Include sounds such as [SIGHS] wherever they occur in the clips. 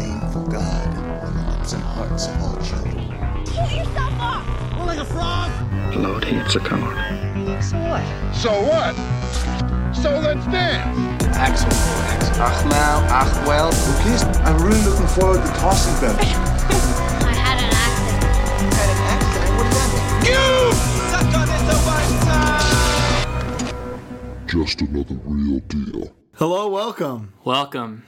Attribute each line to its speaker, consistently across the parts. Speaker 1: God on the lips and hearts of all children.
Speaker 2: Kill yourself off!
Speaker 3: Lord hates a coward.
Speaker 2: So what?
Speaker 4: So what? So let's dance.
Speaker 5: Axel. Axel. Achmel. Achwell.
Speaker 6: At least I'm really looking forward to tossing them.
Speaker 2: I had an accident.
Speaker 7: Just another real deal.
Speaker 8: Hello, welcome
Speaker 9: Welcome.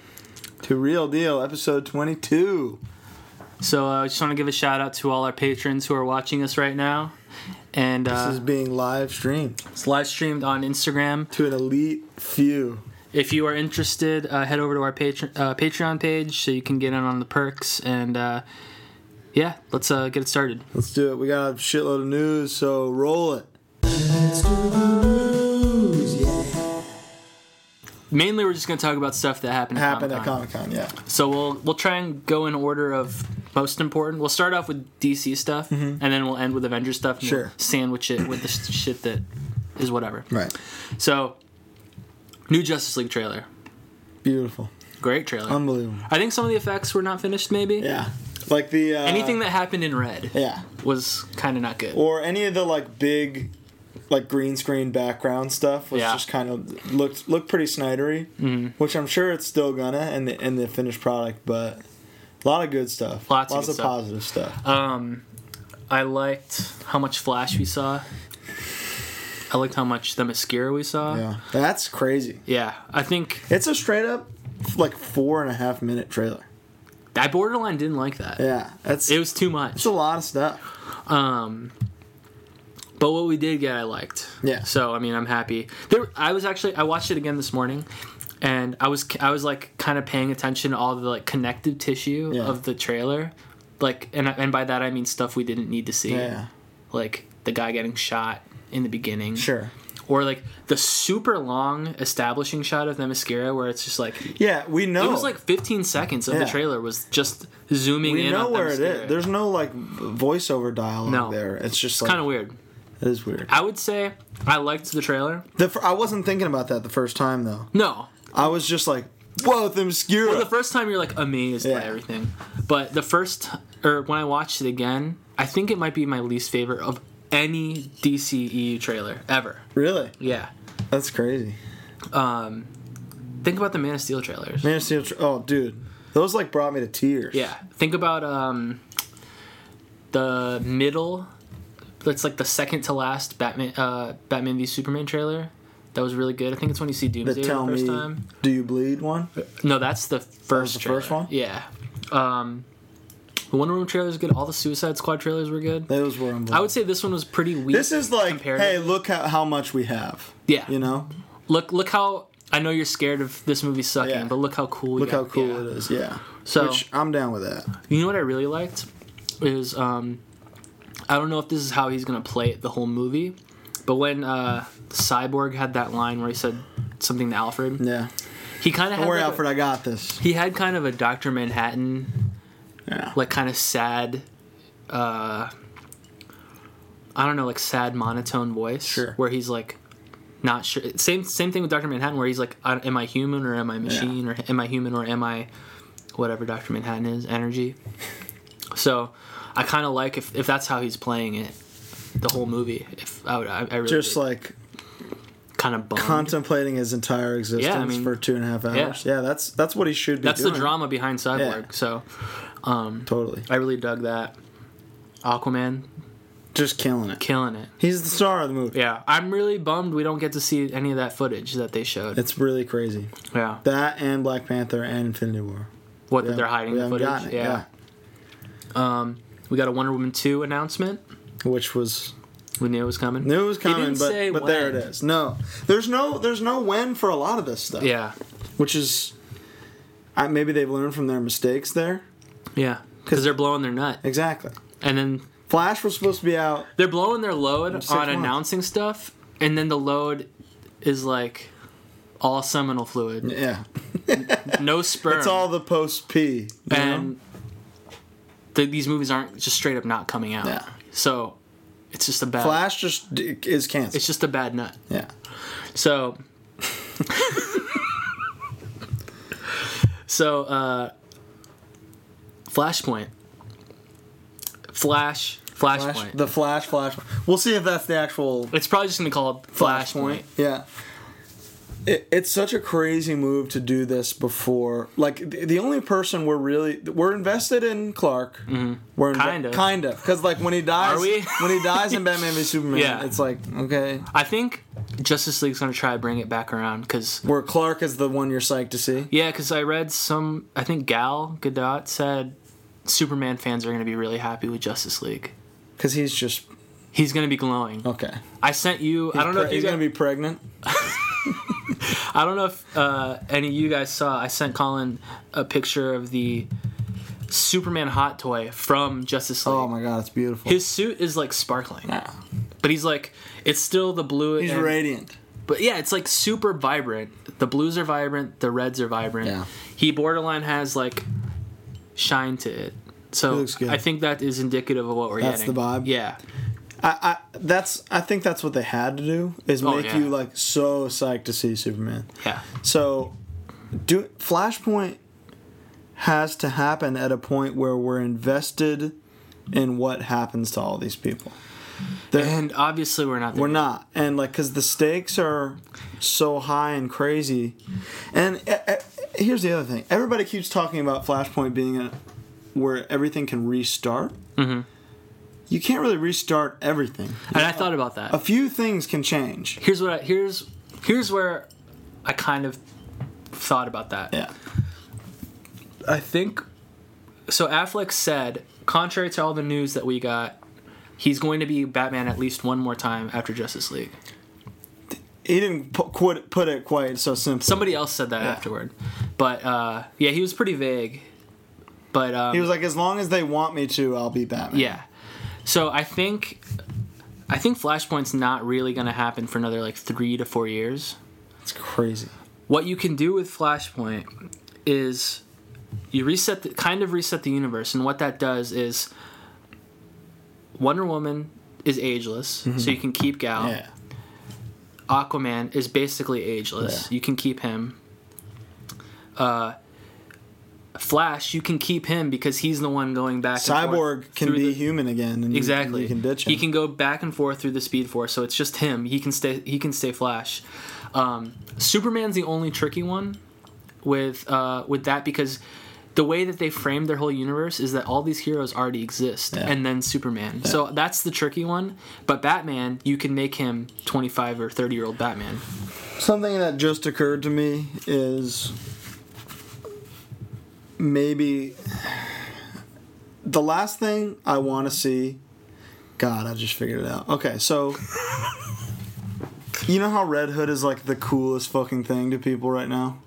Speaker 8: to Real Deal, episode 22.
Speaker 9: So uh, I just want to give a shout out to all our patrons who are watching us right now, and uh,
Speaker 8: This is being live streamed
Speaker 9: it's live streamed on Instagram.
Speaker 8: to an elite few.
Speaker 9: If you are interested, uh, head over to our patron uh, Patreon page so you can get in on the perks. And uh, yeah, let's uh, get it started.
Speaker 8: Let's do it. We got a shitload of news, so roll it.
Speaker 9: Mainly, we're just going to talk about stuff that happened. At
Speaker 8: Happened at
Speaker 9: Comic-Con.
Speaker 8: Comic Con, yeah.
Speaker 9: So we'll we'll try and go in order of most important. We'll start off with DC stuff, and then we'll end with Avengers stuff. And
Speaker 8: Mm-hmm. Sure.
Speaker 9: we'll sandwich it with the sh- shit that is whatever.
Speaker 8: Right.
Speaker 9: So, new Justice League trailer.
Speaker 8: Beautiful.
Speaker 9: Great trailer.
Speaker 8: Unbelievable.
Speaker 9: I think some of the effects were not finished, maybe.
Speaker 8: Yeah. Like the. Uh,
Speaker 9: Anything that happened in red
Speaker 8: Yeah.
Speaker 9: was kind of not good.
Speaker 8: Or any of the, like, big. Like green screen background stuff was
Speaker 9: Yeah. Mm-hmm.
Speaker 8: just kind of looked looked pretty Snydery, which I'm sure it's still gonna in the in the finished product, but a lot of good stuff,
Speaker 9: Lots of
Speaker 8: lots
Speaker 9: good
Speaker 8: of
Speaker 9: stuff.
Speaker 8: positive stuff.
Speaker 9: Um, I liked how much flash we saw. I liked how much the mascara we saw.
Speaker 8: yeah, that's crazy.
Speaker 9: Yeah, I think
Speaker 8: It's a straight up like four and a half minute trailer.
Speaker 9: I borderline didn't like that.
Speaker 8: Yeah, that's
Speaker 9: It was too much.
Speaker 8: it's a lot of stuff.
Speaker 9: Um, but what we did get, I liked.
Speaker 8: Yeah.
Speaker 9: So I mean, I'm happy. There, I was actually I watched it again this morning, and I was I was like kind of paying attention to all the like connective tissue
Speaker 8: Yeah.
Speaker 9: of the trailer, like and and by that I mean stuff we didn't need to see,
Speaker 8: Yeah,
Speaker 9: like the guy getting shot in the beginning,
Speaker 8: sure.
Speaker 9: or like the super long establishing shot of the mascara where it's just like.
Speaker 8: Yeah, we know.
Speaker 9: It was like 15 seconds of
Speaker 8: Yeah.
Speaker 9: the trailer was just zooming
Speaker 8: we
Speaker 9: in.
Speaker 8: know
Speaker 9: on
Speaker 8: where it
Speaker 9: Themyscira.
Speaker 8: is. There's no like voiceover dialogue
Speaker 9: No.
Speaker 8: there. It's just like
Speaker 9: kind of weird.
Speaker 8: it is weird.
Speaker 9: I would say I liked the trailer.
Speaker 8: The fir- I wasn't thinking about that the first time though.
Speaker 9: No.
Speaker 8: I was just like, whoa, Themyscira.
Speaker 9: Well, the first time you're like amazed
Speaker 8: Yeah.
Speaker 9: by everything, but the first or when I watched it again, I think it might be my least favorite of any DCEU trailer ever.
Speaker 8: really?
Speaker 9: Yeah.
Speaker 8: That's crazy.
Speaker 9: Think about the Man of Steel trailers.
Speaker 8: Man of Steel. Tr- oh, dude, those like brought me to tears.
Speaker 9: Yeah. Think about um the middle that's like the second to last Batman uh Batman v Superman trailer. That was really good. I think it's when you see
Speaker 8: The
Speaker 9: Doomsday for
Speaker 8: tell
Speaker 9: the first
Speaker 8: me,
Speaker 9: time.
Speaker 8: do you bleed one?
Speaker 9: No, that's the first.
Speaker 8: the
Speaker 9: trailer.
Speaker 8: first one?
Speaker 9: Yeah. Um, the Wonder Woman trailer was good. All the Suicide Squad trailers were good.
Speaker 8: That was where I'm.
Speaker 9: I would say this one was pretty weak.
Speaker 8: This is like,
Speaker 9: compared-
Speaker 8: hey, look how, how much we have.
Speaker 9: Yeah.
Speaker 8: You know,
Speaker 9: look, look how I know you're scared of this movie sucking,
Speaker 8: Yeah.
Speaker 9: but look how cool. we
Speaker 8: look
Speaker 9: got-
Speaker 8: how cool
Speaker 9: yeah.
Speaker 8: it is. Yeah.
Speaker 9: So
Speaker 8: Which I'm down with that.
Speaker 9: you know what I really liked is um, I don't know if this is how he's gonna play it the whole movie, but when uh, Cyborg had that line where he said something to Alfred,
Speaker 8: Yeah.
Speaker 9: he kind
Speaker 8: Don't
Speaker 9: of had
Speaker 8: worry,
Speaker 9: like a-
Speaker 8: Alfred. I got this.
Speaker 9: he had kind of a Doctor Manhattan
Speaker 8: Yeah.
Speaker 9: like kind of sad uh I don't know, like sad monotone voice
Speaker 8: Sure.
Speaker 9: where he's like not sure same same thing with Dr. Manhattan where he's like I- am I human or am I machine or am I human or am I whatever Dr. Manhattan is energy. So I kind of like if, if that's how he's playing it the whole movie if I would I, I really
Speaker 8: Just like
Speaker 9: kind of bummed.
Speaker 8: contemplating his entire existence
Speaker 9: Yeah, I mean-
Speaker 8: for two and a half hours. Yeah. that's that's what he should be.
Speaker 9: that's the
Speaker 8: doing.
Speaker 9: drama behind Cyborg.
Speaker 8: Yeah.
Speaker 9: So
Speaker 8: Totally,
Speaker 9: I really dug that. Aquaman
Speaker 8: just killing it.
Speaker 9: killing it.
Speaker 8: He's the star of the movie.
Speaker 9: Yeah, I'm really bummed we don't get to see any of that footage that they showed.
Speaker 8: It's really crazy.
Speaker 9: yeah,
Speaker 8: That and Black Panther and Infinity War.
Speaker 9: what
Speaker 8: Yeah,
Speaker 9: that they're hiding
Speaker 8: we
Speaker 9: the
Speaker 8: haven't
Speaker 9: footage.
Speaker 8: gotten it,
Speaker 9: yeah. we got a Wonder Woman two announcement.
Speaker 8: yeah. Which was
Speaker 9: We knew it was coming.
Speaker 8: knew it was
Speaker 9: He
Speaker 8: coming,
Speaker 9: didn't
Speaker 8: but
Speaker 9: say
Speaker 8: but
Speaker 9: when.
Speaker 8: there it is. No, there's no there's no when for a lot of this stuff.
Speaker 9: Yeah,
Speaker 8: which is I, maybe they've learned from their mistakes there.
Speaker 9: yeah, because they're blowing their nut,
Speaker 8: Exactly.
Speaker 9: and then
Speaker 8: Flash was supposed to be out.
Speaker 9: they're blowing their load
Speaker 8: Six
Speaker 9: on
Speaker 8: months.
Speaker 9: announcing stuff, and then the load is like all seminal fluid,
Speaker 8: Yeah,
Speaker 9: no sperm.
Speaker 8: it's all the post P.
Speaker 9: and th- these movies aren't just straight up not coming out.
Speaker 8: Yeah.
Speaker 9: So it's just a bad.
Speaker 8: Flash just d- is canceled.
Speaker 9: It's just a bad nut.
Speaker 8: yeah,
Speaker 9: So, so uh, Flashpoint. Flash. Flashpoint.
Speaker 8: Flash, the Flash, Flash. We'll see if that's the actual
Speaker 9: it's probably just gonna be called Flashpoint.
Speaker 8: Yeah. It, it's such a crazy move to do this before. Like the, the only person we're really we're invested in Clark. Mm-hmm. We're inve-
Speaker 9: Kind of.
Speaker 8: kind of because like when he dies,
Speaker 9: Are we?
Speaker 8: [LAUGHS] when he dies in Batman v Superman,
Speaker 9: Yeah.
Speaker 8: it's like okay,
Speaker 9: I think Justice League's gonna try to bring it back around because
Speaker 8: where Clark is the one you're psyched to see.
Speaker 9: yeah, because I read some. I think Gal Gadot said Superman fans are gonna be really happy with Justice League.
Speaker 8: Because he's just
Speaker 9: He's gonna be glowing.
Speaker 8: okay.
Speaker 9: I sent you. I don't know if you
Speaker 8: he's
Speaker 9: got-
Speaker 8: gonna be pregnant.
Speaker 9: I don't know if uh, any of you guys saw. I sent Colin a picture of the Superman hot toy from Justice League.
Speaker 8: Oh my god, it's beautiful.
Speaker 9: His suit is like sparkling,
Speaker 8: Yeah.
Speaker 9: but he's like it's still the blue.
Speaker 8: He's
Speaker 9: and-
Speaker 8: radiant.
Speaker 9: But yeah, it's like super vibrant. The blues are vibrant. The reds are vibrant.
Speaker 8: Yeah.
Speaker 9: He borderline has like shine to it. So
Speaker 8: He looks good.
Speaker 9: I think that is indicative of what we're
Speaker 8: That's
Speaker 9: getting.
Speaker 8: the vibe.
Speaker 9: Yeah.
Speaker 8: I, I that's I think that's what they had to do is
Speaker 9: Oh,
Speaker 8: make
Speaker 9: yeah.
Speaker 8: you like so psyched to see Superman.
Speaker 9: Yeah.
Speaker 8: So, do Flashpoint has to happen at a point where we're invested in what happens to all these people. They're-
Speaker 9: And obviously we're not. There
Speaker 8: we're
Speaker 9: yet.
Speaker 8: not, and like because the stakes are so high and crazy. And uh, uh, here's the other thing: everybody keeps talking about Flashpoint being a, where everything can restart. Mm-hmm. You can't really restart everything.
Speaker 9: And I thought about that.
Speaker 8: A few things can change.
Speaker 9: here's what I, here's here's where I kind of thought about that.
Speaker 8: Yeah.
Speaker 9: I think so. Affleck said, contrary to all the news that we got, he's going to be Batman at least one more time after Justice League.
Speaker 8: He didn't pu- quit, put it quite so simply.
Speaker 9: Somebody else said that afterward, but uh, yeah, he was pretty vague. But um,
Speaker 8: He was like, as long as they want me to, I'll be Batman.
Speaker 9: yeah. So I think I think Flashpoint's not really going to happen for another like three to four years.
Speaker 8: It's crazy.
Speaker 9: what you can do with flashpoint is you reset the, kind of reset the universe and what that does is wonder woman is ageless so you can keep gal
Speaker 8: Mm-hmm. Yeah.
Speaker 9: aquaman is basically ageless you can keep him uh, flash you can keep him because he's the one going back and forth
Speaker 8: Cyborg can
Speaker 9: through
Speaker 8: be
Speaker 9: the-
Speaker 8: human again. And you-
Speaker 9: Exactly.
Speaker 8: You, can ditch him.
Speaker 9: He can go back and forth through the Speed Force, so it's just him. He can stay. He can stay Flash. Um, Superman's the only tricky one with uh, with that because the way that they framed their whole universe is that all these heroes already exist, and then Superman. So that's the tricky one. But Batman, you can make him twenty five or thirty year old Batman.
Speaker 8: Something that just occurred to me is maybe the last thing I want to see. God, I just figured it out. Okay,
Speaker 9: [LAUGHS]
Speaker 8: so you know how Red Hood is like the coolest fucking thing to people right now,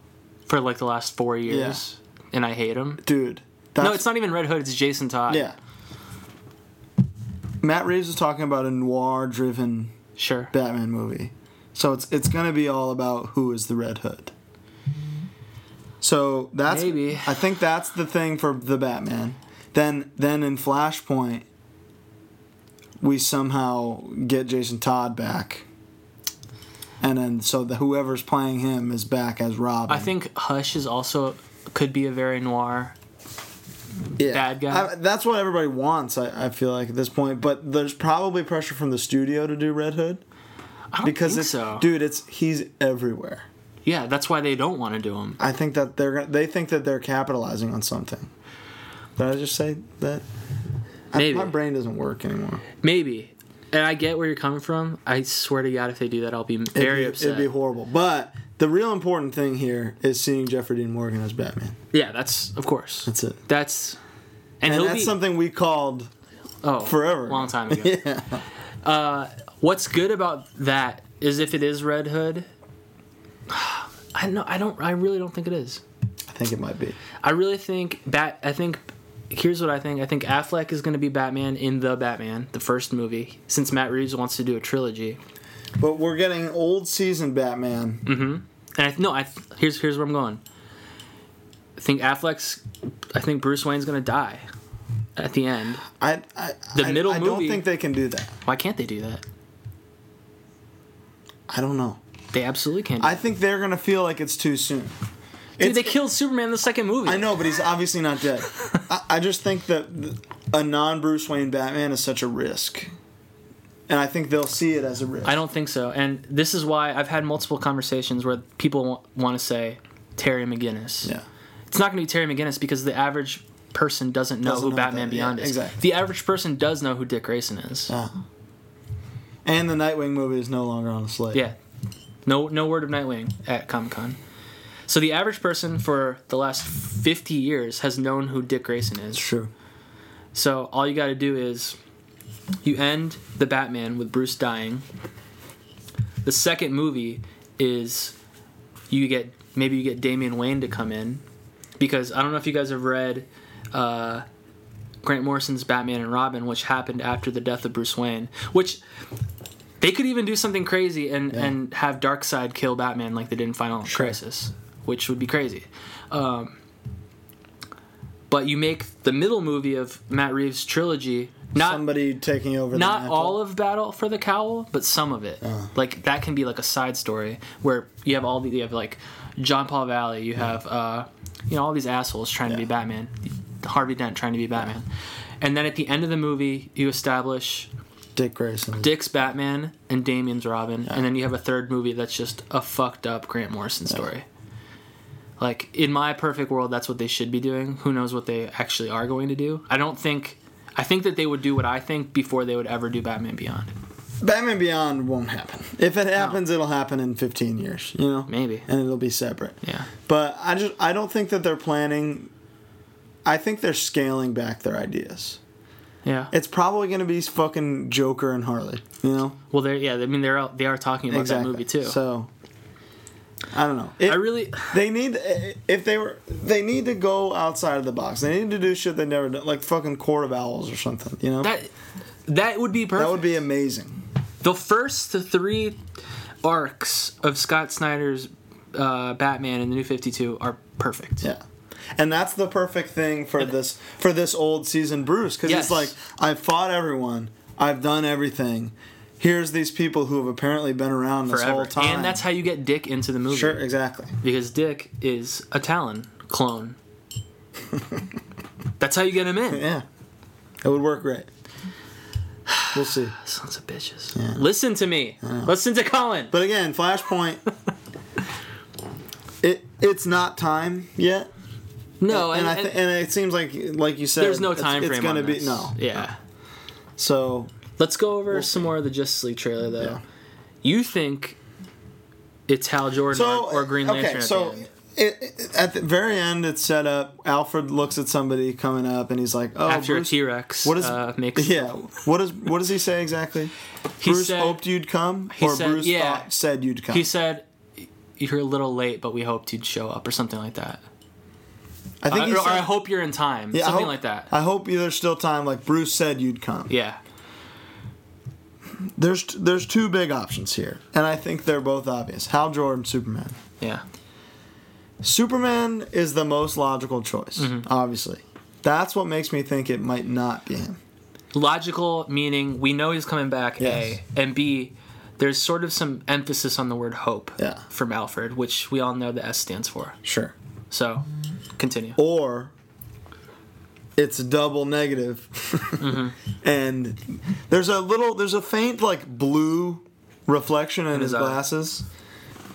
Speaker 9: For like the last four years, and I hate him.
Speaker 8: dude.
Speaker 9: No, it's not even Red Hood. It's Jason Todd.
Speaker 8: Yeah. Matt Reeves was talking about a noir-driven
Speaker 9: sure.
Speaker 8: Batman movie. So it's it's gonna be all about who is the Red Hood. So that's
Speaker 9: Maybe.
Speaker 8: I think that's the thing for the Batman. Then then in Flashpoint, we somehow get Jason Todd back, and then so the whoever's playing him is back as Robin.
Speaker 9: I think Hush is also could be a very noir
Speaker 8: yeah.
Speaker 9: bad guy.
Speaker 8: I- that's what everybody wants. I, I feel like at this point, but there's probably pressure from the studio to do Red Hood
Speaker 9: I don't
Speaker 8: because
Speaker 9: think
Speaker 8: it's
Speaker 9: so.
Speaker 8: dude, it's he's everywhere.
Speaker 9: Yeah, that's why they don't want to do them.
Speaker 8: I think that they're gonna, they think that they're capitalizing on something. Did I just say that? I-
Speaker 9: Maybe.
Speaker 8: my brain doesn't work anymore.
Speaker 9: Maybe. And I get where you're coming from. I swear to God, if they do that, I'll be very
Speaker 8: it'd be,
Speaker 9: upset.
Speaker 8: It'd be horrible. But the real important thing here is seeing Jeffrey Dean Morgan as Batman.
Speaker 9: yeah, that's of course.
Speaker 8: That's it.
Speaker 9: That's
Speaker 8: And
Speaker 9: and, he'll
Speaker 8: that's
Speaker 9: be
Speaker 8: something we called.
Speaker 9: oh,
Speaker 8: forever.
Speaker 9: long
Speaker 8: [LAUGHS]
Speaker 9: time ago. Uh, what's good about that is if it is Red Hood. [SIGHS] I know. I don't. I really don't think it is.
Speaker 8: I think it might be.
Speaker 9: I really think Bat. I think here's what I think. I think Affleck is going to be Batman in the Batman, the first movie, since Matt Reeves wants to do a trilogy.
Speaker 8: But we're getting old season Batman.
Speaker 9: Mm. And I th- no, I th- here's here's where I'm going. I think Affleck's. I think Bruce Wayne's gonna die at the end.
Speaker 8: I, I
Speaker 9: The
Speaker 8: I-
Speaker 9: middle
Speaker 8: I
Speaker 9: movie-
Speaker 8: don't think they can do that.
Speaker 9: Why can't they do that?
Speaker 8: I don't know.
Speaker 9: They absolutely can't. Do
Speaker 8: I think they're gonna feel like it's too soon.
Speaker 9: Dude,
Speaker 8: It's-
Speaker 9: they killed Superman in the second movie.
Speaker 8: I know, but he's obviously not
Speaker 9: [LAUGHS]
Speaker 8: dead. I, I just think that th- a non Bruce Wayne Batman is such a risk, and I think they'll see it as a risk.
Speaker 9: I don't think so. And this is why I've had multiple conversations where people want to say Terry McGinnis.
Speaker 8: Yeah.
Speaker 9: It's not going to be Terry McGinnis because the average person doesn't know
Speaker 8: Doesn't
Speaker 9: who
Speaker 8: know
Speaker 9: Batman
Speaker 8: that, yeah,
Speaker 9: Beyond is.
Speaker 8: exactly.
Speaker 9: The average person does know who Dick Grayson is.
Speaker 8: Uh, And the Nightwing movie is no longer on the slate.
Speaker 9: Yeah. No no word of Nightwing at Comic Con. So the average person for the last 50 years has known who Dick Grayson is.
Speaker 8: it's true.
Speaker 9: So all you got to do is you end the Batman with Bruce dying. The second movie is you get maybe you get Damian Wayne to come in because I don't know if you guys have read uh, Grant Morrison's Batman and Robin, which happened after the death of Bruce Wayne, which. They could even do something crazy and, and have Darkseid kill Batman like they did in Final Crisis, which would be crazy Um, but you make the middle movie of Matt Reeves' trilogy not
Speaker 8: Somebody taking over. the
Speaker 9: not
Speaker 8: mantle. Uh.
Speaker 9: all of Battle for the Cowl, but some of it. Like that can be like a side story where you have all the you have like John Paul Valley, you have uh, you know all these assholes trying to be Batman, Harvey Dent trying to be Batman, and then at the end of the movie you establish
Speaker 8: Dick Grayson.
Speaker 9: Dick's Batman and Damien's Robin, and then you have a third movie that's just a fucked up Grant Morrison story. Like in my perfect world, that's what they should be doing. Who knows what they actually are going to do? I don't think. I think that they would do what I think before they would ever do Batman Beyond.
Speaker 8: Batman Beyond won't happen. If it happens, it'll happen in 15 years. You know,
Speaker 9: Maybe.
Speaker 8: and it'll be separate.
Speaker 9: Yeah.
Speaker 8: But I just I don't think that they're planning. I think they're scaling back their ideas.
Speaker 9: Yeah.
Speaker 8: It's probably going to be fucking Joker and Harley. You know,
Speaker 9: well, they're yeah. I mean, they're out, they are talking about that movie too.
Speaker 8: So I don't know. It-
Speaker 9: I really.
Speaker 8: they need if they were they need to go outside of the box. They need to do shit they never done, like fucking Court of Owls or something. You know,
Speaker 9: That that would be perfect.
Speaker 8: that would be amazing.
Speaker 9: the first three arcs of Scott Snyder's uh, Batman and the New Fifty Two are perfect.
Speaker 8: Yeah. And that's the perfect thing for this for this old season Bruce cuz
Speaker 9: Yes.
Speaker 8: it's like I've fought everyone. I've done everything. Here's these people who have apparently been around this
Speaker 9: forever.
Speaker 8: whole time.
Speaker 9: And that's how you get Dick into the movie.
Speaker 8: Sure, exactly.
Speaker 9: Because Dick is a Talon clone.
Speaker 8: [LAUGHS]
Speaker 9: that's how you get him in.
Speaker 8: Yeah. It would work great. We'll see.
Speaker 9: Sons of bitches. Listen to me. Listen to Colin.
Speaker 8: But again, Flashpoint it it's not time yet.
Speaker 9: no, Oh, and,
Speaker 8: and, I th-
Speaker 9: and
Speaker 8: and it seems like like you said
Speaker 9: there's no
Speaker 8: it's-
Speaker 9: time
Speaker 8: it's,
Speaker 9: frame
Speaker 8: gonna
Speaker 9: on
Speaker 8: be
Speaker 9: this.
Speaker 8: no.
Speaker 9: Yeah.
Speaker 8: So,
Speaker 9: Let's go over some more of the Justice League trailer though.
Speaker 8: Yeah.
Speaker 9: You think it's Hal Jordan
Speaker 8: so
Speaker 9: or, or Green Lantern
Speaker 8: Okay,
Speaker 9: at
Speaker 8: so
Speaker 9: the end.
Speaker 8: it, it- at the very end, it's set up. Alfred looks at somebody coming up, and he's like, "Oh,
Speaker 9: after
Speaker 8: Bruce,
Speaker 9: a T Rex
Speaker 8: what is
Speaker 9: uh,
Speaker 8: [LAUGHS]
Speaker 9: makes
Speaker 8: yeah? What is what does he say exactly?
Speaker 9: He
Speaker 8: Bruce
Speaker 9: said-
Speaker 8: hoped you'd come,
Speaker 9: he
Speaker 8: or
Speaker 9: said-
Speaker 8: Bruce
Speaker 9: yeah.
Speaker 8: thought, said you'd come.
Speaker 9: he said you're a little late, but we hoped you'd show up or something like that.
Speaker 8: I think
Speaker 9: Uh,
Speaker 8: he
Speaker 9: or,
Speaker 8: said,
Speaker 9: or I hope you're in time.
Speaker 8: yeah, I
Speaker 9: something
Speaker 8: hope-
Speaker 9: like that.
Speaker 8: I hope there's still time. Like Bruce said, you'd come.
Speaker 9: yeah.
Speaker 8: There's there's two big options here, and I think they're both obvious. Hal Jordan, Superman.
Speaker 9: Yeah.
Speaker 8: Superman is the most logical choice,
Speaker 9: Mm-hmm.
Speaker 8: obviously. That's what makes me think it might not be him.
Speaker 9: Logical meaning we know he's coming back,
Speaker 8: Yes.
Speaker 9: A. And B, there's sort of some emphasis on the word hope
Speaker 8: Yeah.
Speaker 9: from Alfred, which we all know the S stands for.
Speaker 8: Sure.
Speaker 9: So continue.
Speaker 8: or it's double negative.
Speaker 9: Mm-hmm.
Speaker 8: [LAUGHS] and there's a little there's a faint like blue reflection in, his
Speaker 9: his eye.
Speaker 8: glasses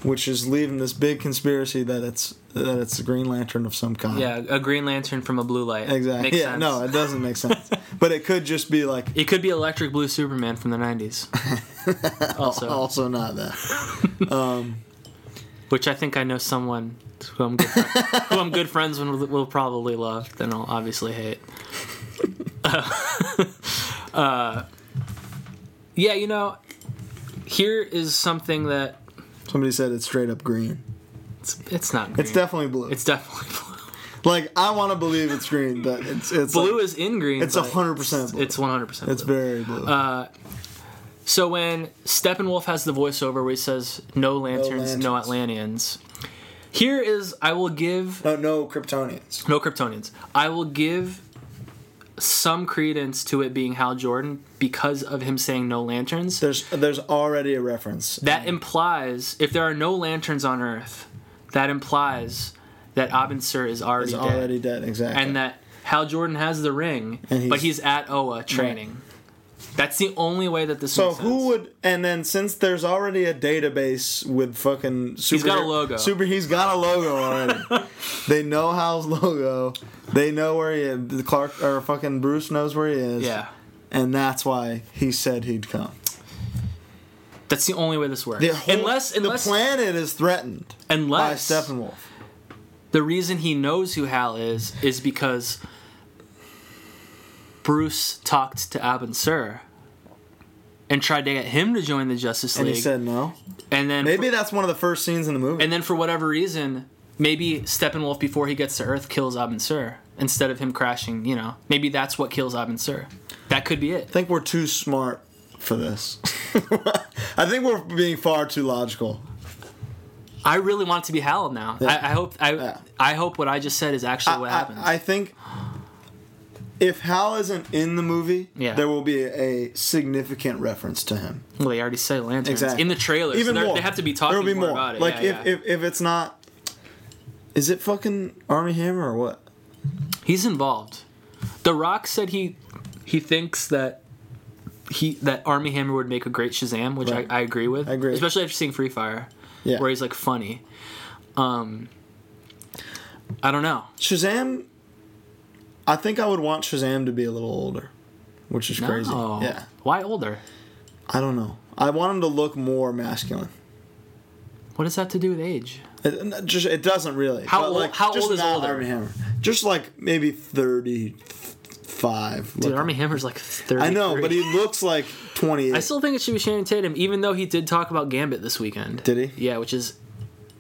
Speaker 8: which is leaving this big conspiracy that it's that it's a green lantern of some kind
Speaker 9: Yeah, a green lantern from a blue light.
Speaker 8: exactly
Speaker 9: Makes
Speaker 8: yeah
Speaker 9: sense.
Speaker 8: no it doesn't make sense
Speaker 9: [LAUGHS]
Speaker 8: but it could just be like
Speaker 9: It could be electric blue Superman from
Speaker 8: [LAUGHS]
Speaker 9: the 90s. also,
Speaker 8: also not that
Speaker 9: which I think I know someone who I'm
Speaker 8: [LAUGHS]
Speaker 9: good, who I'm good friends with will probably love, then I'll obviously hate. [LAUGHS] Uh, yeah, you know, here is something that
Speaker 8: somebody said it's straight up green
Speaker 9: it's, it's not. Green.
Speaker 8: it's definitely blue
Speaker 9: it's definitely blue.
Speaker 8: like i want to believe it's green but it's it's
Speaker 9: Blue
Speaker 8: like-
Speaker 9: is in green.
Speaker 8: it's
Speaker 9: but
Speaker 8: 100% blue.
Speaker 9: It's 100 percent.
Speaker 8: it's very blue
Speaker 9: Uh, So when Steppenwolf has the voiceover where he says, "No lanterns, no,
Speaker 8: lanterns."
Speaker 9: Atlanteans," here is I will give
Speaker 8: no no kryptonians
Speaker 9: no Kryptonians. I will give some credence to it being Hal Jordan because of him saying no lanterns.
Speaker 8: there's there's already a reference
Speaker 9: That implies if there are no lanterns on Earth, that implies that Abinser is already
Speaker 8: He's
Speaker 9: dead,
Speaker 8: already dead, exactly.
Speaker 9: and that Hal Jordan has the ring,
Speaker 8: And
Speaker 9: but
Speaker 8: he's-
Speaker 9: he's at Oa training. That's the only way that this.
Speaker 8: so
Speaker 9: makes
Speaker 8: who
Speaker 9: sense.
Speaker 8: would? And then since there's already a database with fucking super,
Speaker 9: got a logo.
Speaker 8: Super, he's got a logo
Speaker 9: [LAUGHS]
Speaker 8: already. they know Hal's logo. They know where he is. Clark or fucking Bruce knows where he is.
Speaker 9: Yeah,
Speaker 8: and that's why he said he'd come.
Speaker 9: that's the only way this works.
Speaker 8: The whole-
Speaker 9: unless, unless,
Speaker 8: the planet is threatened by
Speaker 9: unless
Speaker 8: Steppenwolf.
Speaker 9: the reason he knows who Hal is is because Bruce talked to Abin Sur and tried to get him to join the Justice
Speaker 8: And
Speaker 9: League.
Speaker 8: he said no.
Speaker 9: and then
Speaker 8: Maybe that's one of the first scenes in the movie.
Speaker 9: and then for whatever reason, maybe Steppenwolf before he gets to Earth kills Abin Sur instead of him crashing. You know, maybe that's what kills Abin Sur. That could be it.
Speaker 8: I think we're too smart for this. [LAUGHS] I think we're being far too logical.
Speaker 9: I really want it to be Hal now. I, I hope. I
Speaker 8: Yeah.
Speaker 9: I hope what I just said is actually what
Speaker 8: I- I-
Speaker 9: happens.
Speaker 8: I, think if Hal isn't in the movie,
Speaker 9: Yeah.
Speaker 8: there will be a significant reference to him.
Speaker 9: well, they already say lanterns in the trailer.
Speaker 8: Even
Speaker 9: so they're-
Speaker 8: more.
Speaker 9: They have to be talking
Speaker 8: There'll be
Speaker 9: more, about it.
Speaker 8: Like
Speaker 9: Yeah,
Speaker 8: if,
Speaker 9: yeah.
Speaker 8: if if it's not, is it fucking Army Hammer or what?
Speaker 9: He's involved. The Rock said he he thinks that he that Army Hammer would make a great Shazam, which
Speaker 8: Right.
Speaker 9: I, I agree with.
Speaker 8: I agree.
Speaker 9: Especially after seeing Free Fire,
Speaker 8: Yeah.
Speaker 9: where he's like funny. Um I don't know.
Speaker 8: Shazam. I think I would want Shazam to be a little older, which is crazy.
Speaker 9: No.
Speaker 8: Yeah,
Speaker 9: Why older?
Speaker 8: I don't know. I want him to look more masculine.
Speaker 9: What does that to do with age?
Speaker 8: It, it just it doesn't really.
Speaker 9: How
Speaker 8: But,
Speaker 9: old-
Speaker 8: Like,
Speaker 9: how
Speaker 8: just
Speaker 9: old is
Speaker 8: not
Speaker 9: older?
Speaker 8: Armie Hammer. Just like maybe thirty-five.
Speaker 9: Dude,
Speaker 8: looking.
Speaker 9: Army Hammer's like 30.
Speaker 8: I know, but he looks like twenty-eight.
Speaker 9: I still think it should be Shannon Tatum, even though he did talk about Gambit this weekend.
Speaker 8: Did he?
Speaker 9: Yeah, which is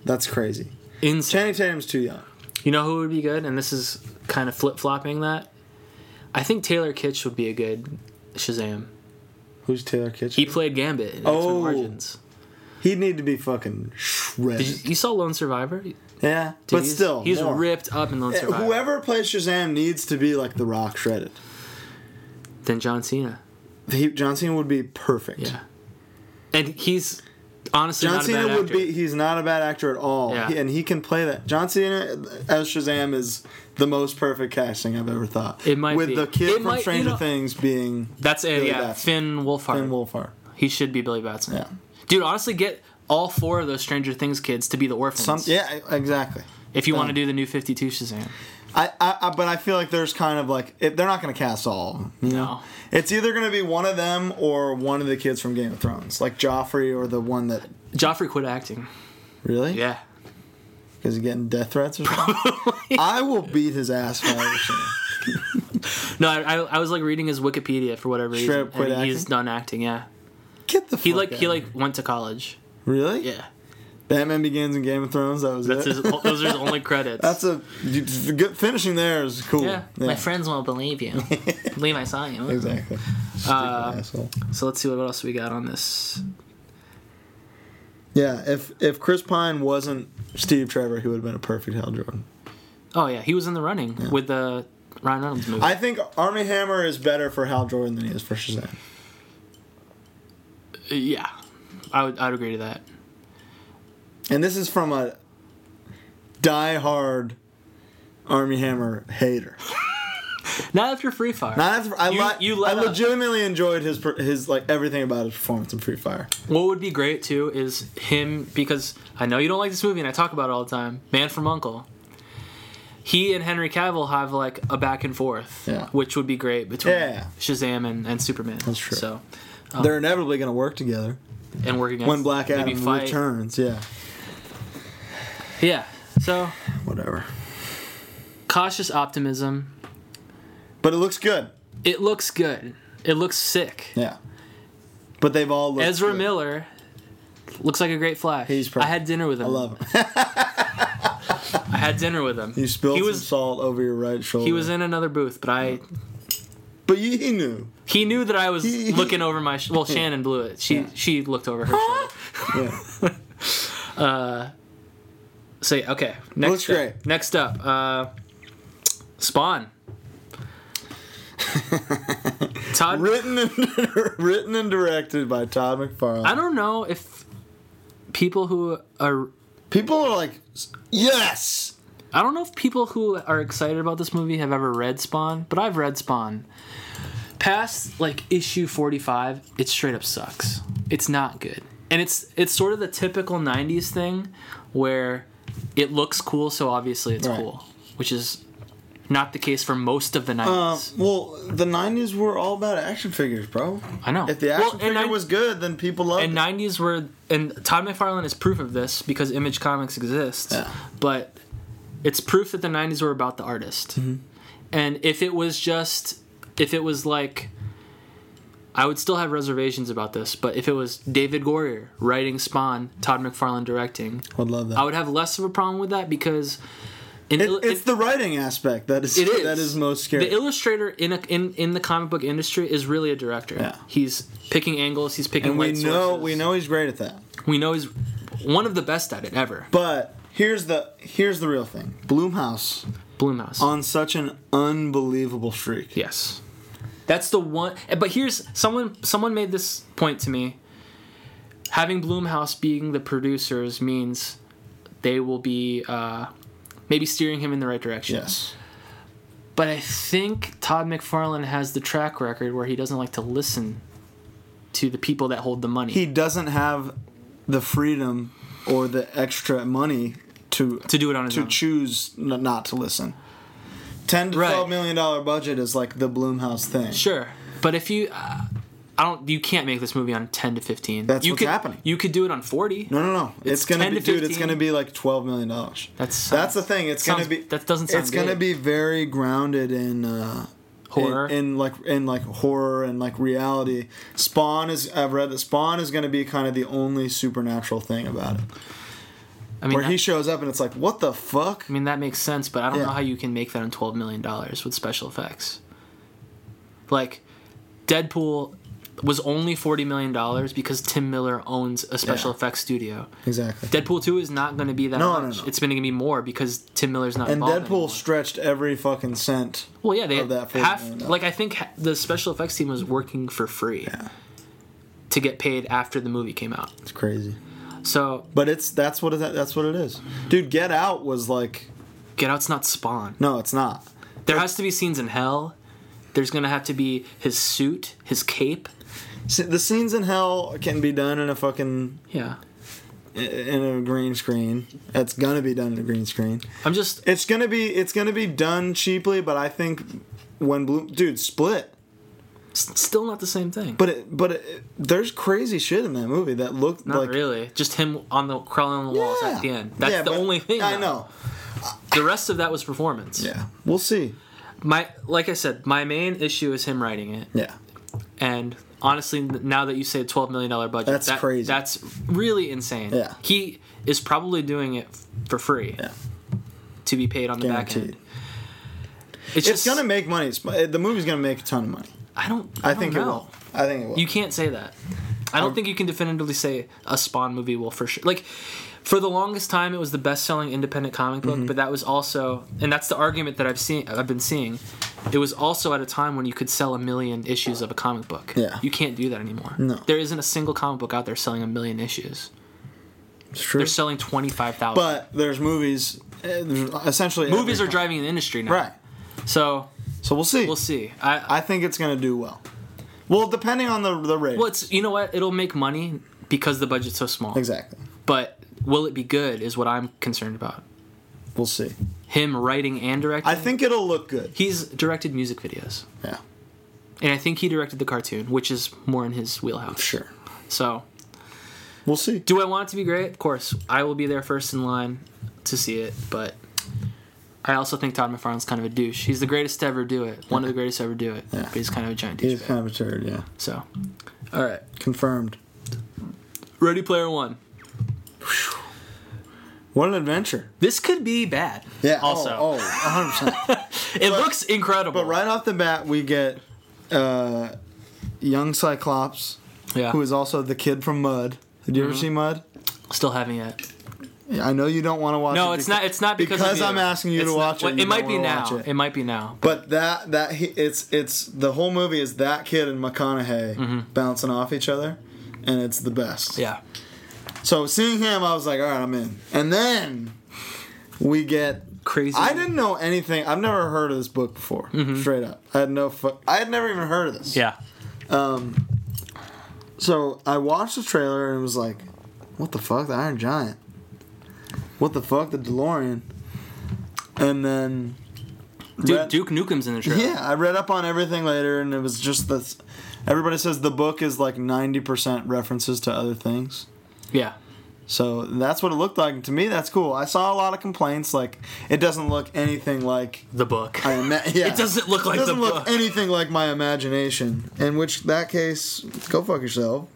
Speaker 8: That's crazy.
Speaker 9: insane.
Speaker 8: Channing Tatum's too young.
Speaker 9: You know who would be good? And this is kind of flip flopping that. I think Taylor Kitsch would be a good Shazam.
Speaker 8: Who's Taylor Kitsch?
Speaker 9: He played Gambit in X-Men
Speaker 8: Oh.
Speaker 9: Origins.
Speaker 8: He'd need to be fucking
Speaker 9: Did
Speaker 8: shredded.
Speaker 9: you, you saw Lone Survivor? Dude,
Speaker 8: yeah, but
Speaker 9: he's-
Speaker 8: still,
Speaker 9: he's
Speaker 8: more.
Speaker 9: ripped up in Lone
Speaker 8: Eh,
Speaker 9: Survivor.
Speaker 8: Whoever plays Shazam needs to be like The Rock shredded.
Speaker 9: than John Cena.
Speaker 8: He, John Cena would be perfect.
Speaker 9: Yeah, and he's honestly
Speaker 8: John
Speaker 9: not a
Speaker 8: Cena
Speaker 9: bad
Speaker 8: would
Speaker 9: actor.
Speaker 8: be. He's not a bad actor at all,
Speaker 9: Yeah.
Speaker 8: He- and he can play that. John Cena as Shazam is the most perfect casting I've ever thought.
Speaker 9: It might
Speaker 8: with
Speaker 9: be.
Speaker 8: the kid
Speaker 9: It
Speaker 8: from
Speaker 9: might- you
Speaker 8: Stranger
Speaker 9: know-
Speaker 8: Things being
Speaker 9: That's it.
Speaker 8: Billy
Speaker 9: yeah,
Speaker 8: Batson.
Speaker 9: Finn Wolfhard.
Speaker 8: Finn Wolfhard.
Speaker 9: he should be Billy Batson.
Speaker 8: Yeah.
Speaker 9: Dude, honestly, get all four of those Stranger Things kids to be the orphans.
Speaker 8: Some, yeah, exactly.
Speaker 9: If you want to
Speaker 8: done.
Speaker 9: do the new Fifty Two Shazam.
Speaker 8: I, I, I, but I feel like there's kind of like if they're not going to cast all. of them, You know,
Speaker 9: No.
Speaker 8: it's either going to be one of them or one of the kids from Game of Thrones, like Joffrey or the one that
Speaker 9: Joffrey quit acting.
Speaker 8: really,
Speaker 9: Yeah.
Speaker 8: because he's getting death threats or something. I will beat his ass. For all this shit.
Speaker 9: No, I, I, I was like reading his Wikipedia for whatever
Speaker 8: Straight
Speaker 9: reason.
Speaker 8: up quit
Speaker 9: and He's
Speaker 8: acting?
Speaker 9: done acting. Yeah.
Speaker 8: Get the
Speaker 9: He
Speaker 8: fuck
Speaker 9: like
Speaker 8: out.
Speaker 9: he like went to college.
Speaker 8: really
Speaker 9: Yeah.
Speaker 8: Batman Begins and Game of Thrones. That was
Speaker 9: That's
Speaker 8: it.
Speaker 9: his, those are his only
Speaker 8: [LAUGHS]
Speaker 9: credits.
Speaker 8: That's a you- good finishing. There is cool.
Speaker 9: Yeah, my friends won't believe
Speaker 8: [LAUGHS]
Speaker 9: you. believe I saw you.
Speaker 8: Exactly.
Speaker 9: Uh,
Speaker 8: Stupid asshole.
Speaker 9: So let's see what else we got on this.
Speaker 8: Yeah, if if Chris Pine wasn't Steve Trevor, he would have been a perfect Hal Jordan.
Speaker 9: Oh yeah, he was in the running with the Ryan Reynolds movie.
Speaker 8: I think Army Hammer is better for Hal Jordan than he is for Shazam.
Speaker 9: yeah, I would I'd agree to that.
Speaker 8: And this is from a die-hard Army Hammer hater.
Speaker 9: Not after Free Fire.
Speaker 8: Not after, I,
Speaker 9: You-
Speaker 8: li-
Speaker 9: you let
Speaker 8: I
Speaker 9: up.
Speaker 8: legitimately enjoyed his per- his like everything about his performance in Free Fire.
Speaker 9: what would be great too is him because I know you don't like this movie and I talk about it all the time. Man from Uncle. He and Henry Cavill have like a back and forth,
Speaker 8: Yeah.
Speaker 9: which would be great between
Speaker 8: Yeah.
Speaker 9: Shazam and, and Superman. That's
Speaker 8: true.
Speaker 9: So
Speaker 8: They're inevitably going to work together
Speaker 9: and work against
Speaker 8: when Black
Speaker 9: Oh. maybe
Speaker 8: Adam
Speaker 9: fight.
Speaker 8: returns. Yeah,
Speaker 9: Yeah. So
Speaker 8: whatever.
Speaker 9: cautious optimism.
Speaker 8: But it looks good.
Speaker 9: It looks good. It looks sick.
Speaker 8: Yeah. But they've all looked
Speaker 9: Ezra
Speaker 8: good.
Speaker 9: Miller looks like a great Flash.
Speaker 8: He's perfect.
Speaker 9: I had dinner with him.
Speaker 8: I love
Speaker 9: [LAUGHS]
Speaker 8: him.
Speaker 9: I had dinner with him.
Speaker 8: you spilled
Speaker 9: He
Speaker 8: some
Speaker 9: was
Speaker 8: salt over your right shoulder.
Speaker 9: he was in another booth, but I
Speaker 8: but you, he knew.
Speaker 9: he knew that
Speaker 8: [LAUGHS]
Speaker 9: I was
Speaker 8: He- he-
Speaker 9: looking over my. Sh- well, Shannon blew it. She
Speaker 8: Yeah.
Speaker 9: she looked over her shoulder.
Speaker 8: Yeah.
Speaker 9: So yeah, okay. Next
Speaker 8: Looks
Speaker 9: up,
Speaker 8: great.
Speaker 9: Next up, uh,
Speaker 8: [LAUGHS]
Speaker 9: Spawn.
Speaker 8: [LAUGHS]
Speaker 9: Todd.
Speaker 8: written and [LAUGHS] written and directed by Todd McFarlane.
Speaker 9: I don't know if people who are
Speaker 8: People are like, yes,
Speaker 9: I don't know if people who are excited about this movie have ever read Spawn, but I've read Spawn. Past like issue 45, it straight up sucks. It's not good. And it's it's sort of the typical 90s thing where it looks cool, so obviously it's
Speaker 8: Right.
Speaker 9: cool, which is not the case for most of the
Speaker 8: Um,
Speaker 9: 90s.
Speaker 8: well, the '90s were all about action figures, bro.
Speaker 9: I know.
Speaker 8: Um, If the
Speaker 9: Well,
Speaker 8: action
Speaker 9: and
Speaker 8: figure
Speaker 9: I-
Speaker 8: was good, then people loved
Speaker 9: and
Speaker 8: it.
Speaker 9: nineties were and Todd McFarlane is proof of this because Image Comics exists.
Speaker 8: Yeah.
Speaker 9: But it's proof that the nineties were about the artist.
Speaker 8: Mm-hmm.
Speaker 9: And if it was just if it was like I would still have reservations about this, but if it was David Goyer writing Spawn, Todd McFarlane directing,
Speaker 8: Would love that.
Speaker 9: I would have less of a problem with that because in
Speaker 8: It- it's the writing aspect that is,
Speaker 9: it is
Speaker 8: [LAUGHS] that is most scary.
Speaker 9: The illustrator in a, in in the comic book industry is really a director.
Speaker 8: Yeah.
Speaker 9: He's picking angles. He's picking.
Speaker 8: and we
Speaker 9: light
Speaker 8: know
Speaker 9: sources.
Speaker 8: we know he's great at that.
Speaker 9: We know he's one of the best at it ever.
Speaker 8: But here's the here's the real thing. Bloomhouse
Speaker 9: Bloomhouse.
Speaker 8: on such an unbelievable streak.
Speaker 9: yes. That's the one. But here's someone. Someone made this point to me. Having Bloomhouse being the producers means they will be uh, maybe steering him in the right direction.
Speaker 8: Yes.
Speaker 9: But I think Todd McFarlane has the track record where he doesn't like to listen to the people that hold the money.
Speaker 8: He doesn't have the freedom or the extra money to
Speaker 9: to do it on his
Speaker 8: to
Speaker 9: own.
Speaker 8: choose n- not to listen. Ten to
Speaker 9: Right.
Speaker 8: twelve million dollar budget is like the Bloomhouse thing.
Speaker 9: Sure, but if you, uh, I don't, you can't make this movie on ten to fifteen.
Speaker 8: That's
Speaker 9: you
Speaker 8: what's
Speaker 9: could,
Speaker 8: happening.
Speaker 9: You could do it on forty.
Speaker 8: No, no, no. It's,
Speaker 9: It's
Speaker 8: gonna
Speaker 9: 10
Speaker 8: be,
Speaker 9: to
Speaker 8: dude. It's
Speaker 9: 15.
Speaker 8: gonna be like twelve million dollars.
Speaker 9: That's
Speaker 8: That's the thing. It's
Speaker 9: sounds-
Speaker 8: gonna be
Speaker 9: that doesn't sound
Speaker 8: It's gonna
Speaker 9: good.
Speaker 8: be very grounded in uh,
Speaker 9: Horror.
Speaker 8: in, in like in like horror and like reality. Spawn is. I've read that Spawn is gonna be kind of the only supernatural thing about it,
Speaker 9: I mean,
Speaker 8: where
Speaker 9: that,
Speaker 8: he shows up and it's like, what the fuck?
Speaker 9: I mean that makes sense, but I don't
Speaker 8: Yeah.
Speaker 9: know how you can make that on twelve million dollars with special effects. Like, Deadpool was only forty million dollars because Tim Miller owns a special
Speaker 8: Yeah.
Speaker 9: effects studio.
Speaker 8: Exactly.
Speaker 9: Deadpool two is not going to be that
Speaker 8: No, no,
Speaker 9: much.
Speaker 8: no.
Speaker 9: It's going to be more because Tim Miller's not.
Speaker 8: and
Speaker 9: involved
Speaker 8: Deadpool
Speaker 9: anymore.
Speaker 8: stretched every fucking cent.
Speaker 9: Well, yeah, they
Speaker 8: of that $40
Speaker 9: half.
Speaker 8: million dollars.
Speaker 9: Like I think ha- the special effects team was working for free to get paid after the movie came out.
Speaker 8: It's crazy.
Speaker 9: So
Speaker 8: But it's that's what it, that's what it is, dude. Get Out was like,
Speaker 9: Get Out's not Spawn.
Speaker 8: no, it's not.
Speaker 9: There has to be scenes in hell. There's gonna have to be his suit, his cape.
Speaker 8: S- The scenes in hell can be done in a fucking
Speaker 9: Yeah,
Speaker 8: in a green screen. That's gonna be done in a green screen.
Speaker 9: I'm just
Speaker 8: It's gonna be it's gonna be done cheaply, but I think when blue dude split,
Speaker 9: s- still not the same thing.
Speaker 8: but it, but it, there's crazy shit in that movie that looked
Speaker 9: not
Speaker 8: like
Speaker 9: really. Just him on the crawling on the walls at the end. That's
Speaker 8: Yeah,
Speaker 9: the
Speaker 8: but-
Speaker 9: only thing.
Speaker 8: I
Speaker 9: though.
Speaker 8: know.
Speaker 9: The rest of that was performance.
Speaker 8: Yeah, we'll see.
Speaker 9: My like I said, my main issue is him writing it.
Speaker 8: Yeah,
Speaker 9: And honestly, now that you say twelve million dollar budget,
Speaker 8: That's
Speaker 9: that-
Speaker 8: crazy.
Speaker 9: That's really insane.
Speaker 8: Yeah.
Speaker 9: he is probably doing it f- for free.
Speaker 8: Yeah.
Speaker 9: to be paid on the back
Speaker 8: guaranteed.
Speaker 9: end.
Speaker 8: It's gonna make money. It's- The movie's gonna make a ton of money.
Speaker 9: I don't.
Speaker 8: I,
Speaker 9: I, don't
Speaker 8: think
Speaker 9: know.
Speaker 8: it will. I think it will.
Speaker 9: You can't say that. I
Speaker 8: Um,
Speaker 9: don't think you can definitively say a Spawn movie will for sure. Like, for the longest time, it was the best-selling independent comic
Speaker 8: Mm-hmm.
Speaker 9: book, but that was also, and that's the argument that I've seen, I've been seeing. It was also at a time when you could sell a million issues of a comic book.
Speaker 8: Yeah.
Speaker 9: you can't do that anymore.
Speaker 8: No.
Speaker 9: there isn't a single comic book out there selling a million issues.
Speaker 8: it's true.
Speaker 9: They're selling twenty-five thousand.
Speaker 8: But there's movies. uh, There's essentially
Speaker 9: movies
Speaker 8: every-
Speaker 9: are driving the industry now,
Speaker 8: right.
Speaker 9: So
Speaker 8: So we'll see.
Speaker 9: we'll see. I,
Speaker 8: I think it's gonna do well. Well, depending on the the rate.
Speaker 9: well, it's you know what? It'll make money because the budget's so small.
Speaker 8: exactly.
Speaker 9: But will it be good? Is what I'm concerned about.
Speaker 8: We'll see.
Speaker 9: him writing and directing.
Speaker 8: I think it'll look good.
Speaker 9: he's directed music videos,
Speaker 8: Yeah.
Speaker 9: and I think he directed the cartoon, which is more in his wheelhouse.
Speaker 8: Sure.
Speaker 9: So,
Speaker 8: We'll see.
Speaker 9: do I want it to be great? Of course, I will be there first in line to see it, but. I also think Todd McFarlane's kind of a douche. He's the greatest to ever do it. One of the greatest to ever do it. But he's kind of a giant douche.
Speaker 8: He's kind of a turd, yeah. [LAUGHS]
Speaker 9: So, all right.
Speaker 8: Confirmed.
Speaker 9: Ready Player One.
Speaker 8: What an adventure.
Speaker 9: This could be bad.
Speaker 8: Yeah.
Speaker 9: Also.
Speaker 8: Oh, oh [LAUGHS] 100%.
Speaker 9: It looks incredible.
Speaker 8: but right off the bat, we get uh, young Cyclops,
Speaker 9: Yeah. Mm-hmm.
Speaker 8: who is also the kid from Mud. Did you ever see Mud?
Speaker 9: Still haven't yet.
Speaker 8: I know you don't want to watch it.
Speaker 9: No, it's
Speaker 8: because-
Speaker 9: not. It's not because, of
Speaker 8: because
Speaker 9: you.
Speaker 8: I'm asking you
Speaker 9: It's
Speaker 8: to
Speaker 9: not-
Speaker 8: watch
Speaker 9: well,
Speaker 8: it. you
Speaker 9: It might
Speaker 8: don't
Speaker 9: be
Speaker 8: wanna watch
Speaker 9: now.
Speaker 8: it.
Speaker 9: It might be now.
Speaker 8: But that that he, it's it's the whole movie is that kid and McConaughey bouncing off each other, and it's the best.
Speaker 9: Mm-hmm. Yeah.
Speaker 8: So seeing him, I was like, all right, I'm in. And then we get
Speaker 9: crazy. Mm-hmm.
Speaker 8: I didn't know anything. I've never heard of this book before. Straight up, I had no. Fu- I had never even heard of this.
Speaker 9: Yeah.
Speaker 8: So I watched the trailer and was like, "What the fuck, the Iron Giant? What the fuck, the DeLorean?" And then,
Speaker 9: Dude,
Speaker 8: read-
Speaker 9: Duke Nukem's in the trailer.
Speaker 8: yeah, I read up on everything later, and it was just this. Everybody says the book is like ninety percent references to other things.
Speaker 9: Yeah.
Speaker 8: So that's what it looked like. And to me, that's cool. I saw a lot of complaints like it doesn't look anything like
Speaker 9: The book.
Speaker 8: I ima- [LAUGHS] yeah.
Speaker 9: It doesn't look like
Speaker 8: it doesn't
Speaker 9: the
Speaker 8: look
Speaker 9: book.
Speaker 8: anything like my imagination. In which that case, go fuck yourself.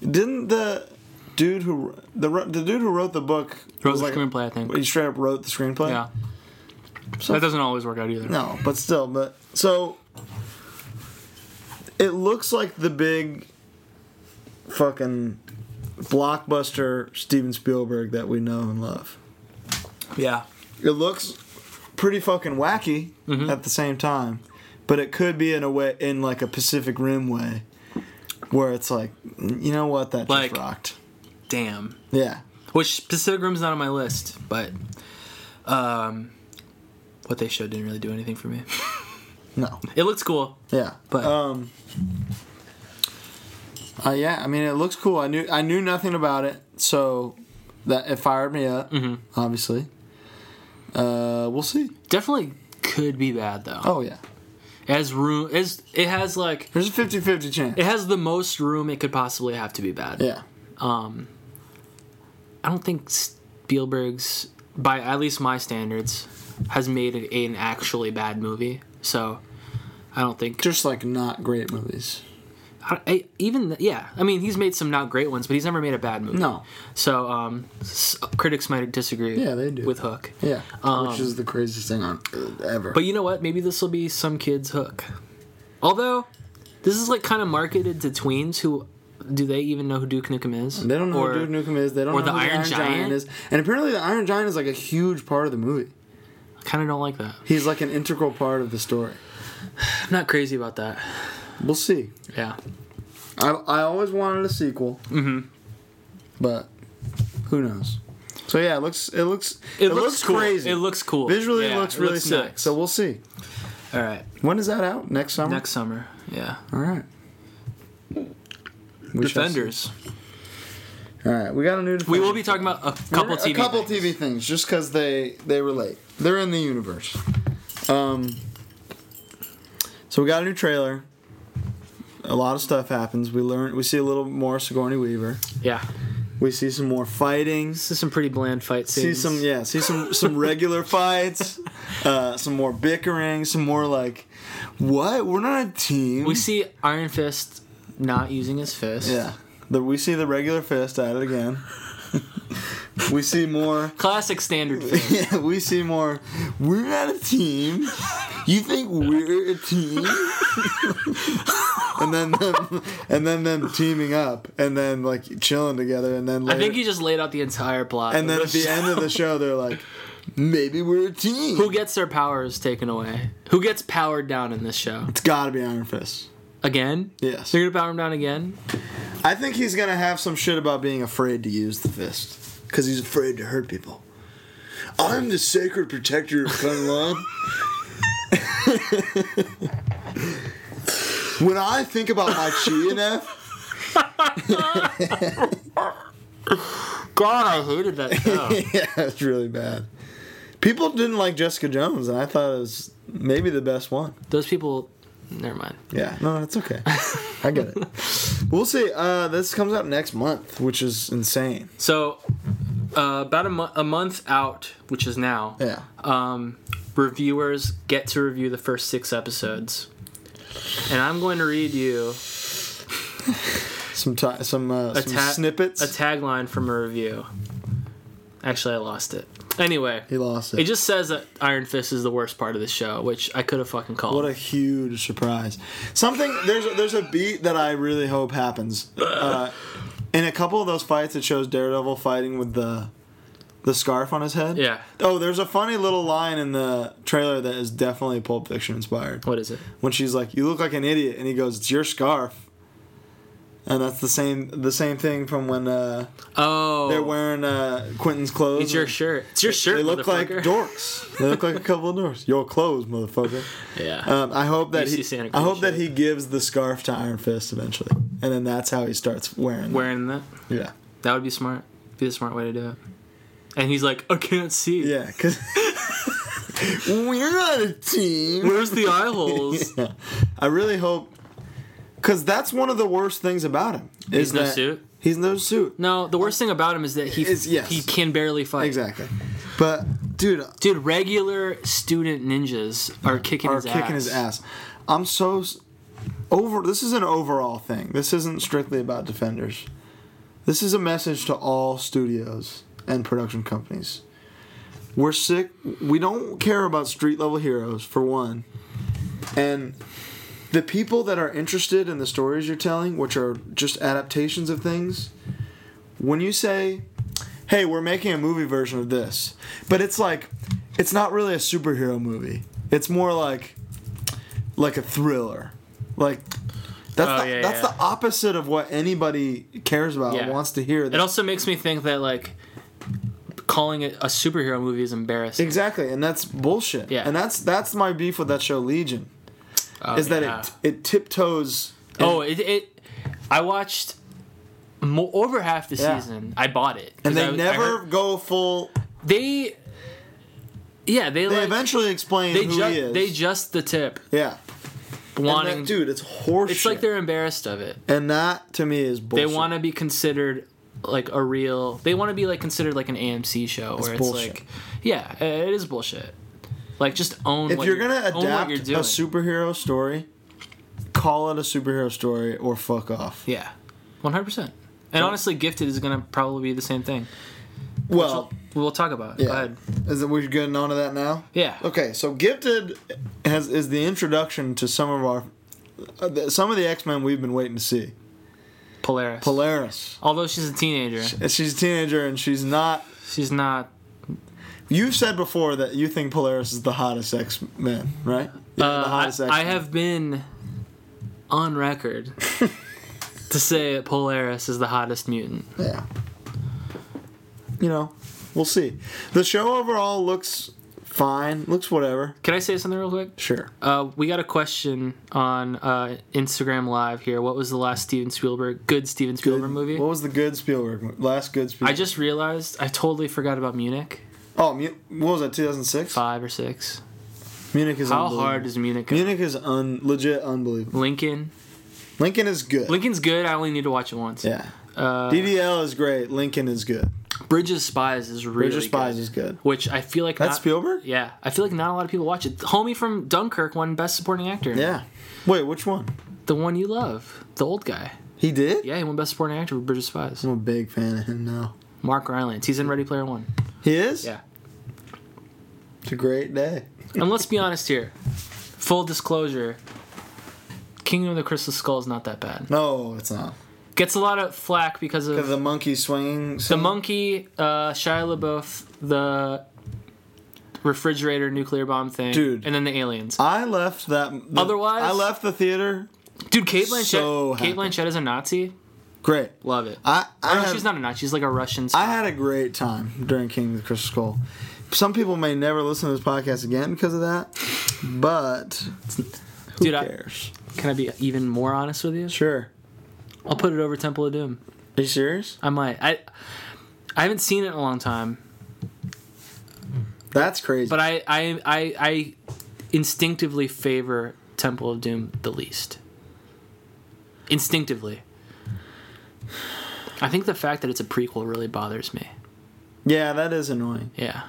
Speaker 8: Didn't the dude who the ru- the dude who wrote the book
Speaker 9: Wrote
Speaker 8: was
Speaker 9: the screenplay, I think.
Speaker 8: He straight up wrote the screenplay.
Speaker 9: yeah.
Speaker 8: So-
Speaker 9: that doesn't always work out either.
Speaker 8: No, but still, but so it looks like the big fucking blockbuster Steven Spielberg that we know and love.
Speaker 9: Yeah.
Speaker 8: It looks pretty fucking wacky at the same time, but it could be in a way in like a Pacific Rim way, where it's like, you know what, that
Speaker 9: Like-
Speaker 8: just rocked.
Speaker 9: Damn.
Speaker 8: Yeah,
Speaker 9: Which Pacific Rim's not on my list, but um, what they showed didn't really do anything for me.
Speaker 8: no,
Speaker 9: It looks cool,
Speaker 8: yeah,
Speaker 9: but
Speaker 8: Um. Uh, yeah, I mean, it looks cool. I knew I knew nothing about it, so that it fired me up.
Speaker 9: Mm-hmm.
Speaker 8: Obviously. Uh, we'll see.
Speaker 9: definitely could be bad though.
Speaker 8: Oh yeah,
Speaker 9: As room as it has like
Speaker 8: there's a 50-50 chance.
Speaker 9: it has the most room it could possibly have to be bad.
Speaker 8: Yeah.
Speaker 9: I don't think Spielberg's, by at least my standards, has made an, an actually bad movie. So I don't think
Speaker 8: Just like not great movies.
Speaker 9: I, I, even th- yeah. I mean, he's made some not great ones, but he's never made a bad movie.
Speaker 8: No.
Speaker 9: So um, s- critics might disagree.
Speaker 8: Yeah, they do.
Speaker 9: with Hook.
Speaker 8: Yeah. Which is the craziest thing on uh, ever.
Speaker 9: Um, But you know what? Maybe this will be some kid's hook. Although, this is like kind of marketed to tweens who do they even know who Duke Nukem is?
Speaker 8: they don't know
Speaker 9: Or-
Speaker 8: who Duke Nukem is. They don't
Speaker 9: or
Speaker 8: know
Speaker 9: the
Speaker 8: who
Speaker 9: Iron Giant?
Speaker 8: is. And apparently, the Iron Giant is like a huge part of the movie.
Speaker 9: I kind of don't like that.
Speaker 8: He's like an integral part of the story.
Speaker 9: I'm not crazy about that.
Speaker 8: We'll see.
Speaker 9: Yeah.
Speaker 8: I, I always wanted a sequel. Mm-hmm. But who knows? So yeah, it looks it looks
Speaker 9: It looks cool.
Speaker 8: crazy.
Speaker 9: It looks cool.
Speaker 8: Visually,
Speaker 9: Yeah,
Speaker 8: it looks
Speaker 9: it
Speaker 8: really
Speaker 9: looks
Speaker 8: sick.
Speaker 9: nice.
Speaker 8: So we'll see.
Speaker 9: All right.
Speaker 8: When is that out? Next summer.
Speaker 9: Next summer. Yeah.
Speaker 8: All right. We shall
Speaker 9: Defenders.
Speaker 8: see. All right, we got a new. Defenders.
Speaker 9: We will be talking about a
Speaker 8: We're-
Speaker 9: couple TV.
Speaker 8: a couple
Speaker 9: things.
Speaker 8: TV things, just because they they relate. They're in the universe. Um. So we got a new trailer. A lot of stuff happens. We learn. We see a little more Sigourney Weaver.
Speaker 9: Yeah.
Speaker 8: We see some more fighting.
Speaker 9: This is some pretty bland fight
Speaker 8: see
Speaker 9: scenes.
Speaker 8: some yeah see some some
Speaker 9: [LAUGHS]
Speaker 8: regular fights uh some more bickering some more like what we're not a team
Speaker 9: We see Iron Fist not using his fist.
Speaker 8: yeah the, we see the regular fist at it again [LAUGHS] we see more
Speaker 9: Classic standard fist.
Speaker 8: yeah, we see more we're not a team you think we're a team and then them, and then them teaming up and then like chilling together and then
Speaker 9: I
Speaker 8: later,
Speaker 9: think he just laid out the entire plot.
Speaker 8: and
Speaker 9: of
Speaker 8: then
Speaker 9: [LAUGHS]
Speaker 8: at the
Speaker 9: show.
Speaker 8: end of the show they're like maybe we're a team
Speaker 9: Who gets their powers taken away? Who gets powered down in this show?
Speaker 8: it's gotta be iron fist
Speaker 9: Again?
Speaker 8: Yes.
Speaker 9: They're gonna power him down again?
Speaker 8: I think he's gonna have some shit about being afraid to use the fist because he's afraid to hurt people. I'm the sacred protector of Kung [LAUGHS] Lung. when I think about my chi and F,
Speaker 9: God, I hated that
Speaker 8: [LAUGHS]
Speaker 9: show.
Speaker 8: [LAUGHS] yeah, it's really bad. People didn't like Jessica Jones, and I thought it was maybe the best one.
Speaker 9: Those people never mind.
Speaker 8: Yeah, no, that's okay. [LAUGHS] I get it. We'll see. Uh, this comes out next month, which is insane.
Speaker 9: So uh, about a, mo- a month out, which is now,
Speaker 8: Yeah.
Speaker 9: um, reviewers get to review the first six episodes. And I'm going to read you
Speaker 8: Some ti some, uh,
Speaker 9: a,
Speaker 8: some
Speaker 9: ta-
Speaker 8: snippets.
Speaker 9: a tagline from a review. Actually, I lost it. Anyway,
Speaker 8: he lost it.
Speaker 9: it just says that Iron Fist is the worst part of the show, which I could have fucking called.
Speaker 8: What a huge surprise! Something there's a, there's a beat that I really hope happens. Uh, in a couple of those fights, it shows Daredevil fighting with the the scarf on his head.
Speaker 9: Yeah.
Speaker 8: Oh, there's a funny little line in the trailer that is definitely Pulp Fiction inspired.
Speaker 9: What is it?
Speaker 8: When she's like, "You look like an idiot," and he goes, "It's your scarf." And that's the same the same thing from when uh,
Speaker 9: Oh,
Speaker 8: they're wearing uh, Quentin's clothes.
Speaker 9: it's your
Speaker 8: and
Speaker 9: shirt. It's your shirt.
Speaker 8: They look like
Speaker 9: motherfucker.
Speaker 8: dorks. They look like a couple of dorks. Your clothes, motherfucker.
Speaker 9: Yeah.
Speaker 8: Um, I hope that
Speaker 9: You see
Speaker 8: he,
Speaker 9: Santa
Speaker 8: I
Speaker 9: Claus
Speaker 8: hope that
Speaker 9: shirt.
Speaker 8: he gives the scarf to Iron Fist eventually, and then that's how he starts wearing. it.
Speaker 9: Wearing that.
Speaker 8: Yeah.
Speaker 9: That would be smart. Be the smart way to do it. And he's like, I can't see.
Speaker 8: Yeah. [LAUGHS] Because we're not a team.
Speaker 9: Where's the eye
Speaker 8: [LAUGHS]
Speaker 9: holes?
Speaker 8: Yeah. I really hope because that's one of the worst things about him. Is
Speaker 9: no
Speaker 8: that
Speaker 9: suit?
Speaker 8: He's no suit.
Speaker 9: No, the worst thing about him is that he
Speaker 8: Is- yes.
Speaker 9: he can barely fight.
Speaker 8: Exactly. But dude,
Speaker 9: Dude, regular student ninjas are kicking
Speaker 8: are
Speaker 9: his
Speaker 8: kicking
Speaker 9: ass.
Speaker 8: his ass. I'm so s- over. This is an overall thing. This isn't strictly about defenders. This is a message to all studios and production companies. We're sick. We don't care about street level heroes for one, and the people that are interested in the stories you're telling, which are just adaptations of things. When you say, "Hey, we're making a movie version of this," but it's like, it's not really a superhero movie. It's more like, like a thriller. Like that's
Speaker 9: Oh,
Speaker 8: the,
Speaker 9: yeah,
Speaker 8: that's
Speaker 9: yeah.
Speaker 8: the opposite of what anybody cares about
Speaker 9: Yeah.
Speaker 8: and wants to hear.
Speaker 9: It also makes me think that like calling it a superhero movie is embarrassing.
Speaker 8: exactly, and that's bullshit.
Speaker 9: Yeah.
Speaker 8: and that's that's my beef with that show Legion.
Speaker 9: Oh,
Speaker 8: is that
Speaker 9: yeah.
Speaker 8: it? It tiptoes.
Speaker 9: Oh, it, it. I watched mo- over half the
Speaker 8: Yeah.
Speaker 9: season. I bought it 'Cause
Speaker 8: And they
Speaker 9: I- I
Speaker 8: never
Speaker 9: heard-
Speaker 8: go full.
Speaker 9: they. Yeah, they,
Speaker 8: They
Speaker 9: like,
Speaker 8: eventually explain
Speaker 9: they
Speaker 8: who he
Speaker 9: just
Speaker 8: is.
Speaker 9: they just the tip
Speaker 8: yeah, and
Speaker 9: wanting
Speaker 8: that, dude, it's horseshit.
Speaker 9: It's like they're embarrassed of it.
Speaker 8: and that to me is bullshit.
Speaker 9: They want to be considered like a real. They want to be like considered like an AMC show where it's
Speaker 8: bullshit.
Speaker 9: like, yeah, it is bullshit. Like just own.
Speaker 8: If
Speaker 9: what
Speaker 8: you're gonna
Speaker 9: own what
Speaker 8: adapt
Speaker 9: you're
Speaker 8: a
Speaker 9: doing.
Speaker 8: superhero story, call it a superhero story or fuck off.
Speaker 9: yeah, one hundred percent. And honestly, gifted is gonna probably be the same thing.
Speaker 8: Well,
Speaker 9: We'll talk about it. Go
Speaker 8: yeah.
Speaker 9: ahead.
Speaker 8: Is it we're getting onto that now?
Speaker 9: Yeah.
Speaker 8: Okay, so Gifted has is the introduction to some of our uh, the- some of the X Men we've been waiting to see.
Speaker 9: Polaris.
Speaker 8: Polaris.
Speaker 9: Although she's a teenager,
Speaker 8: And She's a teenager and she's not.
Speaker 9: she's not.
Speaker 8: You've said before that you think Polaris is the hottest X Men, right? Yeah,
Speaker 9: Uh,
Speaker 8: the hottest
Speaker 9: I,
Speaker 8: X.
Speaker 9: I have been
Speaker 8: [LAUGHS]
Speaker 9: on record to say that Polaris is the hottest mutant.
Speaker 8: Yeah. You know, we'll see. The show overall looks fine. Looks whatever.
Speaker 9: Can I say something real quick?
Speaker 8: Sure.
Speaker 9: Uh, we got a question on uh, Instagram Live here. What was the last Steven Spielberg, good Steven Spielberg movie?
Speaker 8: What was the good Spielberg? mo- Last good Spielberg.
Speaker 9: I just realized I totally forgot about Munich.
Speaker 8: Oh, Mu- what was that? 2006.
Speaker 9: Five or six.
Speaker 8: Munich is
Speaker 9: How
Speaker 8: unbelievable.
Speaker 9: hard is Munich?
Speaker 8: Munich is un- legit unbelievable.
Speaker 9: Lincoln.
Speaker 8: Lincoln is good.
Speaker 9: Lincoln's good. I only need to watch it once.
Speaker 8: Yeah.
Speaker 9: Uh,
Speaker 8: DDL is great. Lincoln is good.
Speaker 9: Bridges Spies is really
Speaker 8: Bridge of Spies
Speaker 9: good,
Speaker 8: is good.
Speaker 9: Which I feel like
Speaker 8: That's
Speaker 9: not-
Speaker 8: Spielberg.
Speaker 9: Yeah, I feel like not a lot of people watch it. The homie from Dunkirk won Best Supporting Actor.
Speaker 8: Yeah. Wait, which one?
Speaker 9: The one you love, the old guy.
Speaker 8: He did.
Speaker 9: Yeah, he won Best Supporting Actor for Bridges Spies.
Speaker 8: I'm a big fan of him now.
Speaker 9: Mark Rylance. He's in Ready Player One.
Speaker 8: He is.
Speaker 9: Yeah.
Speaker 8: It's a great day.
Speaker 9: And let's be honest here. Full disclosure. Kingdom of the Crystal Skull is not that bad.
Speaker 8: No, it's not.
Speaker 9: Gets a lot of flack because of
Speaker 8: 'Cause
Speaker 9: the,
Speaker 8: The monkey swinging. scene?
Speaker 9: monkey, uh, Shia LaBeouf, the refrigerator nuclear bomb thing,
Speaker 8: Dude.
Speaker 9: and then the aliens.
Speaker 8: I left that. the-
Speaker 9: Otherwise-
Speaker 8: I left the theater.
Speaker 9: Dude, Kate Blanchett.
Speaker 8: So happy.
Speaker 9: Kate Blanchett is a Nazi.
Speaker 8: Great.
Speaker 9: Love it.
Speaker 8: I I
Speaker 9: no,
Speaker 8: had,
Speaker 9: she's not a Nazi. She's like a Russian.
Speaker 8: I had a great time during King of the Crystal Skull. Some people may never listen to this podcast again because of that, but who
Speaker 9: Dude, I-
Speaker 8: cares?
Speaker 9: Can I be even more honest with you?
Speaker 8: Sure.
Speaker 9: I'll put it over Temple of Doom.
Speaker 8: Are you serious?
Speaker 9: I might. I I haven't seen it in a long time.
Speaker 8: That's crazy.
Speaker 9: But I, I, I, I instinctively favor Temple of Doom the least. Instinctively. I think the fact that it's a prequel really bothers me.
Speaker 8: yeah, that is annoying.
Speaker 9: Yeah.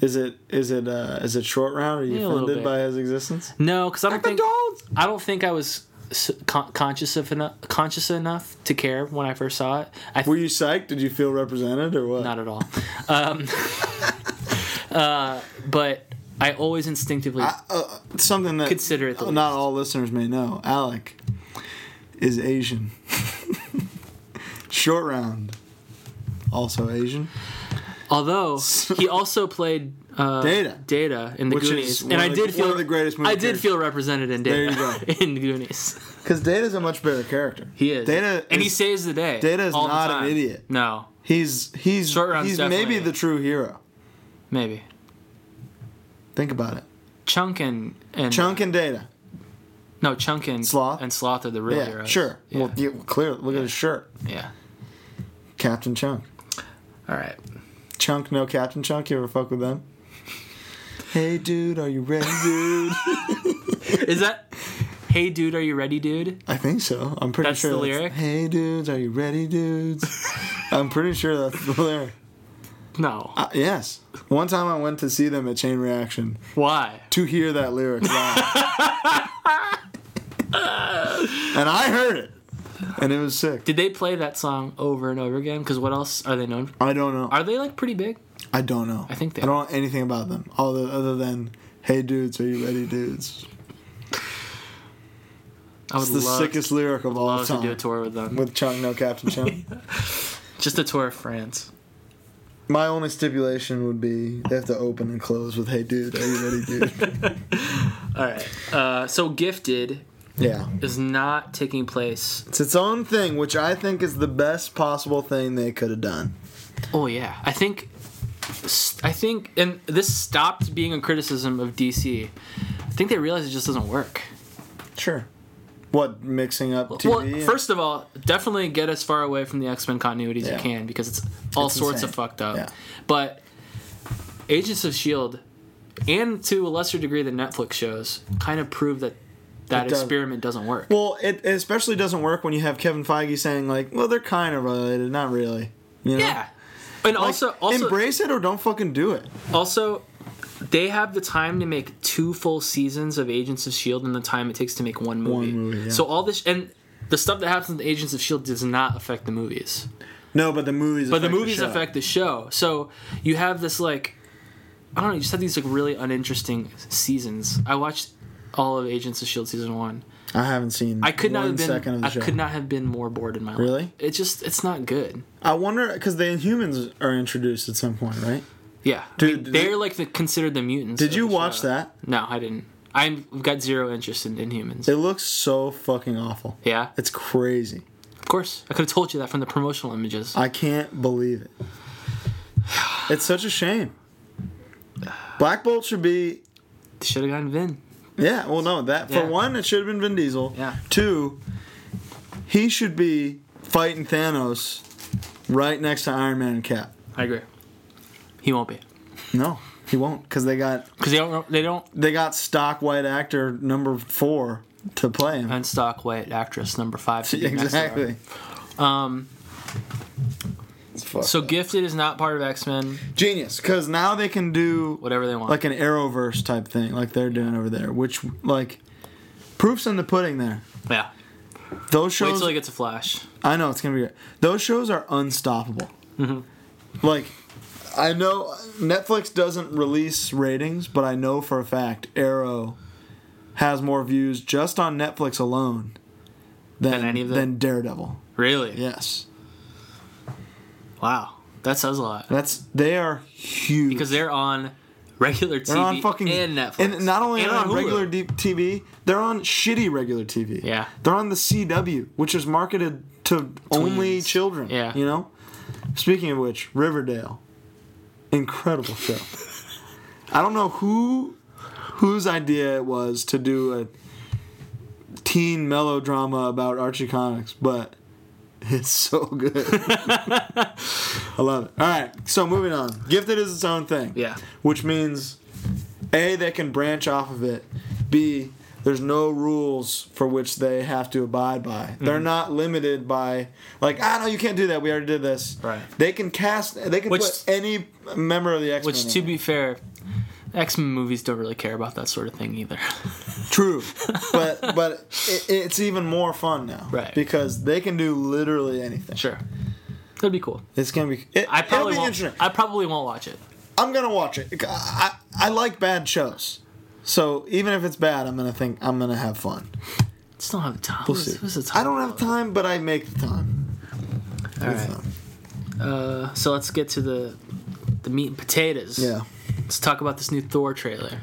Speaker 8: Is it is it uh is it short round? Are you
Speaker 9: Yeah, a little
Speaker 8: offended
Speaker 9: bit.
Speaker 8: by his existence?
Speaker 9: No, because I don't think
Speaker 8: McDonald's.
Speaker 9: I don't think I was s- con- conscious of enough conscious enough to care when I first saw it. I
Speaker 8: Were you psyched? Did you feel represented or what?
Speaker 9: not at all. Um, [LAUGHS] uh, but I always instinctively.
Speaker 8: Something that
Speaker 9: Consider it the
Speaker 8: not all listeners may know. Alec is Asian. short round, also Asian.
Speaker 9: although he also played uh,
Speaker 8: Data.
Speaker 9: Data in the
Speaker 8: Which is
Speaker 9: Goonies,
Speaker 8: one
Speaker 9: and
Speaker 8: of
Speaker 9: I
Speaker 8: the-
Speaker 9: did
Speaker 8: one
Speaker 9: feel
Speaker 8: of the greatest movie
Speaker 9: I did
Speaker 8: characters.
Speaker 9: feel represented in
Speaker 8: There
Speaker 9: Data
Speaker 8: you
Speaker 9: [LAUGHS] in the Goonies.
Speaker 8: Because Data's a much better character.
Speaker 9: He is
Speaker 8: Data
Speaker 9: and he
Speaker 8: is-
Speaker 9: saves the day.
Speaker 8: Data is
Speaker 9: all the
Speaker 8: not an
Speaker 9: time.
Speaker 8: idiot.
Speaker 9: No,
Speaker 8: He's he's
Speaker 9: Short Round's
Speaker 8: he's
Speaker 9: definitely-
Speaker 8: maybe the true hero.
Speaker 9: maybe
Speaker 8: Think about it.
Speaker 9: Chunk and and
Speaker 8: Chunk and Data.
Speaker 9: no Chunk and
Speaker 8: Sloth?
Speaker 9: and Sloth are the real
Speaker 8: yeah,
Speaker 9: heroes.
Speaker 8: sure.
Speaker 9: Yeah.
Speaker 8: Well, yeah, clearly, look at his shirt.
Speaker 9: yeah.
Speaker 8: Captain Chunk.
Speaker 9: All right.
Speaker 8: Chunk, no Captain Chunk. You ever fuck with them? Hey, dude, are you ready, dude?
Speaker 9: Is that Hey dude, are you ready, dude?
Speaker 8: I think so. I'm pretty
Speaker 9: That's
Speaker 8: sure
Speaker 9: the lyric?
Speaker 8: Hey, dudes, are you ready,
Speaker 9: [LAUGHS]
Speaker 8: dudes? I'm pretty sure that's the lyric.
Speaker 9: No.
Speaker 8: Uh, yes. One time I went to see them at Chain Reaction
Speaker 9: Why?
Speaker 8: to hear that lyric
Speaker 9: [LAUGHS]
Speaker 8: live. and I heard it. And it was sick.
Speaker 9: Did they play that song over and over again? Because what else are they known? For?
Speaker 8: I don't know.
Speaker 9: Are they like pretty big?
Speaker 8: I don't know. I
Speaker 9: think they
Speaker 8: I don't know anything about them, other other than "Hey dudes, are you ready, dudes?"
Speaker 9: I would
Speaker 8: It's the
Speaker 9: love,
Speaker 8: sickest lyric of all
Speaker 9: love to
Speaker 8: time.
Speaker 9: do a tour with them.
Speaker 8: With Chunk, no Captain
Speaker 9: [LAUGHS]
Speaker 8: Chunk.
Speaker 9: Just a tour of France.
Speaker 8: My only stipulation would be they have to open and close with "Hey dude, are you ready, dude?"
Speaker 9: All right. Uh, so gifted
Speaker 8: yeah,
Speaker 9: is not taking place.
Speaker 8: it's its own thing, which I think is the best possible thing they could have done.
Speaker 9: Oh yeah, I think. I think, and this stopped being a criticism of DC. I think they realized it just doesn't work.
Speaker 8: Sure. What mixing up TV?
Speaker 9: well,
Speaker 8: and-
Speaker 9: first of all, definitely get as far away from the X Men continuity as
Speaker 8: Yeah.
Speaker 9: you can because it's all
Speaker 8: It's
Speaker 9: sorts
Speaker 8: insane.
Speaker 9: of fucked up.
Speaker 8: Yeah.
Speaker 9: But Agents of Shield, E and to a lesser degree the Netflix shows, kind of prove that that
Speaker 8: It does.
Speaker 9: experiment doesn't work.
Speaker 8: Well, it especially doesn't work when you have Kevin Feige saying like, "Well, they're kind of related, not really." You know?
Speaker 9: yeah, and
Speaker 8: Like,
Speaker 9: also also
Speaker 8: embrace it or don't fucking do it.
Speaker 9: also they have the time to make two full seasons of Agents of Shield E and the time it takes to make one movie.
Speaker 8: movie, yeah.
Speaker 9: So all this and the stuff that happens in the Agents of Shield E does not affect the movies.
Speaker 8: No, but the movies.
Speaker 9: but the movies
Speaker 8: show.
Speaker 9: affect the show. So you have this like, I don't know. You just have these like really uninteresting seasons. I watched all of Agents of Shield E season one.
Speaker 8: I haven't seen.
Speaker 9: I could not
Speaker 8: one
Speaker 9: have
Speaker 8: second of
Speaker 9: been.
Speaker 8: the
Speaker 9: I
Speaker 8: show.
Speaker 9: could not have been more bored in my life.
Speaker 8: Really?
Speaker 9: It's just it's not good.
Speaker 8: I wonder because the Inhumans are introduced at some point, right?
Speaker 9: Yeah, I
Speaker 8: Dude,
Speaker 9: mean,
Speaker 8: did-
Speaker 9: they're like the considered the mutants.
Speaker 8: Did
Speaker 9: of
Speaker 8: you
Speaker 9: the
Speaker 8: watch
Speaker 9: show.
Speaker 8: that?
Speaker 9: No, I didn't. I've got zero interest in Inhumans.
Speaker 8: It looks so fucking awful.
Speaker 9: yeah,
Speaker 8: It's crazy.
Speaker 9: of course. I could have told you that from the promotional images.
Speaker 8: I can't believe it. It's such a shame. Black Bolt should be
Speaker 9: Should have gotten Vin.
Speaker 8: yeah. Well, no, that for
Speaker 9: Yeah.
Speaker 8: one, it should have been Vin Diesel.
Speaker 9: Yeah.
Speaker 8: Two, he should be fighting Thanos right next to Iron Man and Cap.
Speaker 9: I agree. He won't be
Speaker 8: No, he won't because they got
Speaker 9: because they don't. They don't
Speaker 8: they got stock white actor number four to play [LAUGHS] him.
Speaker 9: unstock white actress number five. to be next to her.
Speaker 8: Exactly. Um.
Speaker 9: So Gifted is not part of X Men,
Speaker 8: genius, because now they can do
Speaker 9: whatever they want.
Speaker 8: like an Arrowverse type thing, like they're doing over there. Which like, proofs in the pudding. There,
Speaker 9: yeah.
Speaker 8: those
Speaker 9: Wait
Speaker 8: shows.
Speaker 9: till it gets a Flash.
Speaker 8: I know it's gonna be. Great. Those shows are unstoppable.
Speaker 9: Mm-hmm.
Speaker 8: Like, I know Netflix doesn't release ratings, but I know for a fact Arrow has more views just on Netflix alone than
Speaker 9: Than any of them?
Speaker 8: than Daredevil.
Speaker 9: Really?
Speaker 8: Yes.
Speaker 9: Wow. That says a lot.
Speaker 8: That's they are huge
Speaker 9: Because they're on regular TV
Speaker 8: They're on fucking
Speaker 9: and Netflix.
Speaker 8: and not only
Speaker 9: And
Speaker 8: on,
Speaker 9: Hulu.
Speaker 8: regular D- TV, they're on shitty regular TV.
Speaker 9: Yeah.
Speaker 8: they're on the CW, which is marketed to only children.
Speaker 9: Yeah.
Speaker 8: you know. Speaking of which, Riverdale, incredible show. [LAUGHS] I don't know who whose idea it was to do a teen melodrama about Archie comics, but it's so
Speaker 9: [LAUGHS]
Speaker 8: good. I love it. All right, so moving on. Gifted is its own thing.
Speaker 9: Yeah.
Speaker 8: Which means A, they can branch off of it. B, there's no rules for which they have to abide by.
Speaker 9: Mm-hmm.
Speaker 8: They're not limited by like, ah no, you can't do that. We already did this.
Speaker 9: Right.
Speaker 8: They can cast they can
Speaker 9: Which-
Speaker 8: put any member of the X Men.
Speaker 9: Which, to be fair, X Men movies don't really care about that sort of thing either. [LAUGHS]
Speaker 8: True, but but it, it's even more fun now,
Speaker 9: Right.
Speaker 8: Because they can do literally anything.
Speaker 9: sure. That'd be cool.
Speaker 8: It's gonna be. It,
Speaker 9: I probably
Speaker 8: it'll be
Speaker 9: won't.
Speaker 8: interesting.
Speaker 9: I probably won't watch it.
Speaker 8: I'm gonna watch it. I, I I like bad shows, so even if it's bad, I'm gonna think I'm gonna have fun.
Speaker 9: Just don't have the time.
Speaker 8: We'll
Speaker 9: Who's-
Speaker 8: see.
Speaker 9: who's the time
Speaker 8: I don't have
Speaker 9: for
Speaker 8: time, but I make the time.
Speaker 9: that? All right. Uh, so let's get to the the meat and potatoes.
Speaker 8: Yeah.
Speaker 9: Let's talk about this new Thor trailer.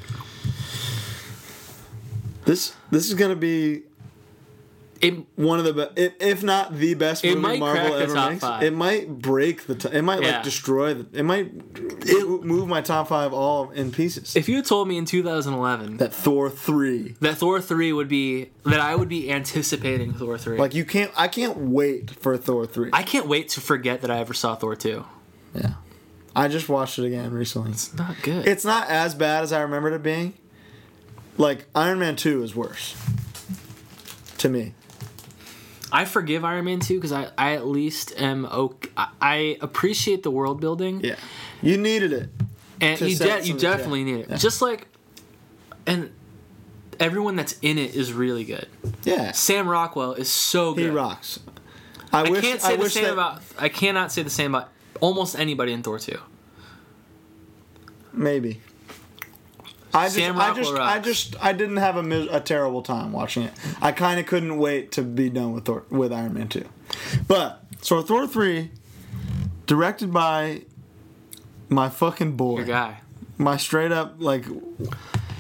Speaker 8: This this is gonna be
Speaker 9: It
Speaker 8: one of the best, if, if not the best
Speaker 9: It
Speaker 8: movie
Speaker 9: might
Speaker 8: Marvel
Speaker 9: crack the
Speaker 8: ever
Speaker 9: top
Speaker 8: makes.
Speaker 9: five.
Speaker 8: It might break the. T- it might
Speaker 9: Yeah.
Speaker 8: like destroy. The, it might it, move my top five all in pieces.
Speaker 9: if you had told me in 2011
Speaker 8: that Thor three,
Speaker 9: that Thor 3 would be that I would be anticipating Thor 3.
Speaker 8: like you can't. I can't wait for Thor three.
Speaker 9: I can't wait to forget that I ever saw Thor 2.
Speaker 8: yeah, I just watched it again recently. It's,
Speaker 9: Not good.
Speaker 8: not as bad as I remembered it being. Like Iron Man two is worse to me.
Speaker 9: I forgive Iron Man 2 because I, I at least am okay. I, I appreciate the world building.
Speaker 8: Yeah, you needed it.
Speaker 9: and
Speaker 8: to
Speaker 9: you,
Speaker 8: set
Speaker 9: de-
Speaker 8: some-
Speaker 9: you definitely
Speaker 8: yeah,
Speaker 9: need it.
Speaker 8: yeah.
Speaker 9: Just like, and everyone that's in it is really good.
Speaker 8: Yeah,
Speaker 9: Sam Rockwell is so good.
Speaker 8: he rocks. I,
Speaker 9: I
Speaker 8: wish.
Speaker 9: can't say
Speaker 8: I
Speaker 9: the
Speaker 8: wish
Speaker 9: same
Speaker 8: that,
Speaker 9: about. I cannot say the same about almost anybody in Thor 2.
Speaker 8: Maybe. I just,
Speaker 9: Sam
Speaker 8: I
Speaker 9: Rockwell
Speaker 8: just,
Speaker 9: rocks.
Speaker 8: I just, I didn't have a, mis- a terrible time watching it. I kind of couldn't wait to be done with Thor- with Iron Man two, but so Thor three, directed by my fucking boy,
Speaker 9: Your guy.
Speaker 8: my straight up like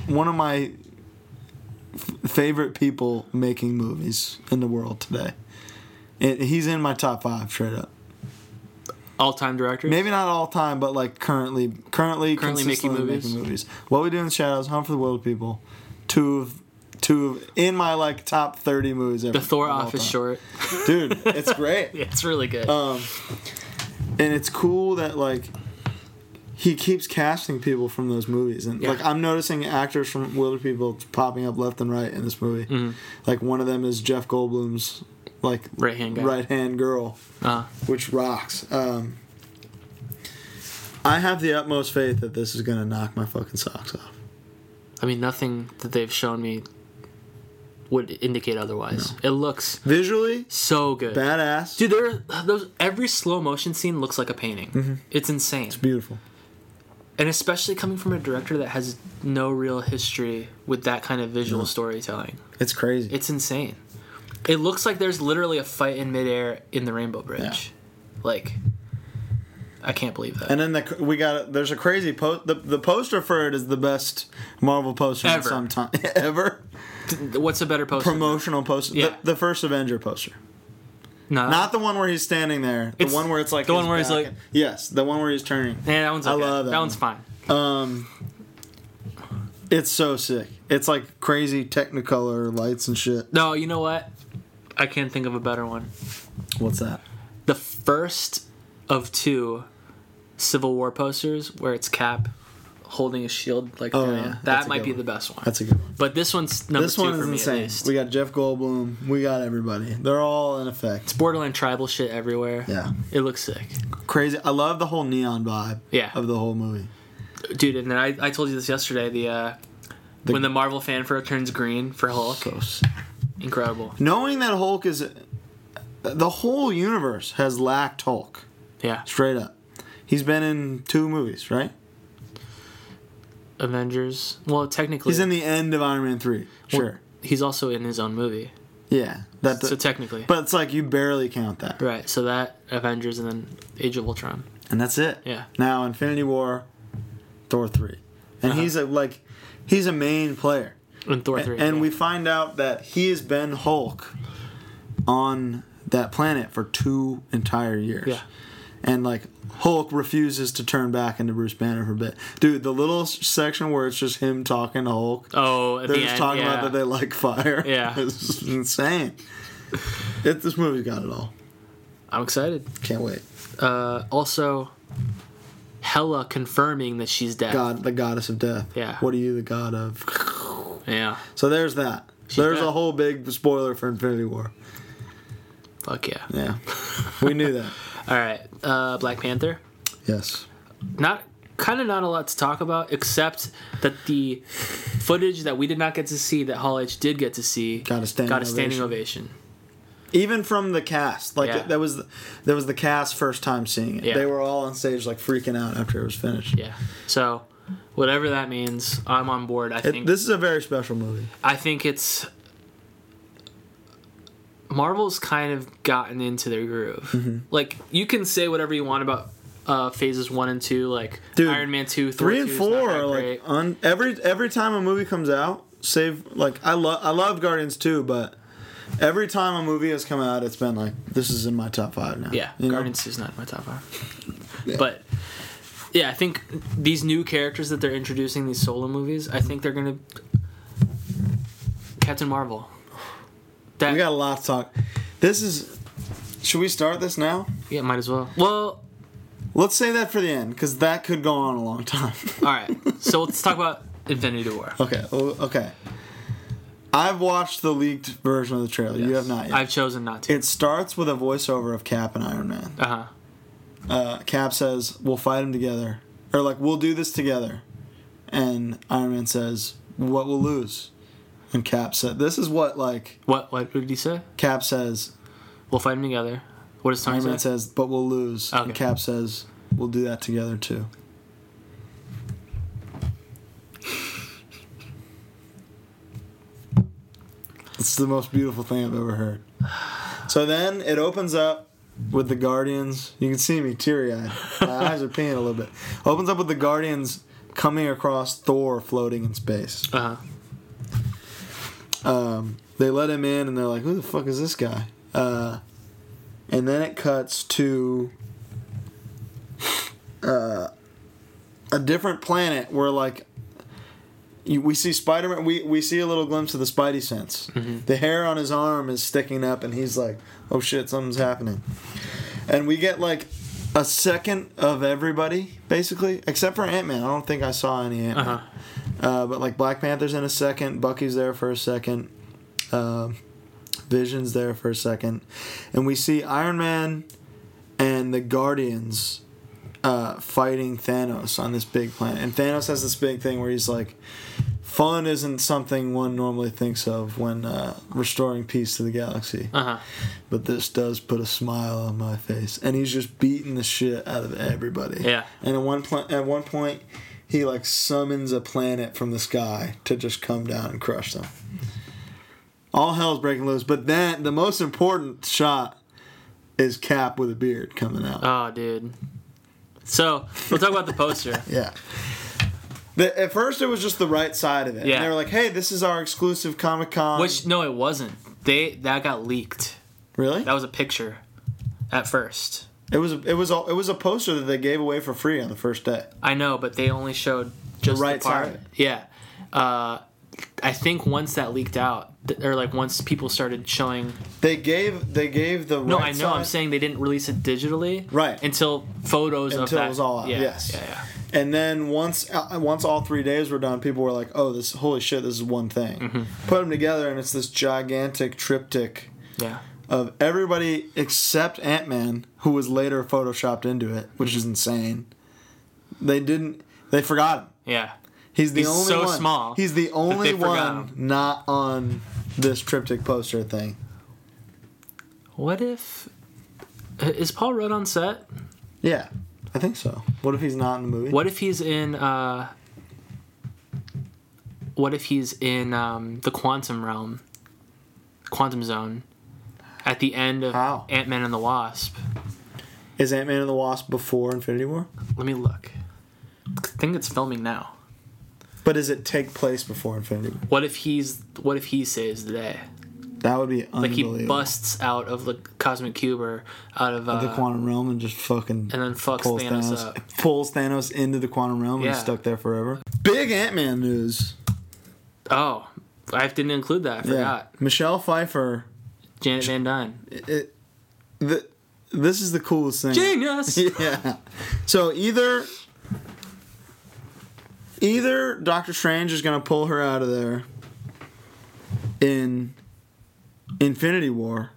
Speaker 8: one of my f- favorite people making movies in the world today. It, he's in my top five straight up.
Speaker 9: All time director.
Speaker 8: Maybe not all time, but like currently, currently,
Speaker 9: Currently making
Speaker 8: consistently
Speaker 9: movies?
Speaker 8: What we do in the shadows, Hunt for the World People, two of, two of in my like top thirty movies ever.
Speaker 9: The Thor
Speaker 8: of all
Speaker 9: office
Speaker 8: time.
Speaker 9: short. [LAUGHS]
Speaker 8: dude. It's great,
Speaker 9: Yeah, it's really good.
Speaker 8: Uh, and it's cool that like he keeps casting people from those movies, and
Speaker 9: Yeah.
Speaker 8: like I'm noticing actors from Wilder People popping up left and right in this movie.
Speaker 9: Mm-hmm.
Speaker 8: Like one of them is Jeff Goldblum's like
Speaker 9: Right-hand guy.
Speaker 8: right hand girl.
Speaker 9: uh,
Speaker 8: which rocks. Um, I have the utmost faith that this is gonna knock my fucking socks off.
Speaker 9: I mean, nothing that they've shown me would indicate otherwise. It looks
Speaker 8: Visually,
Speaker 9: so good.
Speaker 8: badass,
Speaker 9: Dude, there are those every slow motion scene looks like a painting.
Speaker 8: Mm-hmm.
Speaker 9: It's insane.
Speaker 8: beautiful.
Speaker 9: and especially coming from a director that has no real history with that kind of visual storytelling
Speaker 8: It's crazy.
Speaker 9: it's insane it looks like there's literally a fight in midair in the rainbow bridge like i can't believe that
Speaker 8: and then the, we got there's a crazy post. The, the poster for it is the best Marvel poster in
Speaker 9: Ever.
Speaker 8: some time [LAUGHS] ever.
Speaker 9: what's a better poster
Speaker 8: Promotional poster.
Speaker 9: Yeah.
Speaker 8: The, the first Avenger poster,
Speaker 9: no
Speaker 8: not the one where he's standing there. The
Speaker 9: It's
Speaker 8: one where it's like
Speaker 9: the one
Speaker 8: his
Speaker 9: where he's
Speaker 8: back
Speaker 9: like-
Speaker 8: and- yes, the one where he's turning.
Speaker 9: yeah that one's
Speaker 8: I
Speaker 9: okay.
Speaker 8: love
Speaker 9: that,
Speaker 8: that
Speaker 9: one's fine
Speaker 8: It's so sick. It's like crazy Technicolor lights and shit.
Speaker 9: no you know what i can't think of a better one
Speaker 8: What's that?
Speaker 9: the first of two civil war posters where it's cap holding a shield like
Speaker 8: Oh,
Speaker 9: that.
Speaker 8: yeah. That's
Speaker 9: that
Speaker 8: a
Speaker 9: might
Speaker 8: good
Speaker 9: be
Speaker 8: one.
Speaker 9: the best one
Speaker 8: That's a good one.
Speaker 9: but this one's number
Speaker 8: this
Speaker 9: two
Speaker 8: one
Speaker 9: for
Speaker 8: is
Speaker 9: me at
Speaker 8: insane.
Speaker 9: least.
Speaker 8: We got Jeff Goldblum. We got everybody. They're all in effect.
Speaker 9: borderline tribal shit everywhere.
Speaker 8: Yeah,
Speaker 9: It looks sick.
Speaker 8: crazy. I love the whole neon vibe.
Speaker 9: Yeah.
Speaker 8: of the whole movie.
Speaker 9: Dude, and then I, I told you this yesterday, the uh
Speaker 8: The-
Speaker 9: when the Marvel fanfare turns green for Hulk.
Speaker 8: So sick.
Speaker 9: Incredible.
Speaker 8: knowing that Hulk is, the whole universe has lacked Hulk
Speaker 9: Yeah.
Speaker 8: straight up. He's been in two movies, right?
Speaker 9: Avengers. Well technically
Speaker 8: He's in the end of Iron Man three. Sure.
Speaker 9: he's also in his own movie.
Speaker 8: Yeah. That.
Speaker 9: so technically.
Speaker 8: but it's like you barely count that,
Speaker 9: right. So that Avengers and then Age of Ultron.
Speaker 8: and that's it.
Speaker 9: Yeah.
Speaker 8: Now Infinity War, Thor three, and
Speaker 9: Uh-huh.
Speaker 8: he's a like, he's a main player.
Speaker 9: And Thor three.
Speaker 8: and
Speaker 9: yeah.
Speaker 8: we find out that he has been Hulk on that planet for two entire years.
Speaker 9: Yeah.
Speaker 8: And like Hulk refuses to turn back into Bruce Banner for a bit. Dude, the little s- section where it's just him talking to Hulk.
Speaker 9: Oh at
Speaker 8: they're
Speaker 9: the
Speaker 8: just
Speaker 9: end,
Speaker 8: talking
Speaker 9: yeah.
Speaker 8: about that they like fire.
Speaker 9: Yeah.
Speaker 8: [LAUGHS] it's insane. It, this movie's got it all.
Speaker 9: I'm excited.
Speaker 8: Can't wait.
Speaker 9: Uh also Hella confirming that she's dead.
Speaker 8: God, the goddess of death.
Speaker 9: Yeah.
Speaker 8: What are you the god of?
Speaker 9: Yeah.
Speaker 8: So there's that. there's
Speaker 9: dead.
Speaker 8: a whole big spoiler for Infinity War.
Speaker 9: Fuck yeah.
Speaker 8: Yeah. we knew
Speaker 9: [LAUGHS]
Speaker 8: that.
Speaker 9: Alright. Uh Black Panther.
Speaker 8: Yes.
Speaker 9: not kind of not a lot to talk about except that the footage that we did not get to see that Hall H did get to see
Speaker 8: Got a standing
Speaker 9: got a standing ovation.
Speaker 8: even from the cast like
Speaker 9: Yeah.
Speaker 8: that was the, that was the cast first time seeing it
Speaker 9: Yeah.
Speaker 8: they were all on stage like freaking out after it was finished
Speaker 9: Yeah. So whatever that means, I'm on board. I
Speaker 8: it,
Speaker 9: think
Speaker 8: this is a very special movie
Speaker 9: I think it's
Speaker 8: Mm-hmm.
Speaker 9: Marvel's kind of gotten into their groove. Like you can say whatever you want about uh, phases one and two, like
Speaker 8: Dude,
Speaker 9: Iron Man two, Thor
Speaker 8: Three and
Speaker 9: 2 is not
Speaker 8: four
Speaker 9: that
Speaker 8: are like
Speaker 9: great.
Speaker 8: on every every time a movie comes out, save like I love I love Guardians too, but every time a movie has come out, it's been like this is in my top five now.
Speaker 9: yeah,
Speaker 8: you know?
Speaker 9: Guardians two is not in my top
Speaker 8: [LAUGHS]
Speaker 9: five, but yeah, I think these new characters that they're introducing these solo movies, I think they're gonna Captain Marvel. That
Speaker 8: We got a lot to talk. This is. Should we start this now?
Speaker 9: yeah, might as well. Well,
Speaker 8: Let's say that for the end, because that could go on a long time. [LAUGHS]
Speaker 9: all right, so let's talk about Infinity War.
Speaker 8: okay. oh, Okay. I've watched the leaked version of the trailer. You
Speaker 9: Yes.
Speaker 8: have not yet.
Speaker 9: I've chosen not to.
Speaker 8: it starts with a voiceover of Cap and Iron Man.
Speaker 9: Uh huh.
Speaker 8: uh, Cap says, "We'll fight him together," or like, "We'll do this together," and Iron Man says, "What we'll lose," and Cap said, "This is what like
Speaker 9: What what did he say?
Speaker 8: Cap says."
Speaker 9: We'll fight them together. What does Tony
Speaker 8: Iron Man
Speaker 9: say?
Speaker 8: says, "But we'll lose,"
Speaker 9: Okay.
Speaker 8: and Cap says, "We'll do that together too." It's the most beautiful thing I've ever heard. So then it opens up with the Guardians. You can see me teary eyed. My eyes are peeing a little bit. Opens up with the Guardians coming across Thor floating in space.
Speaker 9: Uh huh.
Speaker 8: They let him in and they're like, who the fuck is this guy? Uh, and then it cuts to uh, a different planet where, like, you, we see Spider Man, we, we see a little glimpse of the Spidey sense. The hair on his arm is sticking up and he's like, oh shit, something's happening. And we get, like, a second of everybody, basically, except for Ant Man. I don't think I saw any Ant Man.
Speaker 9: Uh-huh.
Speaker 8: Uh, but like Black Panther's in a second, Bucky's there for a second, uh, Vision's there for a second, and we see Iron Man and the Guardians uh, fighting Thanos on this big planet. And Thanos has this big thing where he's like, "Fun isn't something one normally thinks of when uh, restoring peace to the galaxy,
Speaker 9: Uh huh.
Speaker 8: but this does put a smile on my face." And he's just beating the shit out of everybody.
Speaker 9: Yeah.
Speaker 8: And at one point, at one point, he like summons a planet from the sky to just come down and crush them. All hell's breaking loose. But then the most important shot is Cap with a beard coming out.
Speaker 9: Oh, dude. So we'll talk about the poster.
Speaker 8: yeah. The, at first, it was just the right side of it.
Speaker 9: Yeah.
Speaker 8: And they were like, "Hey, this is our exclusive Comic Con."
Speaker 9: Which no, it wasn't. They that got leaked.
Speaker 8: really?
Speaker 9: That was a picture. At first,
Speaker 8: it was. It was. A, it was a poster that they gave away for free on the first day.
Speaker 9: I know, but they only showed just the
Speaker 8: right
Speaker 9: part.
Speaker 8: side.
Speaker 9: Yeah. Uh, I think once that leaked out, th- or like once people started showing.
Speaker 8: They gave. They gave the.
Speaker 9: No,
Speaker 8: right
Speaker 9: I know.
Speaker 8: Side,
Speaker 9: I'm saying they didn't release it digitally.
Speaker 8: Right.
Speaker 9: Until photos of
Speaker 8: Until it
Speaker 9: that.
Speaker 8: was all out,
Speaker 9: Yeah,
Speaker 8: yes.
Speaker 9: Yeah. Yeah.
Speaker 8: And then once uh, once all three days were done, people were like, "Oh, this holy shit! This is one thing."
Speaker 9: Mm-hmm.
Speaker 8: Put them together, and it's this gigantic triptych
Speaker 9: Yeah.
Speaker 8: of everybody except Ant Man, who was later photoshopped into it, which is insane. They didn't. They forgot him.
Speaker 9: Yeah.
Speaker 8: He's the
Speaker 9: He's
Speaker 8: only
Speaker 9: so
Speaker 8: one.
Speaker 9: small
Speaker 8: He's the only
Speaker 9: they forgot
Speaker 8: one not on this triptych poster thing.
Speaker 9: What if uh, is Paul Rudd on set?
Speaker 8: Yeah, I think so. What if he's not in the movie?
Speaker 9: What if he's in uh What if he's in um the quantum realm? Quantum zone at the end of
Speaker 8: How?
Speaker 9: Ant-Man and the Wasp.
Speaker 8: is Ant Man and the Wasp before Infinity War?
Speaker 9: Let me look. I think it's filming now.
Speaker 8: But does it take place before Infinity War?
Speaker 9: What if he's what if he saves the day?
Speaker 8: That would be
Speaker 9: Like
Speaker 8: unbelievable.
Speaker 9: he busts out of the cosmic cube or out of uh,
Speaker 8: the quantum realm and just fucking
Speaker 9: and then fucks
Speaker 8: pulls
Speaker 9: Thanos,
Speaker 8: Thanos,
Speaker 9: up.
Speaker 8: [LAUGHS] pulls Thanos into the quantum realm and
Speaker 9: Yeah.
Speaker 8: is stuck there forever. Big Ant Man news.
Speaker 9: Oh, I didn't include that. I forgot.
Speaker 8: Michelle Pfeiffer.
Speaker 9: Janet Van Dyne.
Speaker 8: It, th this is the coolest thing.
Speaker 9: Genius.
Speaker 8: [LAUGHS] Yeah. So either either Doctor Strange is gonna pull her out of there in Infinity War,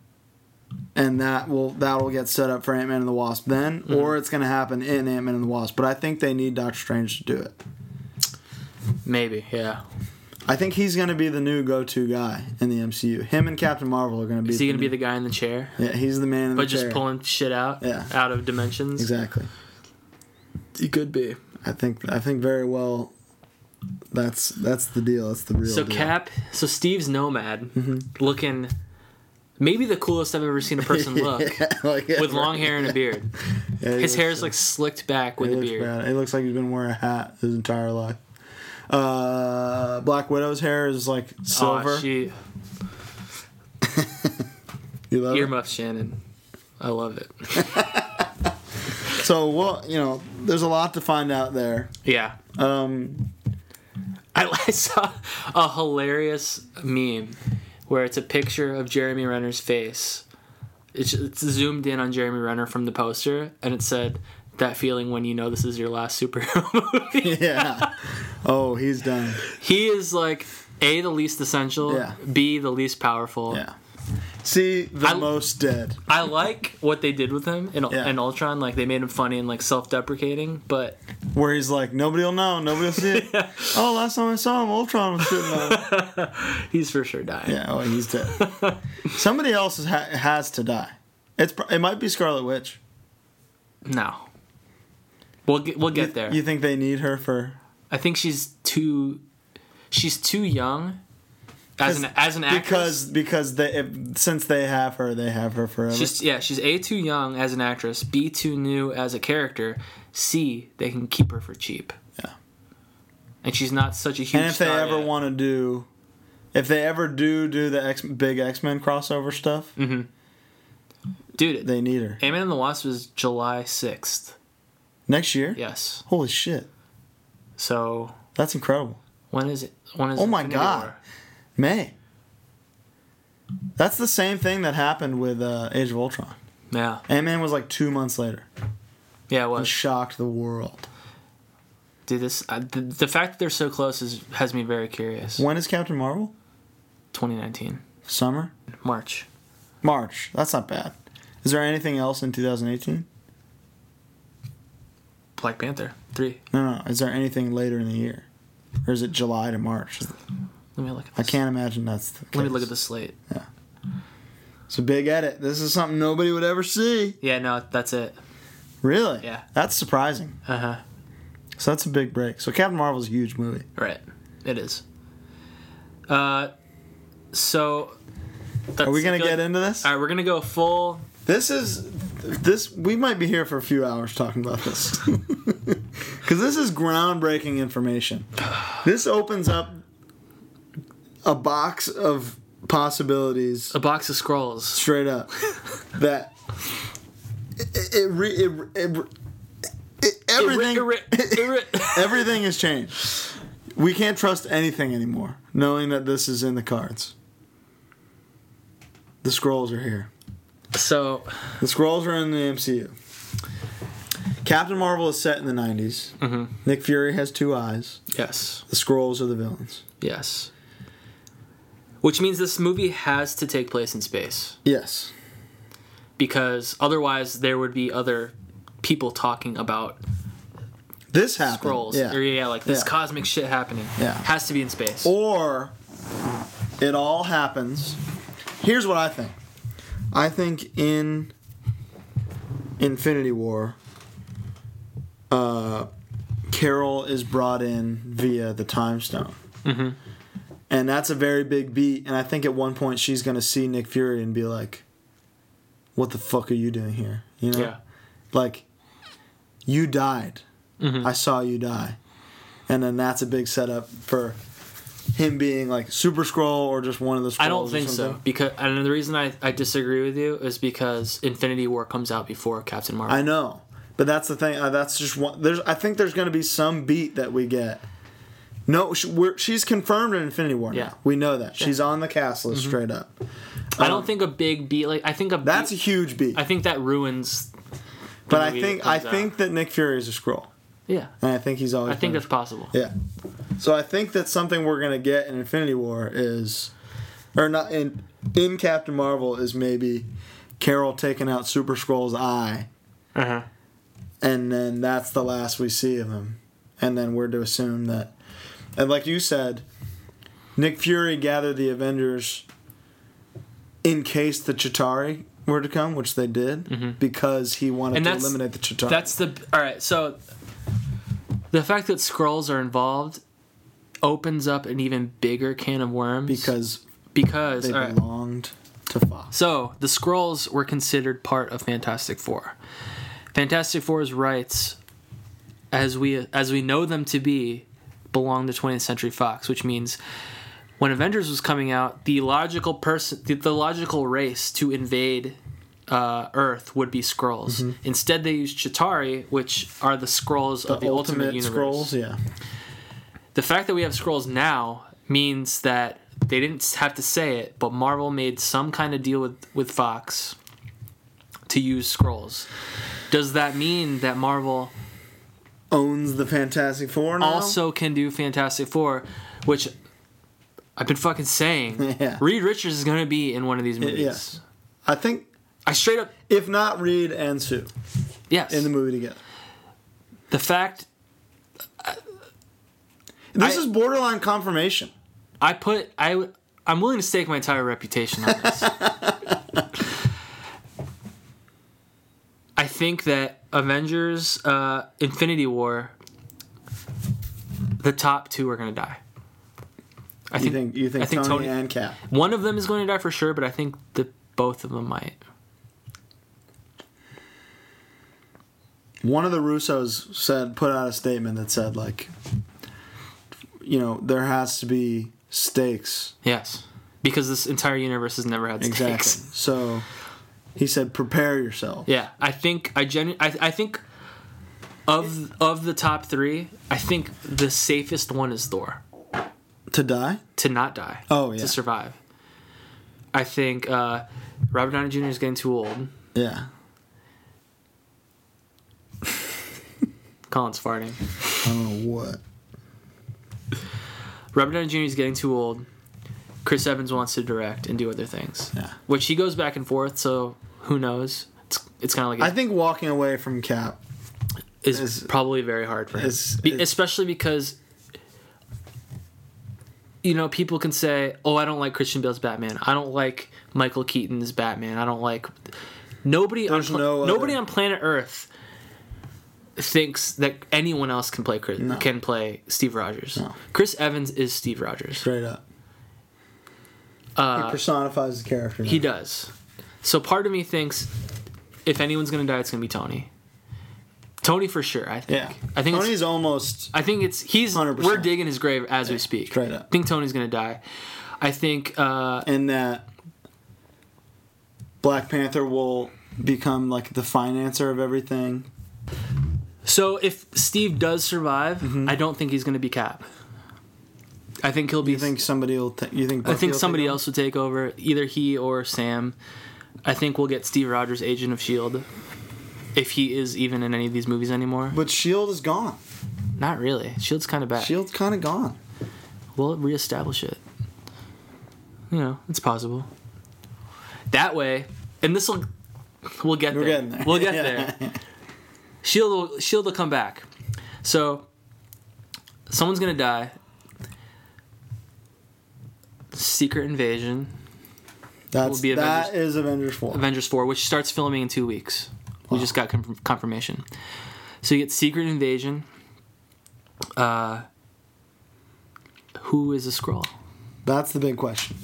Speaker 8: and that will that will get set up for Ant Man and the Wasp then,
Speaker 9: Mm-hmm.
Speaker 8: or it's gonna happen in Ant Man and the Wasp. But I think they need Doctor Strange to do it.
Speaker 9: [LAUGHS] Maybe. Yeah.
Speaker 8: I think he's gonna be the new go-to guy in the MCU. Him and Captain Marvel are gonna be.
Speaker 9: Is he gonna be the guy in the chair?
Speaker 8: Yeah, he's the man. In
Speaker 9: But
Speaker 8: the
Speaker 9: just
Speaker 8: chair.
Speaker 9: pulling shit out
Speaker 8: Yeah.
Speaker 9: out of dimensions.
Speaker 8: Exactly.
Speaker 9: He could be.
Speaker 8: I think I think very well. That's that's the deal. That's the real.
Speaker 9: So
Speaker 8: deal. Mm-hmm.
Speaker 9: Cap, so Steve's nomad, looking maybe the coolest I've ever seen
Speaker 8: [LAUGHS]
Speaker 9: a person look
Speaker 10: like,
Speaker 9: with long hair and a beard.
Speaker 8: Yeah, he
Speaker 9: His
Speaker 8: looks-
Speaker 9: hair is like slicked back with
Speaker 8: It
Speaker 9: a
Speaker 8: looks
Speaker 9: beard.
Speaker 8: bad. It looks like he's been wearing a hat his entire life. Uh, Black Widow's hair is like
Speaker 9: Aw,
Speaker 8: silver.
Speaker 9: she
Speaker 8: you love it?
Speaker 9: earmuff Shannon. I love it.
Speaker 8: So well, you know, there's a lot to find out there. [LAUGHS]
Speaker 9: Yeah.
Speaker 8: Um,
Speaker 9: I, [LAUGHS] I saw a hilarious meme where it's a picture of Jeremy Renner's face. It's, it's zoomed in on Jeremy Renner from the poster, and it said, "That feeling when you know this is your last superhero [LAUGHS] movie."
Speaker 8: yeah. oh, he's done.
Speaker 9: He is like a the least essential,
Speaker 8: Yeah.
Speaker 9: b the least powerful.
Speaker 8: Yeah. See, the
Speaker 9: I-
Speaker 8: most dead.
Speaker 9: I like what they did with him in,
Speaker 8: Yeah.
Speaker 9: in Ultron. Like they made him funny and like self-deprecating, but
Speaker 8: Where he's like, nobody'll know, nobody'll see
Speaker 9: [LAUGHS]
Speaker 8: it. Oh, last time I saw him, Ultron was sitting on. him."
Speaker 9: he's for sure dying.
Speaker 8: Yeah, oh, he's dead.
Speaker 9: [LAUGHS]
Speaker 8: Somebody else has, ha- has to die. It's pr- it might be Scarlet Witch.
Speaker 9: No. We'll get, we'll get there.
Speaker 8: You think they need her for
Speaker 9: I think she's too she's too young as an as an actress.
Speaker 8: because because they if, since they have her, they have her forever.
Speaker 9: she's yeah, she's A too young as an actress, B too new as a character, C they can keep her for cheap.
Speaker 8: Yeah.
Speaker 9: And she's not such a huge
Speaker 8: and if they
Speaker 9: star
Speaker 8: ever
Speaker 9: yet.
Speaker 8: want to do, if they ever do do the X, big X Men crossover stuff,
Speaker 9: Mm-hmm. Dude,
Speaker 8: they need her
Speaker 9: Ant-Man and the Wasp is July 6th.
Speaker 8: next year.
Speaker 9: Yes.
Speaker 8: Holy shit,
Speaker 9: So,
Speaker 8: that's incredible.
Speaker 9: when is it? When is
Speaker 8: Oh my
Speaker 9: Infinity
Speaker 8: God.
Speaker 9: War?
Speaker 8: May. That's the same thing that happened with uh, Age of Ultron.
Speaker 9: Yeah.
Speaker 8: Ant Man was like two months later.
Speaker 9: Yeah, it
Speaker 8: It
Speaker 9: was.
Speaker 8: shocked the world.
Speaker 9: Dude, this I, the, the fact that they're so close is has me very curious.
Speaker 8: When is Captain Marvel?
Speaker 9: 2019
Speaker 8: Summer?
Speaker 9: March.
Speaker 8: March. That's not bad. Is there anything else in 2018?
Speaker 9: Black Panther 3.
Speaker 8: No, no. Is there anything later in the year? Or is it July to March?
Speaker 9: Let me look at
Speaker 8: I
Speaker 9: this.
Speaker 8: can't imagine that's the case.
Speaker 9: Let me look at the slate.
Speaker 8: It's a big edit. This is something nobody would ever see.
Speaker 9: Yeah, no, that's it.
Speaker 8: Really?
Speaker 9: Yeah.
Speaker 8: That's surprising.
Speaker 9: Uh huh.
Speaker 8: So that's a big break. So Captain Marvel's a huge movie.
Speaker 9: Right. It is. Uh, so. That's,
Speaker 8: Are we
Speaker 9: I
Speaker 8: gonna
Speaker 9: feel
Speaker 8: get
Speaker 9: like-
Speaker 8: into this?
Speaker 9: All right, we're gonna go full.
Speaker 8: This is this. We might be here for a few hours talking about this because this is groundbreaking information. This opens up a box of possibilities
Speaker 9: A box of scrolls.
Speaker 8: straight up that it it, re, it, it, it, everything [LAUGHS] everything has changed. We can't trust anything anymore, knowing that this is in the cards. The scrolls are here.
Speaker 9: so,
Speaker 8: The scrolls are in the MCU. Captain Marvel is set in the 90s. Nick Fury has two eyes.
Speaker 9: yes.
Speaker 8: The scrolls are the villains.
Speaker 9: Yes. Which means this movie has to take place in space.
Speaker 8: Yes.
Speaker 9: Because otherwise, there would be other people talking about
Speaker 8: This happened.
Speaker 9: scrolls.
Speaker 8: Yeah.
Speaker 9: Or, yeah, like this
Speaker 8: Yeah.
Speaker 9: cosmic shit happening.
Speaker 8: Yeah.
Speaker 9: Has to be in space.
Speaker 8: Or it all happens. Here's what I think. I think in Infinity War, uh, Carol is brought in via the Time Stone. And that's a very big beat. And I think at one point she's going to see Nick Fury and be like, what the fuck are you doing here? You know?
Speaker 9: yeah.
Speaker 8: like you died
Speaker 9: Mm-hmm.
Speaker 8: i saw you die and then that's a big setup for him being like super scroll or just one of the scrolls
Speaker 9: I don't
Speaker 8: or
Speaker 9: think so
Speaker 8: something.
Speaker 9: because and the reason I, I disagree with you is because Infinity War comes out before Captain Marvel.
Speaker 8: i know but that's the thing uh, that's just one there's i think there's going to be some beat that we get no sh we're, she's confirmed in infinity war
Speaker 9: Yeah. Mm-hmm.
Speaker 8: now. we know that she's on the cast list straight up
Speaker 9: I don't think a big beat like I think a
Speaker 8: that's a
Speaker 9: beat,
Speaker 8: huge beat
Speaker 9: I think that ruins.
Speaker 8: but i
Speaker 9: movie
Speaker 8: think
Speaker 9: that
Speaker 8: i
Speaker 9: comes out.
Speaker 8: think that nick fury is a scroll
Speaker 9: Yeah,
Speaker 8: and i think he's always
Speaker 9: I think
Speaker 8: been a
Speaker 9: that's possible.
Speaker 8: Yeah. So I think that's something we're gonna get in Infinity War is, or not in in Captain Marvel is maybe Carol taking out Super Scroll's eye,
Speaker 9: Uh huh.
Speaker 8: and then that's the last we see of him, and then we're to assume that, and like you said, Nick Fury gathered the Avengers in case the Chitari were to come, which they did because he wanted
Speaker 9: Mm-hmm. And
Speaker 8: to
Speaker 9: that's-
Speaker 8: eliminate the Chitari.
Speaker 9: That's the all right. So the fact that scrolls are involved opens up an even bigger can of worms
Speaker 8: because
Speaker 9: because
Speaker 8: they
Speaker 9: all right,
Speaker 8: belonged. to Fox.
Speaker 9: So the Skrulls were considered part of Fantastic Four. Fantastic Four's rights, as we as we know them to be, belong to 20th Century Fox, which means when Avengers was coming out, the logical person, the, the logical race to invade uh, Earth would be Skrulls. Instead, they used Chitari, which are the Skrulls of Mm-hmm. the Ultimate, Universe.
Speaker 8: Scrolls, yeah.
Speaker 9: The fact that we have scrolls now means that they didn't have to say it, but Marvel made some kind of deal with, with Fox to use scrolls. Does that mean that Marvel
Speaker 8: Owns the Fantastic Four now.
Speaker 9: also can do Fantastic Four, which I've been fucking saying?
Speaker 8: [LAUGHS] Yeah.
Speaker 9: Reed Richards is going to be in one of these movies.
Speaker 8: yes. I think,
Speaker 9: I straight up
Speaker 8: if not Reed and Sue
Speaker 9: yes.
Speaker 8: in the movie together.
Speaker 9: the fact
Speaker 8: This
Speaker 9: I-
Speaker 8: is borderline confirmation.
Speaker 9: I put I I'm willing to stake my entire reputation on this. [LAUGHS] I think that Avengers uh, Infinity War the top two are going to die. I
Speaker 8: You think you think,
Speaker 9: I think
Speaker 8: Tony,
Speaker 9: Tony,
Speaker 8: and Cap?
Speaker 9: one of them is going to die for sure, but I think that both of them might.
Speaker 8: One of the Russos said put out a statement that said like, you know, there has to be stakes.
Speaker 9: Yes. Because this entire universe has never had stakes.
Speaker 8: Exactly. So he said, prepare yourself.
Speaker 9: Yeah, I think I genu- I, I think of of the top three, I think the safest one is Thor
Speaker 8: To die?
Speaker 9: to not die.
Speaker 8: Oh, yeah.
Speaker 9: to survive. I think uh, Robert Downey Jr. is getting too old.
Speaker 8: Yeah.
Speaker 9: Colin's farting.
Speaker 8: I don't know what.
Speaker 9: Robert Downey Jr. is getting too old. Chris Evans wants to direct and do other things.
Speaker 8: Yeah.
Speaker 9: which he goes back and forth. So who knows? It's it's kind of like
Speaker 8: I think walking away from Cap
Speaker 9: is,
Speaker 8: It's-
Speaker 9: probably very hard for him,
Speaker 8: it's-
Speaker 9: Be-
Speaker 8: it's-
Speaker 9: especially because you know people can say, "Oh, I don't like Christian Bale's Batman. I don't like Michael Keaton's Batman. I don't like nobody on
Speaker 8: There's
Speaker 9: pla-
Speaker 8: no other-
Speaker 9: nobody on planet Earth." Thinks that anyone else can play Chris, can play Steve Rogers. Chris Evans is Steve Rogers.
Speaker 8: straight up. he personifies the character.
Speaker 9: Uh, He
Speaker 8: now.
Speaker 9: does. So part of me thinks if anyone's gonna die, it's gonna be Tony. Tony for sure. I think.
Speaker 8: Yeah.
Speaker 9: I think it's-
Speaker 8: Tony's almost.
Speaker 9: I think it's he's we
Speaker 8: 100%.
Speaker 9: are digging his grave as we speak.
Speaker 8: straight up.
Speaker 9: I think Tony's gonna die. I think uh,
Speaker 8: in that Black Panther will become like the financer of everything.
Speaker 9: so. If Steve does survive,
Speaker 8: Mm-hmm.
Speaker 9: I don't think he's gonna be Cap. I think he'll be.
Speaker 8: You think somebody will? ta- you think? Bucky
Speaker 9: I
Speaker 8: will
Speaker 9: think
Speaker 8: take
Speaker 9: somebody
Speaker 8: over?
Speaker 9: else will take over, either he or Sam. I think we'll get Steve Rogers, Agent of Shield, E if he is even in any of these movies anymore.
Speaker 8: But Shield E is gone.
Speaker 9: Not really. Shield's kind of back.
Speaker 8: Shield's kind of gone.
Speaker 9: we'll reestablish it. You know, it's possible. That way, and this will, we'll get
Speaker 8: We're
Speaker 9: there.
Speaker 8: getting there.
Speaker 9: We'll get
Speaker 8: [LAUGHS]
Speaker 9: there. Shield will, Shield will come back. So, someone's gonna die. Secret Invasion,
Speaker 8: That's
Speaker 9: be
Speaker 8: that is Avengers Four.
Speaker 9: Avengers Four, which starts filming in two weeks. We just got com- confirmation. So you get Secret Invasion. Uh, who is a scroll?
Speaker 8: That's the big question.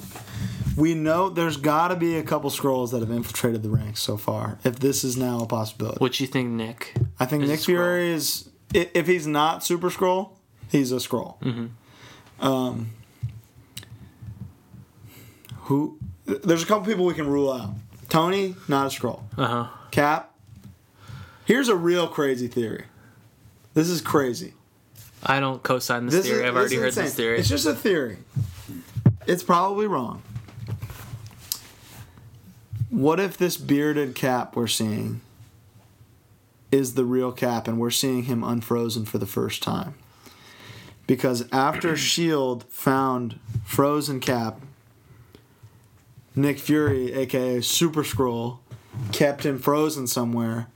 Speaker 8: We know there's got to be a couple scrolls that have infiltrated the ranks so far. If this is now a possibility,
Speaker 9: What do you think, Nick?
Speaker 8: I think
Speaker 9: is a
Speaker 8: Nick
Speaker 9: Skrull.
Speaker 8: Fury is. i- If he's not Super Scroll, he's a Scroll. Um,
Speaker 9: Mm-hmm.
Speaker 8: who? th- There's a couple people we can rule out. Tony, not a Scroll.
Speaker 9: Uh huh.
Speaker 8: Cap. Here's a real crazy theory. This is crazy.
Speaker 9: I don't co-sign this,
Speaker 8: This
Speaker 9: theory.
Speaker 8: is,
Speaker 9: I've already
Speaker 8: is
Speaker 9: heard
Speaker 8: insane.
Speaker 9: this theory.
Speaker 8: It's just a theory. It's probably wrong. What if this bearded cap we're seeing is the real cap and we're seeing him unfrozen for the first time? Because
Speaker 9: [CLEARS THROAT]
Speaker 8: after S.H.I.E.L.D. E found frozen cap, Nick Fury, aka Super Scroll, kept him frozen somewhere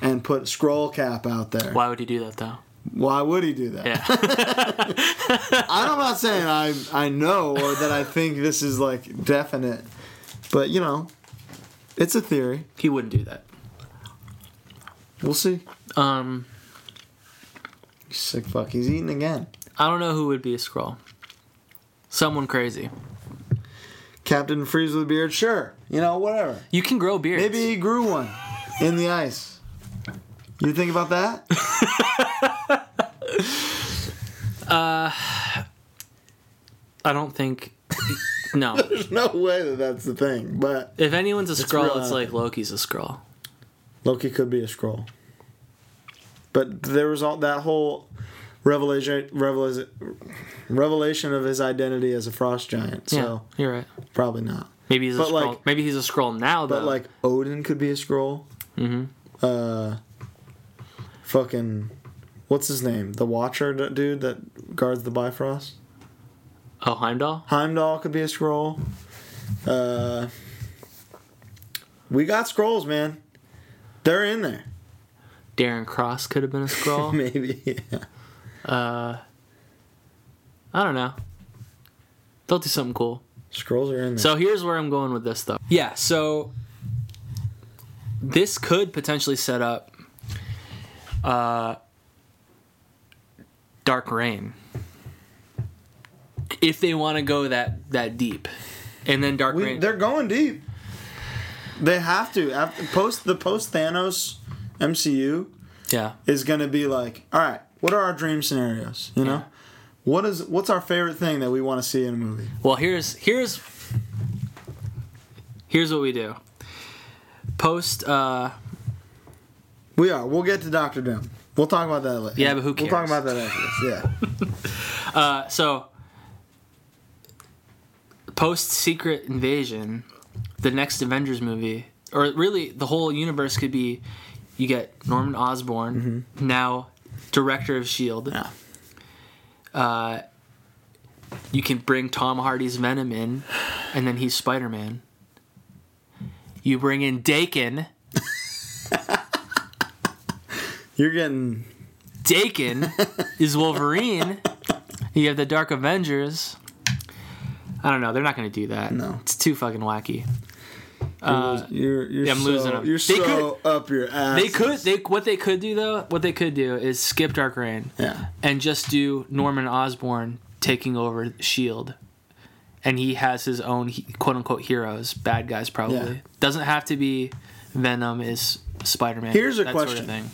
Speaker 8: and put Scroll Cap out there.
Speaker 9: Why would he do that though?
Speaker 8: Why would he do that?
Speaker 9: Yeah.
Speaker 8: [LAUGHS] I'm not saying I I know or that I think this is like definite, but you know, it's a theory.
Speaker 9: he wouldn't do that.
Speaker 8: We'll see.
Speaker 9: Um,
Speaker 8: Sick fuck, he's eating again.
Speaker 9: I don't know who would be a scroll. Someone crazy.
Speaker 8: Captain Freeze with a beard, sure. You know, whatever.
Speaker 9: You can grow beards.
Speaker 8: Maybe he grew one in the ice. You think about that?
Speaker 9: I don't think. No.
Speaker 8: There's no way that that's the thing. But
Speaker 9: If anyone's a scroll,
Speaker 8: real uh,
Speaker 9: it's,
Speaker 8: out
Speaker 9: like Loki's a scroll.
Speaker 8: Loki could be a scroll. But there was all that whole revelation, revelation, revelation of his identity as a frost giant. So
Speaker 9: yeah, you're right.
Speaker 8: probably not.
Speaker 9: Maybe he's a
Speaker 8: But, like-
Speaker 9: scroll. Maybe he's a scroll now though.
Speaker 8: But like Odin could be a scroll. Mm-hmm. Uh, fucking, what's his name? The Watcher d- dude that guards the Bifrost.
Speaker 9: oh Heimdall.
Speaker 8: Heimdall could be a scroll. Uh, we got scrolls, man. They're in there. [LAUGHS]
Speaker 9: Darren Cross could have been a scroll.
Speaker 8: Maybe. Yeah.
Speaker 9: I don't know. They'll do something cool.
Speaker 8: Scrolls are in there.
Speaker 9: So here's where I'm going with this, though. Yeah, so this could potentially set up uh, Dark Rain if they want to go that that deep, and then Dark
Speaker 8: We,
Speaker 9: Rain.
Speaker 8: they're going deep. They have to. After, post the post Thanos MCU
Speaker 9: Yeah,
Speaker 8: is going to be like, all right, what are our dream scenarios? You know,
Speaker 9: Yeah.
Speaker 8: what is what's our favorite thing that we want to see in a movie?
Speaker 9: Well, here's here's here's what we do. Post, uh,
Speaker 8: We are. We'll get to Doctor Doom. We'll talk about that later.
Speaker 9: Yeah, but who
Speaker 8: We'll talk
Speaker 9: cares?
Speaker 8: about that after this.
Speaker 9: [LAUGHS]
Speaker 8: Yeah.
Speaker 9: uh, so post Secret Invasion, the next Avengers movie, or really the whole universe could be. You get Norman Osborn, now director of Shield.
Speaker 8: Mm-hmm. Yeah.
Speaker 9: You can bring Tom Hardy's Venom in, and then he's Spider Man. You bring in Dakin.
Speaker 8: You're getting [LAUGHS]
Speaker 9: Dakin is Wolverine. You have the Dark Avengers. I don't know. They're not going to do that.
Speaker 8: No.
Speaker 9: it's too fucking wacky.
Speaker 8: you're you're
Speaker 9: yeah, I'm
Speaker 8: so,
Speaker 9: losing 'em.
Speaker 8: You're
Speaker 9: They
Speaker 8: so up your ass.
Speaker 9: They could. They what they could do though. What they could do is skip Dark Reign
Speaker 8: Yeah.
Speaker 9: and just do Norman Osborn taking over Shield, E and he has his own he- quote unquote heroes, bad guys probably.
Speaker 8: Yeah.
Speaker 9: Doesn't have to be Venom. Is Spider Man?
Speaker 8: Here's a
Speaker 9: Sort
Speaker 8: question.
Speaker 9: of thing.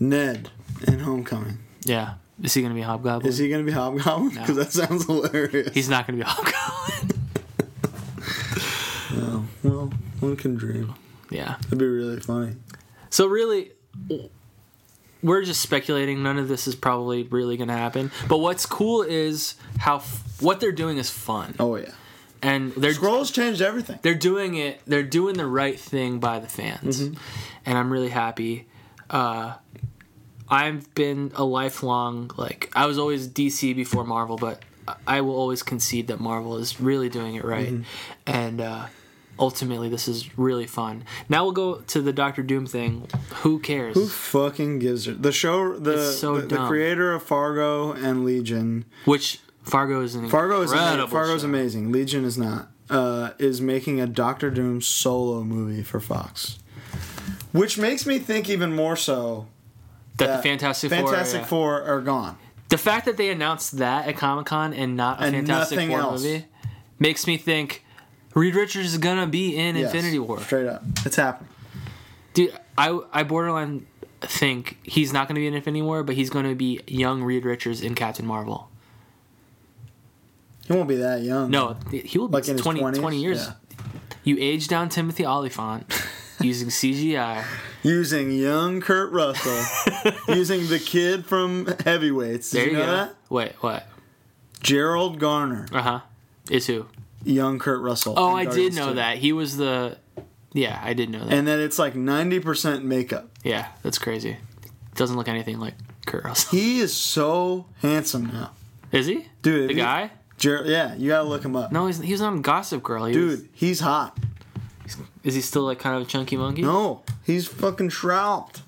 Speaker 8: Ned in Homecoming.
Speaker 9: Yeah. Is he going to be Hobgoblin?
Speaker 8: Is he gonna be Hobgoblin? Because that sounds [LAUGHS] hilarious.
Speaker 9: He's not going to be [LAUGHS] Hobgoblin.
Speaker 8: well, one can dream.
Speaker 9: yeah.
Speaker 8: That'd be really funny.
Speaker 9: So really, we're just speculating. None of this is probably really going to happen. But what's cool is how f- what they're doing is fun,
Speaker 8: Oh yeah.
Speaker 9: and they're
Speaker 8: Scrolls changed everything.
Speaker 9: they're doing it. They're doing the right thing by the fans,
Speaker 8: Mm-hmm.
Speaker 9: and I'm really happy. Uh, I've been a lifelong like I was always DC before Marvel, but I will always concede that Marvel is really doing it right,
Speaker 8: Mm-hmm.
Speaker 9: and. Uh, Ultimately, this is really fun. Now we'll go to the Doctor Doom thing. Who cares?
Speaker 8: Who fucking gives her the show? The
Speaker 9: It's so
Speaker 8: the, the
Speaker 9: dumb.
Speaker 8: creator of Fargo and Legion.
Speaker 9: Which Fargo is an
Speaker 8: Fargo is
Speaker 9: incredible.
Speaker 8: ama- Fargo's
Speaker 9: show.
Speaker 8: amazing. Legion is not. Uh, is making a Doctor Doom solo movie for Fox, which makes me think even more so.
Speaker 9: That the Fantastic,
Speaker 8: Fantastic
Speaker 9: Four.
Speaker 8: Four are gone.
Speaker 9: yeah. The fact that they announced that at Comic Con and not a
Speaker 8: And
Speaker 9: Fantastic
Speaker 8: nothing
Speaker 9: Four
Speaker 8: else.
Speaker 9: movie makes me think Reed Richards is gonna be in
Speaker 8: Yes,
Speaker 9: Infinity War.
Speaker 8: Straight up, it's happening.
Speaker 9: Dude, I I borderline think he's not gonna be in Infinity War, but he's gonna be young Reed Richards in Captain Marvel.
Speaker 8: He won't be that young.
Speaker 9: No, he will be
Speaker 8: Like in his
Speaker 9: 20,
Speaker 8: 20s?
Speaker 9: 20 years.
Speaker 8: Yeah.
Speaker 9: You age down
Speaker 8: [LAUGHS]
Speaker 9: Timothy Oliphant using CGI.
Speaker 8: using young Kurt Russell,
Speaker 9: [LAUGHS]
Speaker 8: using the kid from Heavyweights. Did
Speaker 9: There
Speaker 8: you
Speaker 9: you,
Speaker 8: know
Speaker 9: go.
Speaker 8: that?
Speaker 9: Wait, what?
Speaker 8: Gerald Garner,
Speaker 9: Uh huh. Is who?
Speaker 8: young Kurt Russell.
Speaker 9: Oh,
Speaker 8: in
Speaker 9: I did
Speaker 8: Guardians
Speaker 9: know
Speaker 8: 2.
Speaker 9: that. He was the. Yeah, I did know that.
Speaker 8: And that it's like ninety percent makeup.
Speaker 9: yeah, that's crazy. Doesn't look anything like Kurt Russell.
Speaker 8: He is so handsome now,
Speaker 9: Is he?
Speaker 8: dude. if
Speaker 9: The
Speaker 8: you-
Speaker 9: guy?
Speaker 8: Ger- yeah, you gotta look him up,
Speaker 9: No, he's, he was on Gossip Girl. He was-
Speaker 8: dude. He's hot.
Speaker 9: is he still like kind of a chunky monkey?
Speaker 8: No, he's fucking shrouded.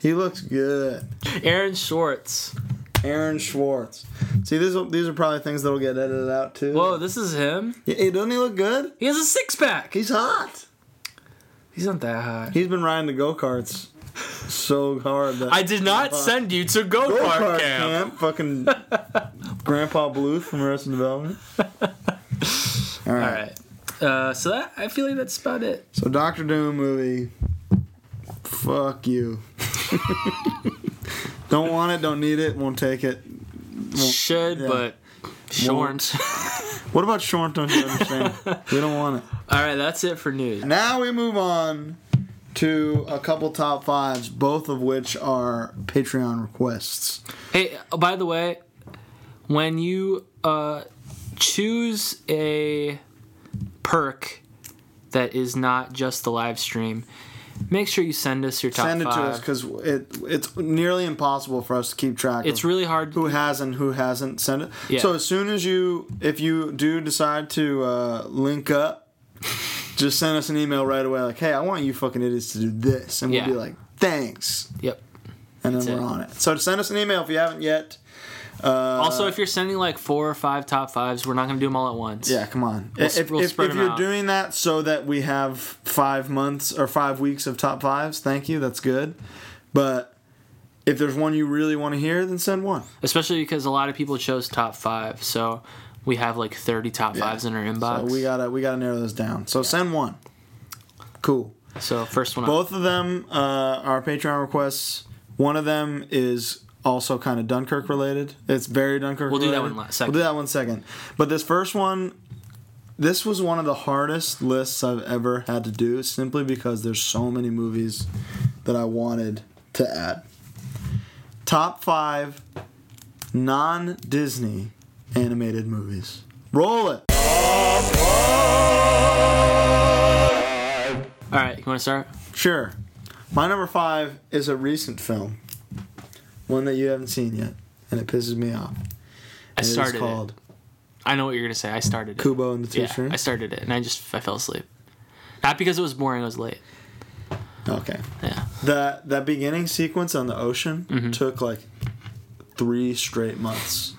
Speaker 8: He looks good.
Speaker 9: Aaron Schwartz.
Speaker 8: Aaron Schwartz. See, these are, these are probably things that'll get edited out too.
Speaker 9: Whoa, this is him?
Speaker 8: Yeah, hey, doesn't he look good?
Speaker 9: He has a six pack.
Speaker 8: He's hot.
Speaker 9: He's not that hot.
Speaker 8: He's been riding the go karts so hard that
Speaker 9: I did not
Speaker 8: Fuck.
Speaker 9: send you to go
Speaker 8: go
Speaker 9: kart
Speaker 8: kart camp.
Speaker 9: camp. [LAUGHS]
Speaker 8: Fucking Grandpa Bluth from Arrested Development. All right.
Speaker 9: All right. Uh, so that I feel like that's about it.
Speaker 8: So Doctor Doom movie. Fuck
Speaker 9: [LAUGHS]
Speaker 8: you. don't want it. Don't need it. Won't take it.
Speaker 9: Should,
Speaker 8: yeah.
Speaker 9: but short.
Speaker 8: What about Shorn? Don't you understand? we don't want it.
Speaker 9: [LAUGHS] All right, that's it for news.
Speaker 8: Now we move on to a couple top fives, both of which are Patreon requests.
Speaker 9: Hey, uh, by the way, when you uh, choose a perk that is not just the live stream, make sure you send us your top
Speaker 8: Send it to
Speaker 9: five.
Speaker 8: us because it it's nearly impossible for us to keep track.
Speaker 9: it's
Speaker 8: of
Speaker 9: really hard.
Speaker 8: who has and who hasn't sent it.
Speaker 9: Yeah.
Speaker 8: So as soon as you, if you do decide to uh, link up, just send us an email right away. Like, hey, I want you fucking idiots to do this, and we'll
Speaker 9: Yeah.
Speaker 8: be like, thanks,
Speaker 9: Yep.
Speaker 8: and
Speaker 9: That's
Speaker 8: then we're
Speaker 9: it.
Speaker 8: on it. So send us an email if you haven't yet. Uh,
Speaker 9: also, if you're sending like four or five top fives, we're not going to do them all at once.
Speaker 8: Yeah, come on.
Speaker 9: s-
Speaker 8: if
Speaker 9: we'll
Speaker 8: if,
Speaker 9: spread
Speaker 8: if
Speaker 9: 'em
Speaker 8: you're
Speaker 9: out.
Speaker 8: doing that so that we have five months or five weeks of top fives, thank you. That's good. But if there's one you really want to hear, then send one.
Speaker 9: Especially because a lot of people chose top five, so we have like 30 top fives in our
Speaker 8: So
Speaker 9: inbox.
Speaker 8: we gotta we gotta narrow those down. So send one. Cool.
Speaker 9: So first one. up.
Speaker 8: Both of them uh, are Patreon requests. One of them is also kind of Dunkirk related. It's very Dunkirk.
Speaker 9: We'll do that
Speaker 8: related.
Speaker 9: one la- second.
Speaker 8: We'll do that one second. But this first one, this was one of the hardest lists I've ever had to do, simply because there's so many movies that I wanted to add. Top five non-Disney animated movies. Roll it.
Speaker 9: All right, you want to start?
Speaker 8: Sure. My number five is a recent film, one that you haven't seen yet, and it pisses me off.
Speaker 9: I
Speaker 8: It is
Speaker 9: started it.
Speaker 8: called
Speaker 9: I know what you're gonna say. I started it.
Speaker 8: Kubo and the Two
Speaker 9: yeah,
Speaker 8: Strings.
Speaker 9: I started it, and I just I fell asleep. Not because it was boring. It was late.
Speaker 8: Okay.
Speaker 9: Yeah. Mm-hmm.
Speaker 8: That that beginning sequence on the ocean took like three straight months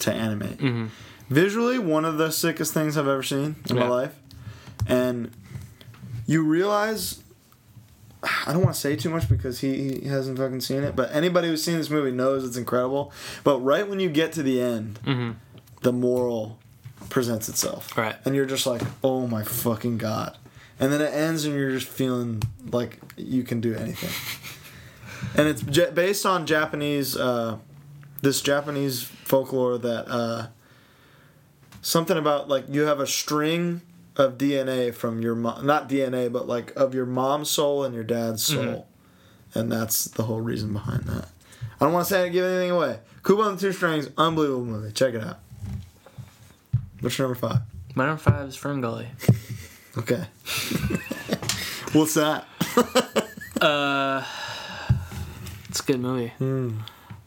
Speaker 8: to animate. Visually, one of the sickest things I've ever seen in my
Speaker 9: Yeah.
Speaker 8: life, and you realize. I don't want to say too much because he, he hasn't fucking seen it, but anybody who's seen this movie knows it's incredible. But right when you get to the end, the moral presents itself.
Speaker 9: Mm-hmm. Right.
Speaker 8: And you're just like, oh my fucking god. And then it ends and you're just feeling like you can do
Speaker 9: [LAUGHS]
Speaker 8: anything. and it's ja- based on Japanese, uh, this Japanese folklore that uh, something about like you have a string of DNA from your mom, not DNA, but like of your mom's soul and your dad's soul.
Speaker 9: Mm-hmm.
Speaker 8: And that's the whole reason behind that. I don't want to say give anything away. Kubo and the Two Strings, unbelievable movie. Check it out. What's your number five?
Speaker 9: My number five is Fern Gully.
Speaker 8: Okay. [LAUGHS] What's that?
Speaker 9: It's a good movie.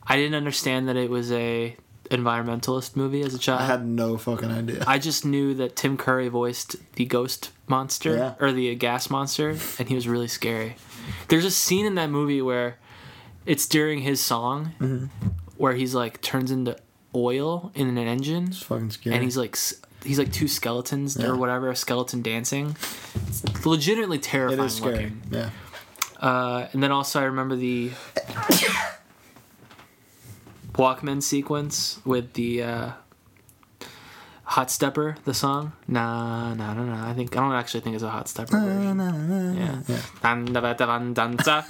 Speaker 9: I didn't understand that it was a environmentalist movie as a child.
Speaker 8: I
Speaker 9: I,
Speaker 8: had no fucking idea.
Speaker 9: just knew that Tim Curry voiced the ghost monster
Speaker 8: Yeah.
Speaker 9: or the gas monster, and he was really scary. There's a scene in that movie where it's during his song where he's like turns into oil in an engine.
Speaker 8: It's fucking scary.
Speaker 9: and he's like s- he's like two skeletons
Speaker 8: Mm. Yeah.
Speaker 9: or whatever a skeleton dancing it's legitimately
Speaker 8: it
Speaker 9: terrifying
Speaker 8: is scary.
Speaker 9: looking
Speaker 8: Yeah.
Speaker 9: uh, and then also i remember the [COUGHS] walkman sequence with the uh, hot stepper the song nah nah nah nah i think i don't actually think it's a hot stepper
Speaker 8: Uh,
Speaker 9: version yeah. Dun, da, ba, da, dun, dun, za.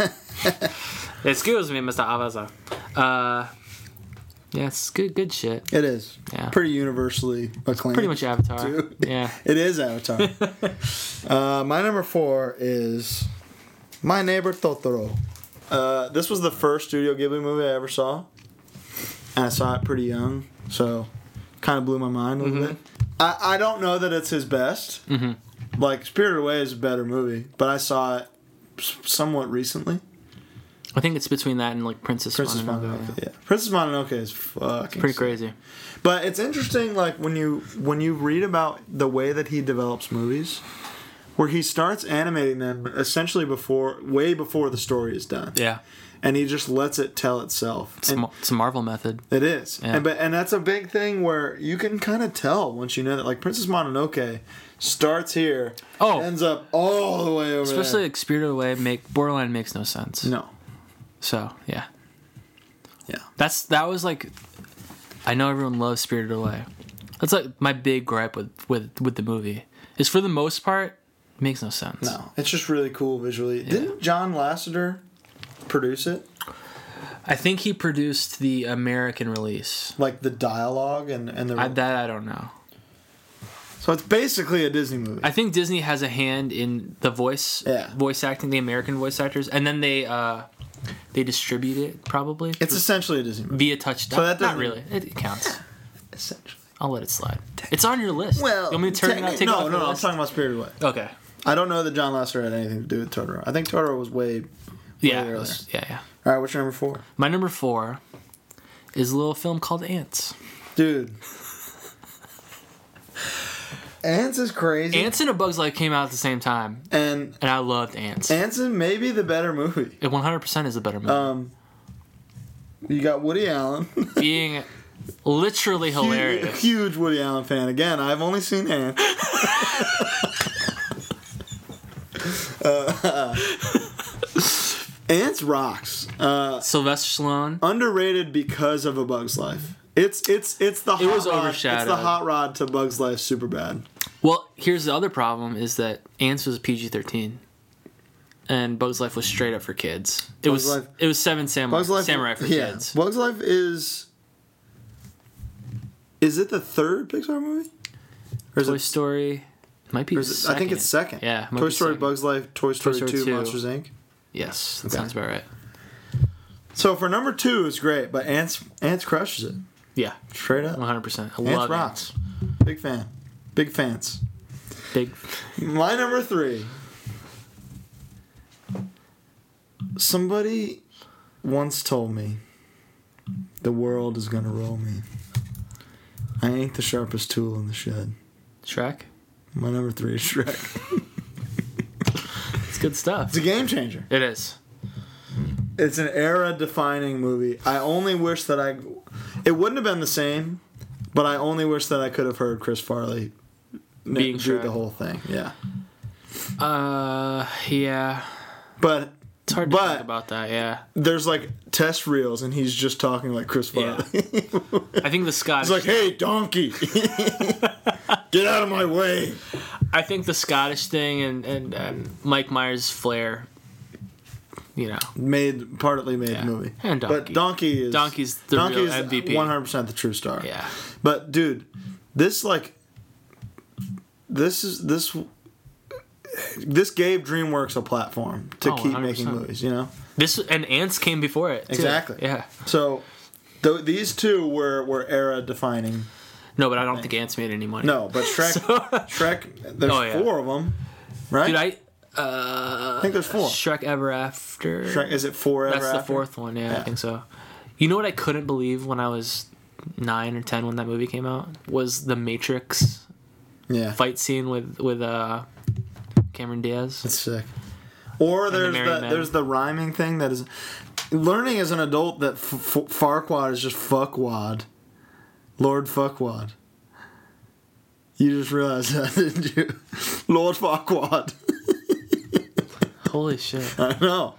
Speaker 8: [LAUGHS]
Speaker 9: excuse me mr avaza uh yeah it's good good shit
Speaker 8: It is.
Speaker 9: Yeah.
Speaker 8: Pretty universally acclaimed.
Speaker 9: pretty much avatar
Speaker 8: Dude.
Speaker 9: yeah
Speaker 8: It is
Speaker 9: [LAUGHS]
Speaker 8: Avatar. uh, my number four is My Neighbor Totoro. Uh, this was the first Studio Ghibli movie I ever saw. And I saw it pretty young, so kind of blew my mind a little
Speaker 9: Mm-hmm.
Speaker 8: bit. I, I don't know that it's his best.
Speaker 9: Mm-hmm.
Speaker 8: Like, Spirited Away is a better movie, but I saw it s- somewhat recently.
Speaker 9: I think it's between that and like Princess,
Speaker 8: Princess
Speaker 9: Mononoke.
Speaker 8: Mononoke. Yeah. Princess Mononoke is fucking
Speaker 9: Pretty
Speaker 8: sick.
Speaker 9: crazy.
Speaker 8: But it's interesting, like when you when you read about the way that he develops movies, where he starts animating them essentially before, way before the story is done,
Speaker 9: Yeah.
Speaker 8: and he just lets it tell itself.
Speaker 9: It's, a
Speaker 8: And
Speaker 9: Mar- it's a Marvel method.
Speaker 8: it is,
Speaker 9: Yeah.
Speaker 8: and but and that's a big thing where you can kind of tell once you know that. Like Princess Mononoke starts here,
Speaker 9: Oh.
Speaker 8: ends up all the way over
Speaker 9: Especially
Speaker 8: there.
Speaker 9: like Spirited Away make Borderline makes no sense.
Speaker 8: No,
Speaker 9: So yeah.
Speaker 8: Yeah.
Speaker 9: That's that was like I know everyone loves Spirited Away. That's like my big gripe with with with the movie. Is for the most part, it makes no sense.
Speaker 8: No, it's just really cool visually. Didn't John Lasseter produce it?
Speaker 9: I think he produced the American release.
Speaker 8: Like the dialogue and and the
Speaker 9: I, that I don't know.
Speaker 8: so it's basically a Disney movie.
Speaker 9: I think Disney has a hand in the voice
Speaker 8: Yeah.
Speaker 9: voice acting, the American voice actors, and then they uh, they distribute it probably.
Speaker 8: it's essentially a Disney movie.
Speaker 9: via touchdown.
Speaker 8: So that
Speaker 9: not
Speaker 8: doesn't-
Speaker 9: really. It counts.
Speaker 8: Essentially.
Speaker 9: I'll let it slide. It's on your list. you want me to turn it
Speaker 8: techni-
Speaker 9: out? Take it
Speaker 8: no,
Speaker 9: off
Speaker 8: no,
Speaker 9: the
Speaker 8: no. I'm
Speaker 9: list?
Speaker 8: talking about Spirited Away.
Speaker 9: Okay.
Speaker 8: I don't know that John Lasseter had anything to do with Totoro. I think Totoro was way.
Speaker 9: Yeah.
Speaker 8: earlier.
Speaker 9: Yeah. Yeah.
Speaker 8: All right, what's your number four,
Speaker 9: My number four is a little film called Ants.
Speaker 8: dude? [LAUGHS] Ants is crazy.
Speaker 9: Ants and A Bug's Life came out at the same time,
Speaker 8: and
Speaker 9: and I loved Ants.
Speaker 8: Ants is maybe the better movie.
Speaker 9: It 100% is a better movie.
Speaker 8: Um, you got Woody Allen. [LAUGHS]
Speaker 9: Being literally
Speaker 8: Huge,
Speaker 9: hilarious.
Speaker 8: huge Woody Allen fan. Again, I've only seen
Speaker 9: [LAUGHS]
Speaker 8: Ants. Uh, [LAUGHS] Ants rocks. Uh,
Speaker 9: Sylvester Stallone.
Speaker 8: underrated because of A Bug's Life. It's it's it's the hot
Speaker 9: was
Speaker 8: rod, It's
Speaker 9: overshadowed.
Speaker 8: the hot rod to Bug's Life. Super bad.
Speaker 9: Well, here's the other problem is that Ants was PG-13. And Bug's Life was straight up for kids. It
Speaker 8: Bug's
Speaker 9: was
Speaker 8: Life-
Speaker 9: it was Seven Samurai,
Speaker 8: Bug's Life.
Speaker 9: Samurai for
Speaker 8: yeah.
Speaker 9: kids.
Speaker 8: Bug's Life is. Is it the third Pixar movie? Or is
Speaker 9: Toy
Speaker 8: it-
Speaker 9: Story might be
Speaker 8: or is it-
Speaker 9: second.
Speaker 8: I think it's second.
Speaker 9: Yeah, it might
Speaker 8: Toy
Speaker 9: be
Speaker 8: Story,
Speaker 9: second.
Speaker 8: Bug's Life, Toy Story,
Speaker 9: Story
Speaker 8: 2,
Speaker 9: 2.
Speaker 8: Monsters Inc.
Speaker 9: Yes, that
Speaker 8: Okay.
Speaker 9: sounds about right.
Speaker 8: So for number two, it's great, but Ants Ants crushes it
Speaker 9: Yeah,
Speaker 8: straight up.
Speaker 9: 100%. I
Speaker 8: Ants
Speaker 9: love
Speaker 8: rocks. Big fan. Big fans.
Speaker 9: Ants. Big
Speaker 8: My number three. Somebody once told me the world is gonna roll me. I ain't the sharpest tool in the shed.
Speaker 9: Shrek.
Speaker 8: My number three is Shrek.
Speaker 9: It's good stuff.
Speaker 8: It's a game changer.
Speaker 9: It is.
Speaker 8: It's an era defining movie. I only wish that I. It wouldn't have been the same, but I only wish that I could have heard Chris Farley n-
Speaker 9: Being
Speaker 8: do
Speaker 9: Shrek.
Speaker 8: the whole thing. Yeah.
Speaker 9: Uh, yeah.
Speaker 8: But
Speaker 9: It's hard to
Speaker 8: But-
Speaker 9: talk about that. Yeah,
Speaker 8: there's like test reels and he's just talking like Chris
Speaker 9: Yeah.
Speaker 8: Farley.
Speaker 9: I think
Speaker 8: [LAUGHS]
Speaker 9: the
Speaker 8: It's
Speaker 9: Scottish.
Speaker 8: like, hey, donkey, [LAUGHS] get out of my way.
Speaker 9: I think the Scottish thing and and, and Mike Myers flair. You know,
Speaker 8: Made partly made
Speaker 9: Yeah.
Speaker 8: the movie,
Speaker 9: And
Speaker 8: but
Speaker 9: Donkey.
Speaker 8: donkey is
Speaker 9: Donkey's the real MVP.
Speaker 8: One hundred percent the true star.
Speaker 9: yeah.
Speaker 8: but dude, this like, this is this. This gave DreamWorks a platform to
Speaker 9: Oh,
Speaker 8: keep making
Speaker 9: 100%.
Speaker 8: movies, you know.
Speaker 9: This and Ants came before it. too.
Speaker 8: Exactly.
Speaker 9: Yeah.
Speaker 8: So, th- these two were were era defining.
Speaker 9: No, but I don't think Ants made any money.
Speaker 8: No,
Speaker 9: [LAUGHS]
Speaker 8: but Shrek, Shrek. There's
Speaker 9: Oh, yeah.
Speaker 8: four of them, right?
Speaker 9: Dude, I uh,
Speaker 8: I think there's four.
Speaker 9: Shrek Ever After.
Speaker 8: Shrek, is it four?
Speaker 9: That's
Speaker 8: ever
Speaker 9: the
Speaker 8: after?
Speaker 9: fourth one. Yeah,
Speaker 8: Yeah.
Speaker 9: I think so. You know what I couldn't believe when I was nine or ten when that movie came out was the Matrix
Speaker 8: Yeah.
Speaker 9: fight scene with with uh Cameron Diaz.
Speaker 8: [LAUGHS] That's sick. Or
Speaker 9: the
Speaker 8: there's
Speaker 9: married
Speaker 8: the,
Speaker 9: men.
Speaker 8: there's the rhyming thing that is learning as an adult that f- f- Farquad is just fuckwad, Lord fuckwad. You just realized that, [LAUGHS] didn't you, Lord fuckwad? [LAUGHS]
Speaker 9: Holy shit!
Speaker 8: I know.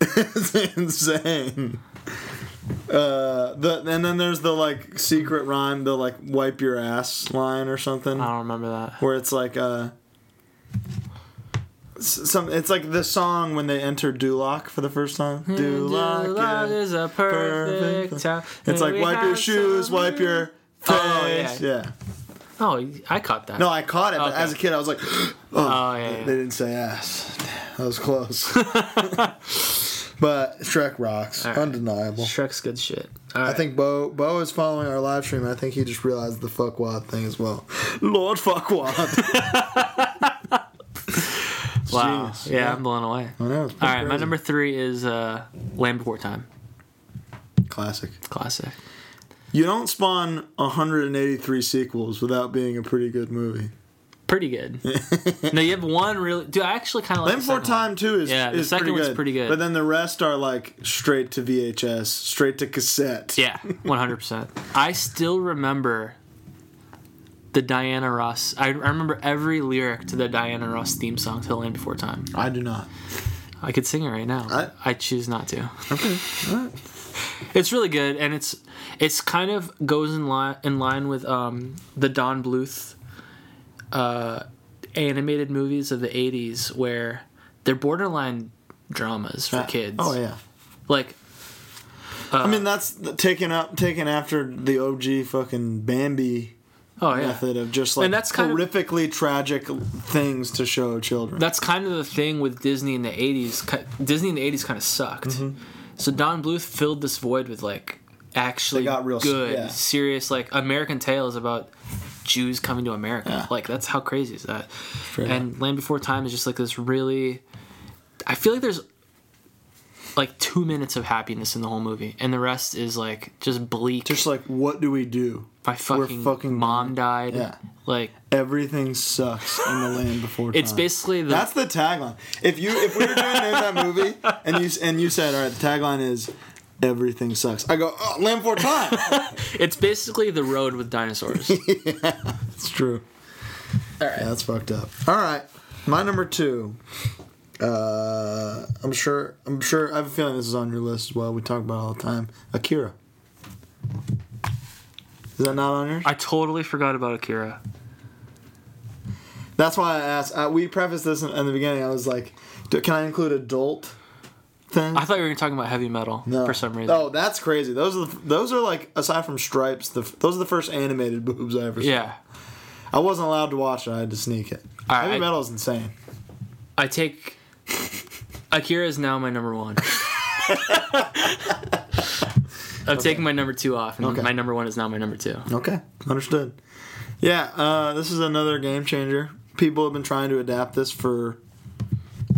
Speaker 8: it's insane. Uh, the and then there's the like secret rhyme, the like wipe your ass line or something.
Speaker 9: I don't remember that.
Speaker 8: where it's like uh s- some it's like the song when they enter Duloc for the first time. Duloc,
Speaker 9: July
Speaker 8: yeah.
Speaker 9: Hmm, is a perfect,
Speaker 8: perfect
Speaker 9: time.
Speaker 8: It's like
Speaker 9: We
Speaker 8: wipe your
Speaker 9: have
Speaker 8: shoes,
Speaker 9: some-
Speaker 8: wipe your face.
Speaker 9: [LAUGHS] Oh,
Speaker 8: yeah.
Speaker 9: yeah. Oh, I caught that.
Speaker 8: No, I caught it, but
Speaker 9: Okay.
Speaker 8: as a kid I was like [GASPS] Oh,
Speaker 9: Oh, yeah, yeah.
Speaker 8: they didn't say ass. Damn, That was close. [LAUGHS] but Shrek rocks.
Speaker 9: right.
Speaker 8: Undeniable.
Speaker 9: Shrek's good shit. All
Speaker 8: I
Speaker 9: right.
Speaker 8: think Bo Bo is following our live stream. and I think he just realized the fuckwad thing as well. [LAUGHS] Lord
Speaker 9: [LAUGHS]
Speaker 8: fuckwad.
Speaker 9: Wow.
Speaker 8: Genius.
Speaker 9: Yeah, I'm blown away.
Speaker 8: I
Speaker 9: All
Speaker 8: know, it's pretty
Speaker 9: right, my
Speaker 8: crazy.
Speaker 9: number three is uh, Land Before Time.
Speaker 8: Classic.
Speaker 9: Classic.
Speaker 8: You don't spawn 183 sequels without being a pretty good movie.
Speaker 9: pretty good. no, you have one really. Dude, I actually kind of like.
Speaker 8: Land
Speaker 9: the
Speaker 8: Before
Speaker 9: second one.
Speaker 8: Time 2 is,
Speaker 9: Yeah, the
Speaker 8: is
Speaker 9: second
Speaker 8: pretty
Speaker 9: one's
Speaker 8: good,
Speaker 9: pretty good.
Speaker 8: But then the rest are like straight to VHS, straight to cassette.
Speaker 9: Yeah, one hundred percent. I still remember the Diana Ross. I, I remember every lyric to the Diana Ross theme song to Land Before Time.
Speaker 8: I do not.
Speaker 9: I could sing it right now. but I, choose not to. [LAUGHS]
Speaker 8: Okay. All right.
Speaker 9: it's really good, and it's it's kind of goes in line in line with um, the Don Bluth uh, animated movies of the '80s, where they're borderline dramas for kids. Uh,
Speaker 8: Oh yeah.
Speaker 9: like
Speaker 8: I mean that's the- taken up taken after the OG fucking Bambi
Speaker 9: oh yeah.
Speaker 8: method of just like
Speaker 9: And that's kind of-
Speaker 8: horrifically tragic things to show children.
Speaker 9: that's kind of the thing with Disney in the '80s. Ki- Disney in the '80s kind of sucked.
Speaker 8: Mm-hmm.
Speaker 9: So Don Bluth filled this void with like actually
Speaker 8: They got real s-
Speaker 9: good,
Speaker 8: yeah.
Speaker 9: serious like American tales about Jews coming to America.
Speaker 8: Yeah.
Speaker 9: Like that's how crazy is that?
Speaker 8: Straight
Speaker 9: and Land Before Time is just like this really. I feel like there's like two minutes of happiness in the whole movie, and the rest is like just bleak.
Speaker 8: just like what do we do?
Speaker 9: my
Speaker 8: we're
Speaker 9: fucking,
Speaker 8: fucking-
Speaker 9: mom died.
Speaker 8: Yeah.
Speaker 9: Like
Speaker 8: Everything sucks in the land before time.
Speaker 9: it's basically the
Speaker 8: Uh, That's the tagline. If you if we were doing name that [LAUGHS] movie and you s- and you said all right, the tagline is everything sucks. I go oh, land before time.
Speaker 9: it's basically the road with dinosaurs.
Speaker 8: [LAUGHS] It's true. All right. Yeah, that's fucked up. All right. My number two. Uh, I'm sure. I'm sure. I have a feeling this is on your list as well. We talk about it all the time. Akira. Is that not on yours?
Speaker 9: I totally forgot about Akira.
Speaker 8: That's why I asked. Uh, we prefaced this in, in the beginning. I was like, do, "Can I include adult thing?"
Speaker 9: I thought we were talking about heavy metal
Speaker 8: No.
Speaker 9: for some reason.
Speaker 8: Oh, that's crazy. Those are the, those are like aside from Stripes, the, f- those are the first animated boobs I ever. saw.
Speaker 9: Yeah.
Speaker 8: I wasn't allowed to watch it. I had to sneak it.
Speaker 9: All right,
Speaker 8: Heavy
Speaker 9: I-
Speaker 8: metal is insane.
Speaker 9: I take Akira is now my number one. I'm taking my number two off, and
Speaker 8: Okay.
Speaker 9: my number one is now my number two.
Speaker 8: Okay, understood. Yeah, uh, this is another game changer. People have been trying to adapt this for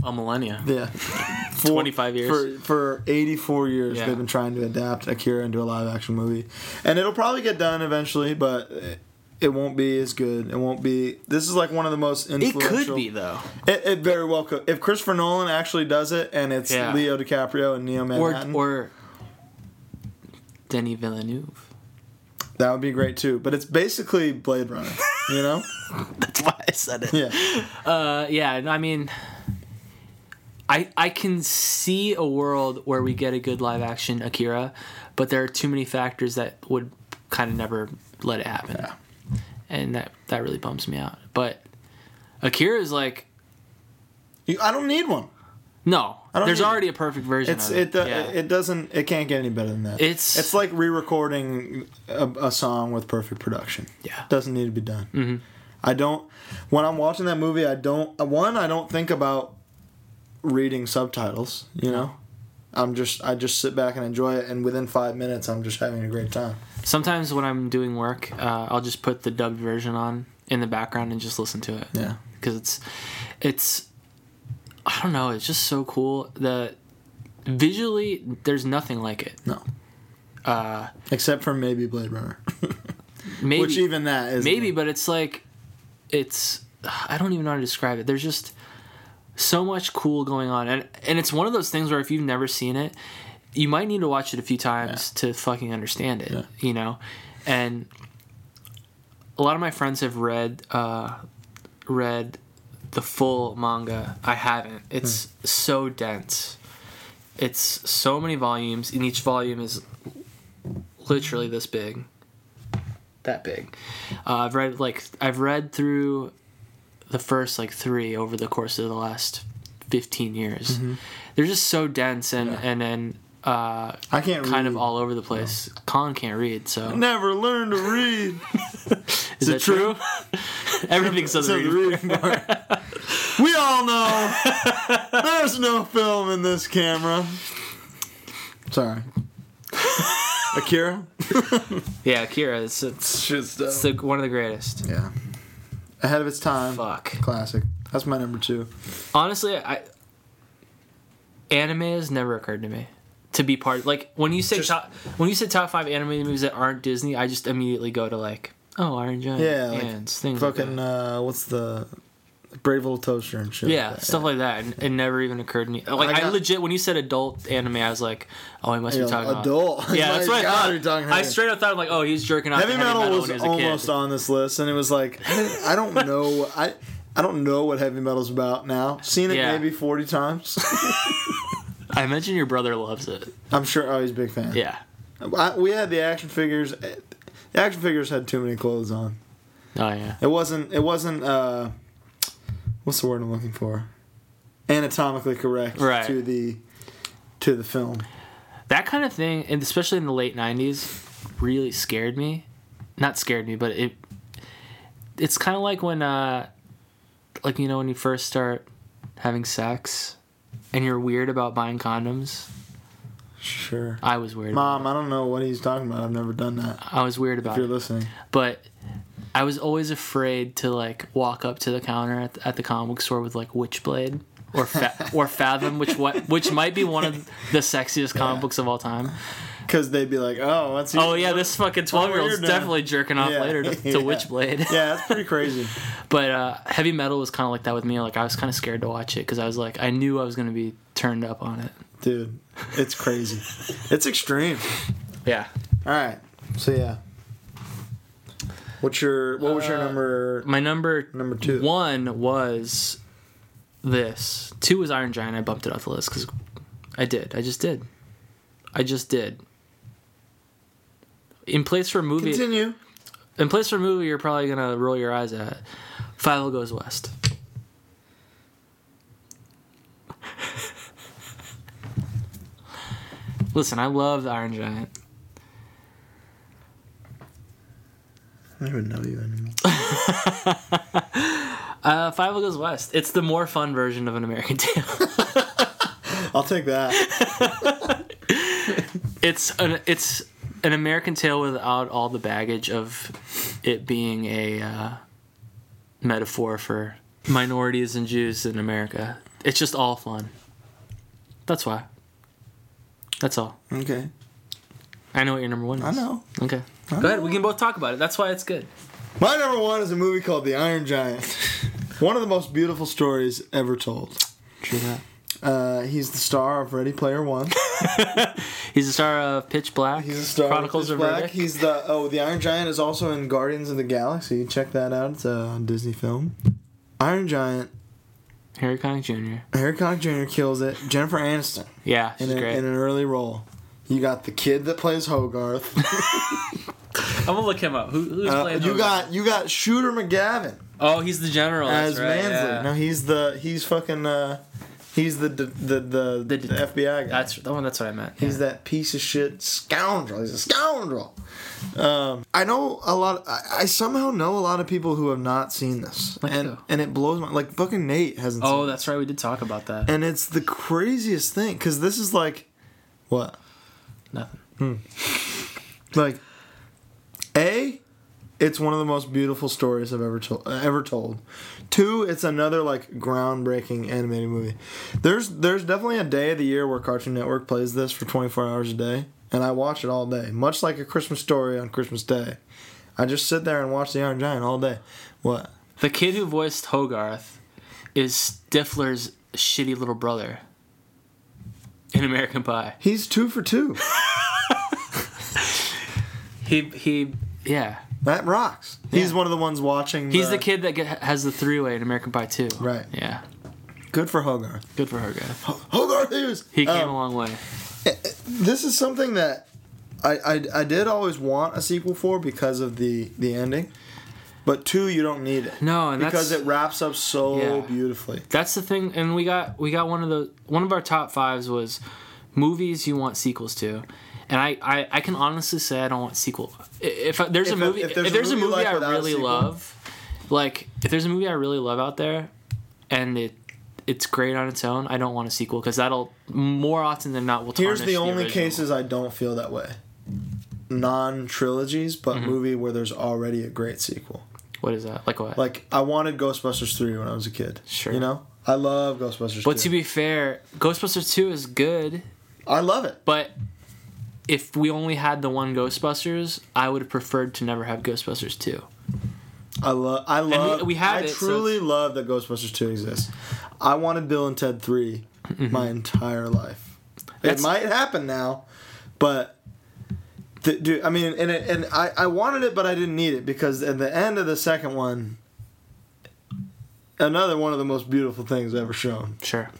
Speaker 9: A millennia. [LAUGHS]
Speaker 8: yeah, for-
Speaker 9: 25 years.
Speaker 8: for for 84 years.
Speaker 9: Yeah.
Speaker 8: They've been trying to adapt Akira into a live action movie, and it'll probably get done eventually, but it- it won't be as good. It won't be. This is like one of the most
Speaker 9: It
Speaker 8: influential.
Speaker 9: could be though,
Speaker 8: It, it very well could. If Christopher Nolan actually does it, and it's
Speaker 9: Yeah.
Speaker 8: Leo DiCaprio and Neo Manhattan,
Speaker 9: or or Denis Villeneuve.
Speaker 8: that would be great too. But it's basically Blade Runner, you
Speaker 9: [LAUGHS]
Speaker 8: know?
Speaker 9: That's why I said it.
Speaker 8: Yeah.
Speaker 9: Uh, yeah, no, I mean, I I can see a world where we get a good live action Akira, but there are too many factors that would kind of never let it happen, and that that really bums me out. But Akira is like,
Speaker 8: You, I don't need one.
Speaker 9: no,
Speaker 8: I don't
Speaker 9: there's
Speaker 8: need-
Speaker 9: already a perfect version.
Speaker 8: It's
Speaker 9: of
Speaker 8: it
Speaker 9: it.
Speaker 8: do-
Speaker 9: yeah.
Speaker 8: it doesn't it can't get any better than that.
Speaker 9: It's-
Speaker 8: it's like re-recording a, a song with perfect production.
Speaker 9: Yeah. Mm-hmm.
Speaker 8: doesn't need to be done. I don't. When I'm watching that movie, I don't. One, I don't think about reading subtitles. You know, I'm just I just sit back and enjoy it, and within five minutes, I'm just having a great time.
Speaker 9: Sometimes when I'm doing work, uh, I'll just put the dubbed version on in the background and just listen to it.
Speaker 8: Yeah,
Speaker 9: because it's it's I don't know. It's just so cool that visually there's nothing like it.
Speaker 8: no. Uh, except for maybe Blade Runner,
Speaker 9: Uh, Maybe
Speaker 8: which even that is
Speaker 9: maybe, but it's like it's I don't even know how to describe it. There's just so much cool going on, and and it's one of those things where if you've never seen it, you might need to watch it a few times to fucking understand it.
Speaker 8: Yeah.
Speaker 9: You know, and a lot of my friends have read uh, read the full manga. I haven't. It's so dense. It's so many volumes, and each volume is literally this big. That big. Uh, I've read like I've read through the first like three over the course of the last fifteen years.
Speaker 8: Mm-hmm.
Speaker 9: They're just so dense and and then uh,
Speaker 8: I can't
Speaker 9: kind of
Speaker 8: read.
Speaker 9: all over the place. Colin can't read,
Speaker 8: [LAUGHS]
Speaker 9: so
Speaker 8: Never learned to read.
Speaker 9: is
Speaker 8: it
Speaker 9: that true? [LAUGHS] Everything's on the
Speaker 8: Except
Speaker 9: reading.
Speaker 8: the reading part. [LAUGHS] we all know there's no film in this camera. Sorry. Akira?
Speaker 9: Yeah, Akira. It's it's, it's the, one of the greatest.
Speaker 8: Yeah. Ahead of its time.
Speaker 9: Fuck.
Speaker 8: Classic. That's my number two.
Speaker 9: Honestly, I anime has never occurred to me to be part. Like when you say top, when you say top five anime movies that aren't Disney, I just immediately go to like oh Iron Giant,
Speaker 8: Yeah, like,
Speaker 9: Ants, things like
Speaker 8: Fucking,
Speaker 9: that.
Speaker 8: uh, what's the. Brave Little Toaster and shit.
Speaker 9: yeah,
Speaker 8: like that.
Speaker 9: stuff like that. And it never even occurred to me. Like
Speaker 8: I
Speaker 9: I,
Speaker 8: got-
Speaker 9: legit when you said adult anime, I was like oh I must
Speaker 8: Yeah,
Speaker 9: be talking about-
Speaker 8: adult.
Speaker 9: Yeah,
Speaker 8: My
Speaker 9: that's what I
Speaker 8: God,
Speaker 9: thought.
Speaker 8: we're talking
Speaker 9: I
Speaker 8: heavy.
Speaker 9: straight up thought I'm like oh he's jerking off. to
Speaker 8: Heavy metal was,
Speaker 9: when he was a kid.
Speaker 8: almost on this list, and it was like I, didn't- I don't know. I I don't know what heavy metal's about now. Seen it
Speaker 9: Yeah.
Speaker 8: maybe forty times.
Speaker 9: I imagine your brother loves it.
Speaker 8: I'm sure. Oh, he's a big fan.
Speaker 9: Yeah.
Speaker 8: I, we had the action figures. The action figures had too many clothes on.
Speaker 9: Oh yeah.
Speaker 8: It wasn't. It wasn't. Uh, what's the word I'm looking for? Anatomically correct
Speaker 9: Right.
Speaker 8: to the to the film.
Speaker 9: That kind of thing, and especially in the late '90s, really scared me. Not scared me, but it. It's kind of like when, uh, like you know, when you first start having sex, and you're weird about buying condoms.
Speaker 8: Sure.
Speaker 9: I was weird. about-
Speaker 8: Mom, I don't know what he's talking about. I've never done that.
Speaker 9: I was weird
Speaker 8: If
Speaker 9: about
Speaker 8: you're
Speaker 9: it.
Speaker 8: listening,
Speaker 9: but I was always afraid to like walk up to the counter at the, at the comic book store with like Witchblade
Speaker 8: [LAUGHS]
Speaker 9: or fa- or Fathom, which what which might be one of the sexiest comic books of all time.
Speaker 8: because they'd be like, "Oh, what's he?"
Speaker 9: Oh yeah, this fucking twelve year
Speaker 8: you're
Speaker 9: old's
Speaker 8: done.
Speaker 9: definitely jerking off
Speaker 8: [LAUGHS] uh, Yeah.
Speaker 9: later to,
Speaker 8: [LAUGHS]
Speaker 9: to
Speaker 8: Yeah.
Speaker 9: Witchblade.
Speaker 8: Yeah, that's pretty crazy.
Speaker 9: But uh, heavy metal was kind of like that with me. Like I was kind of scared to watch it because I was like I knew I was gonna be turned up on it.
Speaker 8: Dude, it's
Speaker 9: [LAUGHS]
Speaker 8: crazy. it's extreme.
Speaker 9: Yeah.
Speaker 8: All right. So yeah. What's your what was
Speaker 9: Uh,
Speaker 8: your number?
Speaker 9: My number
Speaker 8: Number two.
Speaker 9: one was this. Two was Iron Giant. I bumped it off the list because I did. I just did. I just did. In place for a movie.
Speaker 8: Continue.
Speaker 9: In place for a movie, you're probably gonna roll your eyes at. Five O Goes West. [LAUGHS] Listen, I love the Iron Giant.
Speaker 8: I don't even know you anymore.
Speaker 9: Uh, Five O Goes West. It's the more fun version of an American [LAUGHS] Tale.
Speaker 8: I'll take that.
Speaker 9: it's an it's an American tale without all the baggage of it being a uh, metaphor for minorities and Jews in America. It's just all fun. That's why. That's all.
Speaker 8: Okay.
Speaker 9: I know what your number one is.
Speaker 8: I know.
Speaker 9: Okay. Go ahead. We can both talk about it. That's why it's good.
Speaker 8: My number one is a movie called The Iron Giant. [LAUGHS] One of the most beautiful stories ever told.
Speaker 9: True that.
Speaker 8: Uh, he's the star of Ready Player [LAUGHS] One.
Speaker 9: He's the star of Pitch Black.
Speaker 8: He's the star
Speaker 9: Chronicles
Speaker 8: of
Speaker 9: of
Speaker 8: Pitch Black.
Speaker 9: Riddick.
Speaker 8: He's the oh, the Iron Giant is also in Guardians of the Galaxy. Check that out. It's a Disney film. Iron Giant,
Speaker 9: Harry Connick Jr.
Speaker 8: Harry Connick Jr. kills it. Jennifer Aniston
Speaker 9: Yeah, she's
Speaker 8: in, a,
Speaker 9: great.
Speaker 8: in an early role. You got the kid that plays Hogarth.
Speaker 9: I'm gonna look him up. Who, who's
Speaker 8: Uh,
Speaker 9: playing?
Speaker 8: you
Speaker 9: Hogarth?
Speaker 8: got you got Shooter McGavin
Speaker 9: Oh, he's the general. that's
Speaker 8: as
Speaker 9: right,
Speaker 8: Mansley.
Speaker 9: yeah.
Speaker 8: No, he's the he's fucking uh, he's the the the, the,
Speaker 9: The
Speaker 8: the,
Speaker 9: det-
Speaker 8: FBI guy.
Speaker 9: That's the one. That's what I meant.
Speaker 8: He's that piece of shit scoundrel. He's a scoundrel. Um, I know a lot. I, I somehow know a lot of people who have not seen this,
Speaker 9: Like
Speaker 8: and
Speaker 9: who?
Speaker 8: and it blows my like fucking Nate hasn't.
Speaker 9: Oh,
Speaker 8: seen
Speaker 9: that's right. We did talk about that.
Speaker 8: it. and it's the craziest thing because this is like, what Hmm.
Speaker 9: Nothing.
Speaker 8: like, a, it's one of the most beautiful stories I've ever told. Ever told. Two, it's another like groundbreaking animated movie. There's there's definitely a day of the year where Cartoon Network plays this for 24 hours a day, and I watch it all day, much like a Christmas story on Christmas Day. I just sit there and watch The Iron Giant all day. What?
Speaker 9: The kid who voiced Hogarth is Stifler's shitty little brother in American Pie.
Speaker 8: He's two for two.
Speaker 9: He he yeah.
Speaker 8: That rocks. He's one of the ones watching.
Speaker 9: He's the kid that get, has the three way in American Pie too.
Speaker 8: Right.
Speaker 9: Yeah.
Speaker 8: Good for Hogarth.
Speaker 9: Good for Hogarth.
Speaker 8: Hogarth Hughes.
Speaker 9: He came
Speaker 8: Um,
Speaker 9: a long way.
Speaker 8: this is something that I, I I did always want a sequel for because of the the ending, but two you don't need it.
Speaker 9: No, and
Speaker 8: because
Speaker 9: that's-
Speaker 8: it wraps up so
Speaker 9: Yeah.
Speaker 8: beautifully.
Speaker 9: That's the thing, and we got we got one of the one of our top fives was movies you want sequels to, and I I, I can honestly say I don't want sequel. I- If I, there's
Speaker 8: If
Speaker 9: a
Speaker 8: a-
Speaker 9: movie,
Speaker 8: if there's a movie you like
Speaker 9: I
Speaker 8: without a
Speaker 9: really
Speaker 8: sequel.
Speaker 9: love, like if there's a movie I really love out there, and it it's great on its own, I don't want a sequel because that'll more often than not will.
Speaker 8: Here's
Speaker 9: tarnish
Speaker 8: the only
Speaker 9: original.
Speaker 8: cases I don't feel that way. Non trilogies, but
Speaker 9: Mm-hmm.
Speaker 8: movie where there's already a great sequel.
Speaker 9: What is that? Like what?
Speaker 8: Like I wanted Ghostbusters three when I was a kid.
Speaker 9: Sure.
Speaker 8: You know, I love Ghostbusters.
Speaker 9: but
Speaker 8: 2.
Speaker 9: to be fair, Ghostbusters two is good,
Speaker 8: I love it.
Speaker 9: but. If we only had the one Ghostbusters, I would have preferred to never have Ghostbusters 2.
Speaker 8: I love. I love.
Speaker 9: we have
Speaker 8: I
Speaker 9: it, so
Speaker 8: truly
Speaker 9: it's-
Speaker 8: love that Ghostbusters Two exists. I wanted Bill and Ted 3 my entire life.
Speaker 9: Mm-hmm. That's-
Speaker 8: it might happen now, but th- dude, I mean, and it, and I I wanted it, but I didn't need it because at the end of the second one, another one of the most beautiful things ever shown
Speaker 9: Sure.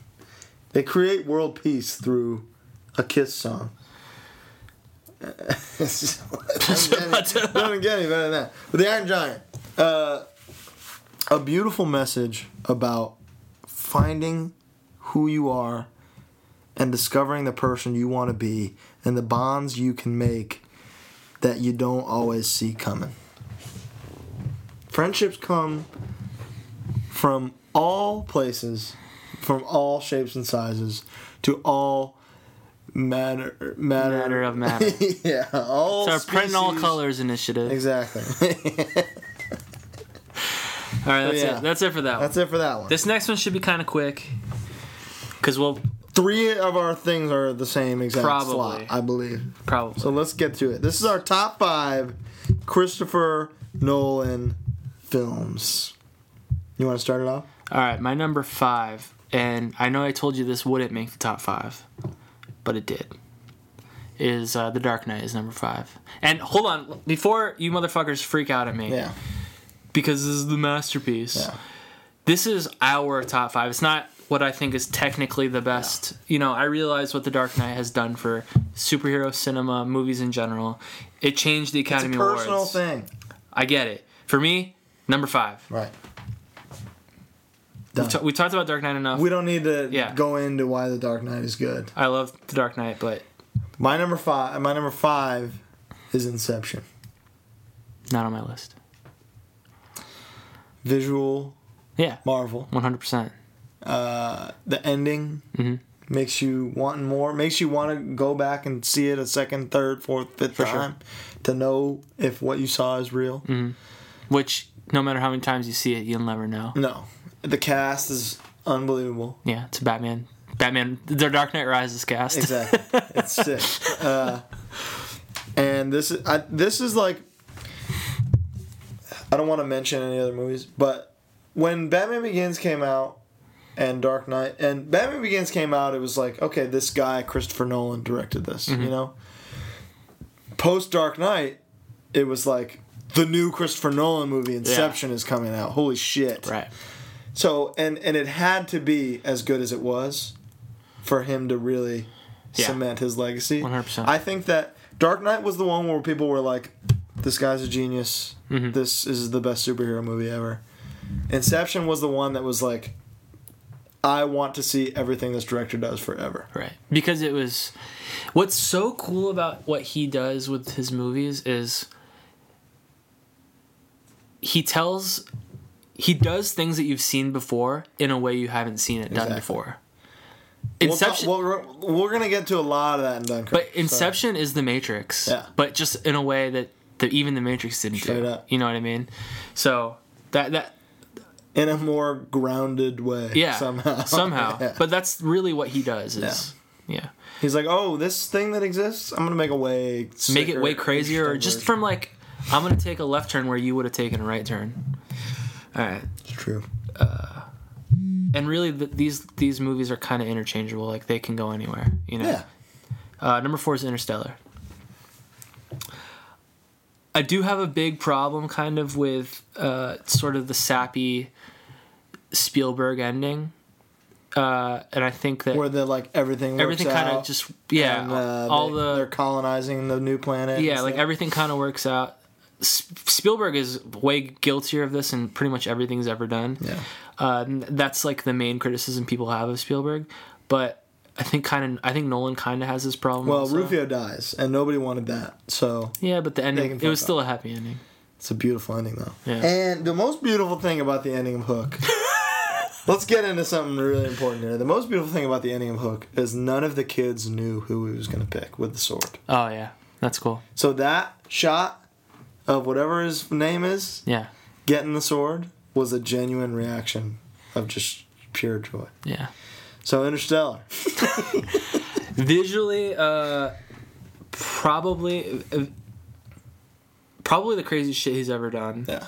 Speaker 8: They create world peace through a Kiss song. [LAUGHS] It's just-
Speaker 9: [LAUGHS]
Speaker 8: doesn't get any- doesn't get any better than that. But the Iron Giant, uh, a beautiful message about finding who you are and discovering the person you want to be and the bonds you can make that you don't always see coming. Friendships come from all places, from all shapes and sizes, to all matter matter,
Speaker 9: Matter of matter.
Speaker 8: [LAUGHS] yeah, all
Speaker 9: It's our print in all
Speaker 8: species-
Speaker 9: colors initiative.
Speaker 8: Exactly. [LAUGHS]
Speaker 9: All right, that's
Speaker 8: Yeah.
Speaker 9: it. That's it for that.
Speaker 8: That's
Speaker 9: one.
Speaker 8: it for that one.
Speaker 9: This next one should be kind of quick, because we'll
Speaker 8: Three of our things are the same exact
Speaker 9: Probably.
Speaker 8: slot, I believe.
Speaker 9: probably.
Speaker 8: So let's get to it. This is our top five Christopher Nolan films. You want to start it off?
Speaker 9: All right, my number five, and I know I told you this wouldn't make the top five, but it did. Is uh, The Dark Knight is number five. And hold on, before you motherfuckers freak out at me,
Speaker 8: Yeah.
Speaker 9: because this is the masterpiece.
Speaker 8: Yeah.
Speaker 9: This is our top five. It's not what I think is technically the best. You know, I realize what The Dark Knight has done for superhero cinema, movies in general. It changed the
Speaker 8: It's a
Speaker 9: Academy
Speaker 8: personal
Speaker 9: Awards.
Speaker 8: thing.
Speaker 9: I get it. For me, number five.
Speaker 8: Right.
Speaker 9: We, ta- we talked about Dark Knight enough.
Speaker 8: We don't need to
Speaker 9: Yeah.
Speaker 8: go into why The Dark Knight is good.
Speaker 9: I love The Dark Knight, but
Speaker 8: My number five. My number five is Inception.
Speaker 9: not on my list.
Speaker 8: Visual
Speaker 9: Yeah,
Speaker 8: marvel.
Speaker 9: one hundred percent.
Speaker 8: uh, The ending makes you want more. Makes you want to go back and see it a second, third, fourth, fifth
Speaker 9: sure.
Speaker 8: time to know if what you saw is real.
Speaker 9: Which, no matter how many times you see it, you'll never know.
Speaker 8: No, the cast is unbelievable.
Speaker 9: Yeah, it's a Batman. Batman, The Dark Knight Rises cast.
Speaker 8: Exactly. it's sick. Uh, and this is I, this is like I don't want to mention any other movies, but when Batman Begins came out and Dark Knight and Batman Begins came out, it was like okay, this guy Christopher Nolan directed this, you know. Post Dark Knight, it was like the new Christopher Nolan movie Inception is coming out. Holy shit!
Speaker 9: Right.
Speaker 8: So and and it had to be as good as it was for him to really
Speaker 9: Yeah.
Speaker 8: cement his legacy.
Speaker 9: 100%.
Speaker 8: I think that Dark Knight was the one where people were like, "This guy's a genius.
Speaker 9: Mm-hmm.
Speaker 8: This is the best superhero movie ever." Inception was the one that was like, "I want to see everything this director does forever."
Speaker 9: Right. Because it was what's so cool about what he does with his movies is he tells he does things that you've seen before in a way you haven't seen it done
Speaker 8: Exactly.
Speaker 9: before.
Speaker 8: We'll ta-
Speaker 9: Inception
Speaker 8: Well, we're, we're gonna get to a lot of that in Dunkirk.
Speaker 9: but
Speaker 8: so-
Speaker 9: Inception is the Matrix.
Speaker 8: Yeah.
Speaker 9: But just in a way that the, even the Matrix didn't
Speaker 8: Straight
Speaker 9: do.
Speaker 8: up.
Speaker 9: You know what I mean? So that that
Speaker 8: in a more grounded way,
Speaker 9: yeah
Speaker 8: somehow, [LAUGHS]
Speaker 9: somehow.
Speaker 8: Yeah.
Speaker 9: But that's really what he does is yeah.
Speaker 8: He's like, oh, this thing that exists, I'm gonna make a way
Speaker 9: make it
Speaker 8: sicker,
Speaker 9: way crazier or
Speaker 8: interesting
Speaker 9: just
Speaker 8: version."
Speaker 9: from like i'm gonna take a left turn where you would have taken a right turn all right
Speaker 8: It's true.
Speaker 9: and really th these these movies are kind of interchangeable like they can go anywhere you know
Speaker 8: Yeah,
Speaker 9: uh, number four is interstellar i do have a big problem kind of with uh, sort of the sappy spielberg ending uh, and i think that
Speaker 8: where the like everything works
Speaker 9: everything kind
Speaker 8: out
Speaker 9: of just yeah
Speaker 8: and, uh,
Speaker 9: all
Speaker 8: they,
Speaker 9: the
Speaker 8: they're colonizing the new planet.
Speaker 9: yeah
Speaker 8: and
Speaker 9: like
Speaker 8: stuff.
Speaker 9: everything kind of works out S- spielberg is way guiltier of this and pretty much everything he's ever done
Speaker 8: Yeah.
Speaker 9: uh, n- that's like the main criticism people have of spielberg but i think kind of i think nolan kind of has this problem
Speaker 8: Well,
Speaker 9: also.
Speaker 8: Rufio dies, and nobody wanted that, so
Speaker 9: yeah but the
Speaker 8: They can
Speaker 9: ending it
Speaker 8: fuck
Speaker 9: was
Speaker 8: off.
Speaker 9: still a happy ending
Speaker 8: it's a beautiful ending though.
Speaker 9: Yeah.
Speaker 8: And the most beautiful thing about the ending of
Speaker 9: [LAUGHS]
Speaker 8: Hook. Let's get into something really important here. The most beautiful thing about the ending of Hook is none of the kids knew who he was going to pick with the sword.
Speaker 9: oh yeah that's cool
Speaker 8: So that shot of whatever his name is
Speaker 9: yeah
Speaker 8: getting the sword was a genuine reaction of just pure joy.
Speaker 9: yeah
Speaker 8: So Interstellar.
Speaker 9: visually uh probably uh, probably the craziest shit he's ever done
Speaker 8: Yeah.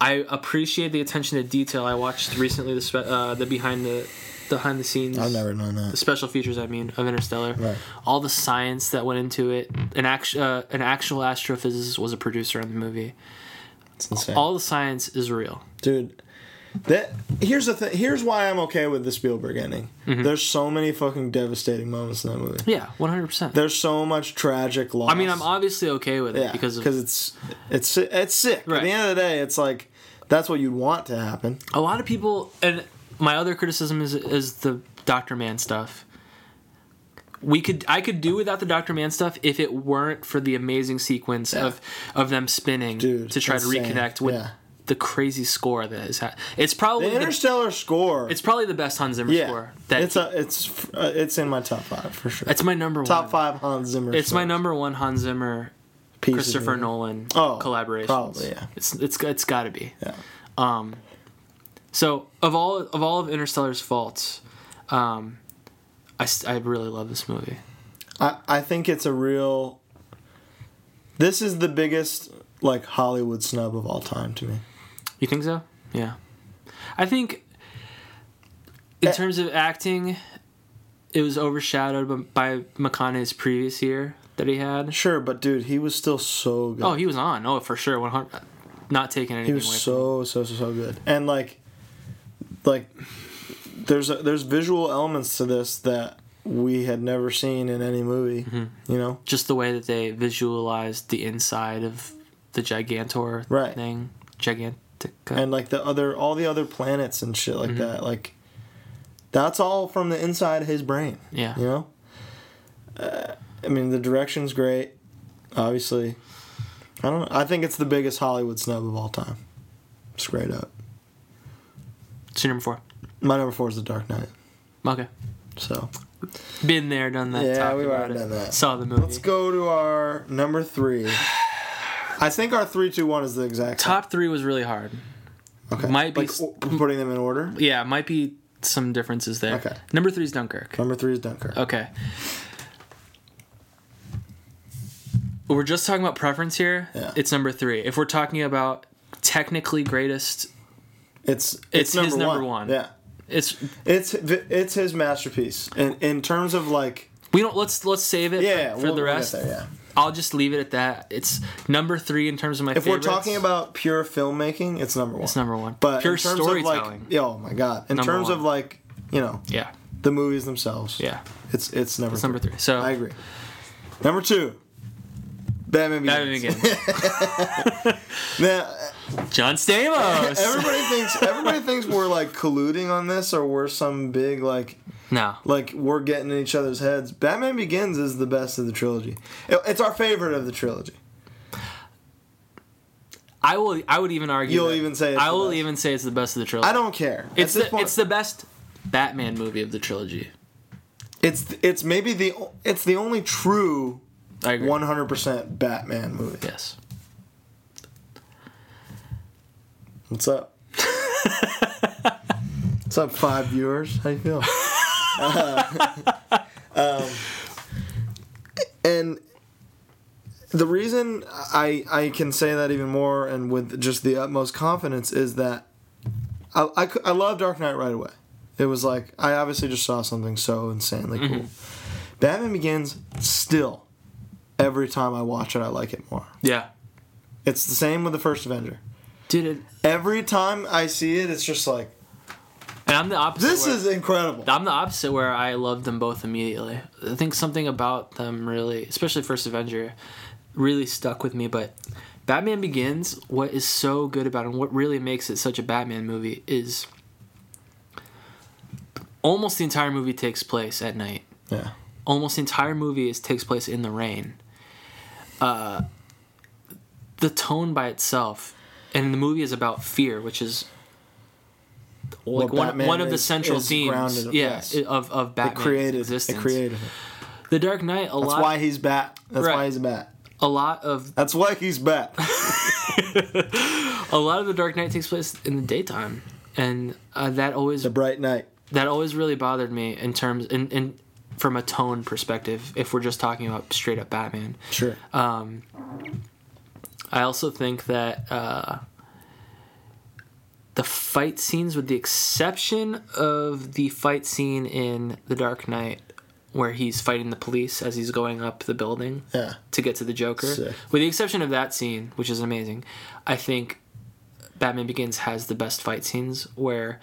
Speaker 9: I appreciate the attention to detail. I watched recently the spe- uh, the behind the the behind the scenes.
Speaker 8: I've never known
Speaker 9: the
Speaker 8: that.
Speaker 9: special features. I mean, of Interstellar.
Speaker 8: Right.
Speaker 9: All the science that went into it. An act- uh, an actual astrophysicist was a producer on the movie.
Speaker 8: It's insane.
Speaker 9: All the science is real.
Speaker 8: Dude, That here's the thing. Here's why I'm okay with the Spielberg ending.
Speaker 9: Mm-hmm.
Speaker 8: There's so many fucking devastating moments in that movie.
Speaker 9: Yeah, one hundred percent.
Speaker 8: There's so much tragic loss.
Speaker 9: I mean, I'm obviously okay with it
Speaker 8: yeah,
Speaker 9: because of,
Speaker 8: because it's it's it's sick. At
Speaker 9: Right.
Speaker 8: the end of the day, it's like that's what you'd want to happen.
Speaker 9: a lot of people. And my other criticism is is the Doctor Man stuff. We could I could do without the Doctor Man stuff if it weren't for the amazing sequence of of them spinning
Speaker 8: Dude,
Speaker 9: to try
Speaker 8: insane.
Speaker 9: to reconnect with
Speaker 8: Yeah.
Speaker 9: the crazy score that is. Ha- it's probably
Speaker 8: The
Speaker 9: the-
Speaker 8: Interstellar score.
Speaker 9: it's probably the best Hans Zimmer
Speaker 8: yeah.
Speaker 9: score. That
Speaker 8: It's a, it's uh, it's in my top five for sure.
Speaker 9: it's my number
Speaker 8: top
Speaker 9: one.
Speaker 8: five Hans Zimmer.
Speaker 9: It's my
Speaker 8: scores.
Speaker 9: number one Hans Zimmer
Speaker 8: Piece of
Speaker 9: Christopher
Speaker 8: music.
Speaker 9: Nolan
Speaker 8: Oh,
Speaker 9: collaboration.
Speaker 8: probably, yeah.
Speaker 9: It's it's it's got to be. Um,
Speaker 8: Yeah.
Speaker 9: So of all of all of Interstellar's faults, um, I, s- I really love this movie.
Speaker 8: I, I think it's a real. This is the biggest like Hollywood snub of all time to me.
Speaker 9: You think so? Yeah. I think in
Speaker 8: Eh.
Speaker 9: terms of acting, it was overshadowed b- by McConaughey's previous year that he had.
Speaker 8: Sure, but dude, he was still so good.
Speaker 9: Oh, he was on. Oh, for sure. One hundred. Not taking
Speaker 8: he
Speaker 9: anything
Speaker 8: was
Speaker 9: away.
Speaker 8: so so so so good and like like there's a, there's visual elements to this that we had never seen in any movie you know
Speaker 9: just the way that they visualized the inside of the Gigantor
Speaker 8: Right.
Speaker 9: thing, Gigantica.
Speaker 8: and like the other all the other planets and shit like that like that's all from the inside of his brain
Speaker 9: yeah,
Speaker 8: you know uh, i mean the direction's great obviously i don't know i think it's the biggest hollywood snub of all time straight up
Speaker 9: it's your number four.
Speaker 8: my number four is the dark knight
Speaker 9: Okay,
Speaker 8: so
Speaker 9: been there, done that.
Speaker 8: Yeah,
Speaker 9: talked
Speaker 8: we've
Speaker 9: about
Speaker 8: already
Speaker 9: it,
Speaker 8: done that.
Speaker 9: Saw the movie.
Speaker 8: Let's go to our number
Speaker 9: [SIGHS]
Speaker 8: three. I think our three, two, one is the exact same.
Speaker 9: Top three was really hard.
Speaker 8: Okay.
Speaker 9: might be
Speaker 8: Like,
Speaker 9: s-
Speaker 8: o- putting them in order.
Speaker 9: Yeah, might be some differences there.
Speaker 8: Okay.
Speaker 9: Number three is Dunkirk.
Speaker 8: Number three is Dunkirk.
Speaker 9: Okay. We're just talking about preference here.
Speaker 8: Yeah.
Speaker 9: It's number three. If we're talking about technically greatest,
Speaker 8: It's, it's
Speaker 9: It's
Speaker 8: number
Speaker 9: his
Speaker 8: one.
Speaker 9: number one.
Speaker 8: Yeah,
Speaker 9: it's
Speaker 8: it's it's his masterpiece. In in terms of like
Speaker 9: we don't let's let's save it
Speaker 8: yeah we'll-
Speaker 9: for, the
Speaker 8: we'll get
Speaker 9: rest.
Speaker 8: there, yeah.
Speaker 9: I'll just leave it at that. It's number three in terms of my.
Speaker 8: If
Speaker 9: favorites.
Speaker 8: we're talking about pure filmmaking, it's number one.
Speaker 9: It's number one.
Speaker 8: But
Speaker 9: Pure
Speaker 8: in terms of,
Speaker 9: storytelling.
Speaker 8: like, yeah, oh my god! In
Speaker 9: Number
Speaker 8: terms
Speaker 9: one.
Speaker 8: of like you know
Speaker 9: yeah,
Speaker 8: the movies themselves,
Speaker 9: yeah,
Speaker 8: it's it's number
Speaker 9: it's number three. So
Speaker 8: I agree. Number two, Batman Begins.
Speaker 9: Batman again.
Speaker 8: Now, [LAUGHS]
Speaker 9: John Stamos.
Speaker 8: Everybody thinks everybody thinks we're like colluding on this or we're some big like
Speaker 9: no,
Speaker 8: like we're getting in each other's heads. Batman Begins is the best of the trilogy. It- it's our favorite of the trilogy.
Speaker 9: I will. I would even argue.
Speaker 8: You'll
Speaker 9: that-
Speaker 8: even say it's
Speaker 9: I
Speaker 8: the
Speaker 9: will
Speaker 8: best.
Speaker 9: even say it's the best of the trilogy.
Speaker 8: I don't care. At
Speaker 9: It's
Speaker 8: this
Speaker 9: the
Speaker 8: point,
Speaker 9: it's the best Batman movie of the trilogy.
Speaker 8: it's it's maybe the o- it's the only true
Speaker 9: I agree.
Speaker 8: 100% Batman movie.
Speaker 9: Yes.
Speaker 8: What's up? What's up, five viewers? How you feel? [LAUGHS] Uh, um, and the reason I I can say that even more and with just the utmost confidence is that I, I, cou- I love Dark Knight right away. It was like I obviously just saw something so insanely cool. Batman Begins still every time I watch it I like it more.
Speaker 9: Yeah.
Speaker 8: It's the same with the first Avenger.
Speaker 9: Dude, it,
Speaker 8: Every time I see it, it's just like
Speaker 9: and I'm the opposite.
Speaker 8: this
Speaker 9: where-
Speaker 8: is incredible.
Speaker 9: I'm the opposite where I love them both immediately. I think something about them really, especially First Avenger, really stuck with me. But Batman Begins, what is so good about it and what really makes it such a Batman movie is almost the entire movie takes place at night.
Speaker 8: Yeah,
Speaker 9: Almost the entire movie is takes place in the rain. Uh, the tone by itself, and the movie is about fear, which is like
Speaker 8: What
Speaker 9: one,
Speaker 8: Batman
Speaker 9: one of the
Speaker 8: is-
Speaker 9: central
Speaker 8: is
Speaker 9: themes,
Speaker 8: grounded-
Speaker 9: yeah,
Speaker 8: yes.
Speaker 9: of of
Speaker 8: it
Speaker 9: Batman's
Speaker 8: created it
Speaker 9: existence.
Speaker 8: created it.
Speaker 9: The Dark Knight, a
Speaker 8: That's
Speaker 9: lot,
Speaker 8: why he's bat. That's
Speaker 9: Right.
Speaker 8: why he's bat.
Speaker 9: a lot of
Speaker 8: That's why he's bat.
Speaker 9: a lot of the Dark Knight takes place in the daytime, and uh, that always
Speaker 8: the bright night.
Speaker 9: that always really bothered me in terms in, in from a tone perspective. If we're just talking about straight up Batman,
Speaker 8: Sure.
Speaker 9: I also think that uh, the fight scenes, with the exception of the fight scene in The Dark Knight, where he's fighting the police as he's going up the building
Speaker 8: Yeah.
Speaker 9: to get to the Joker,
Speaker 8: Sick.
Speaker 9: with the exception of that scene, which is amazing, I think Batman Begins has the best fight scenes where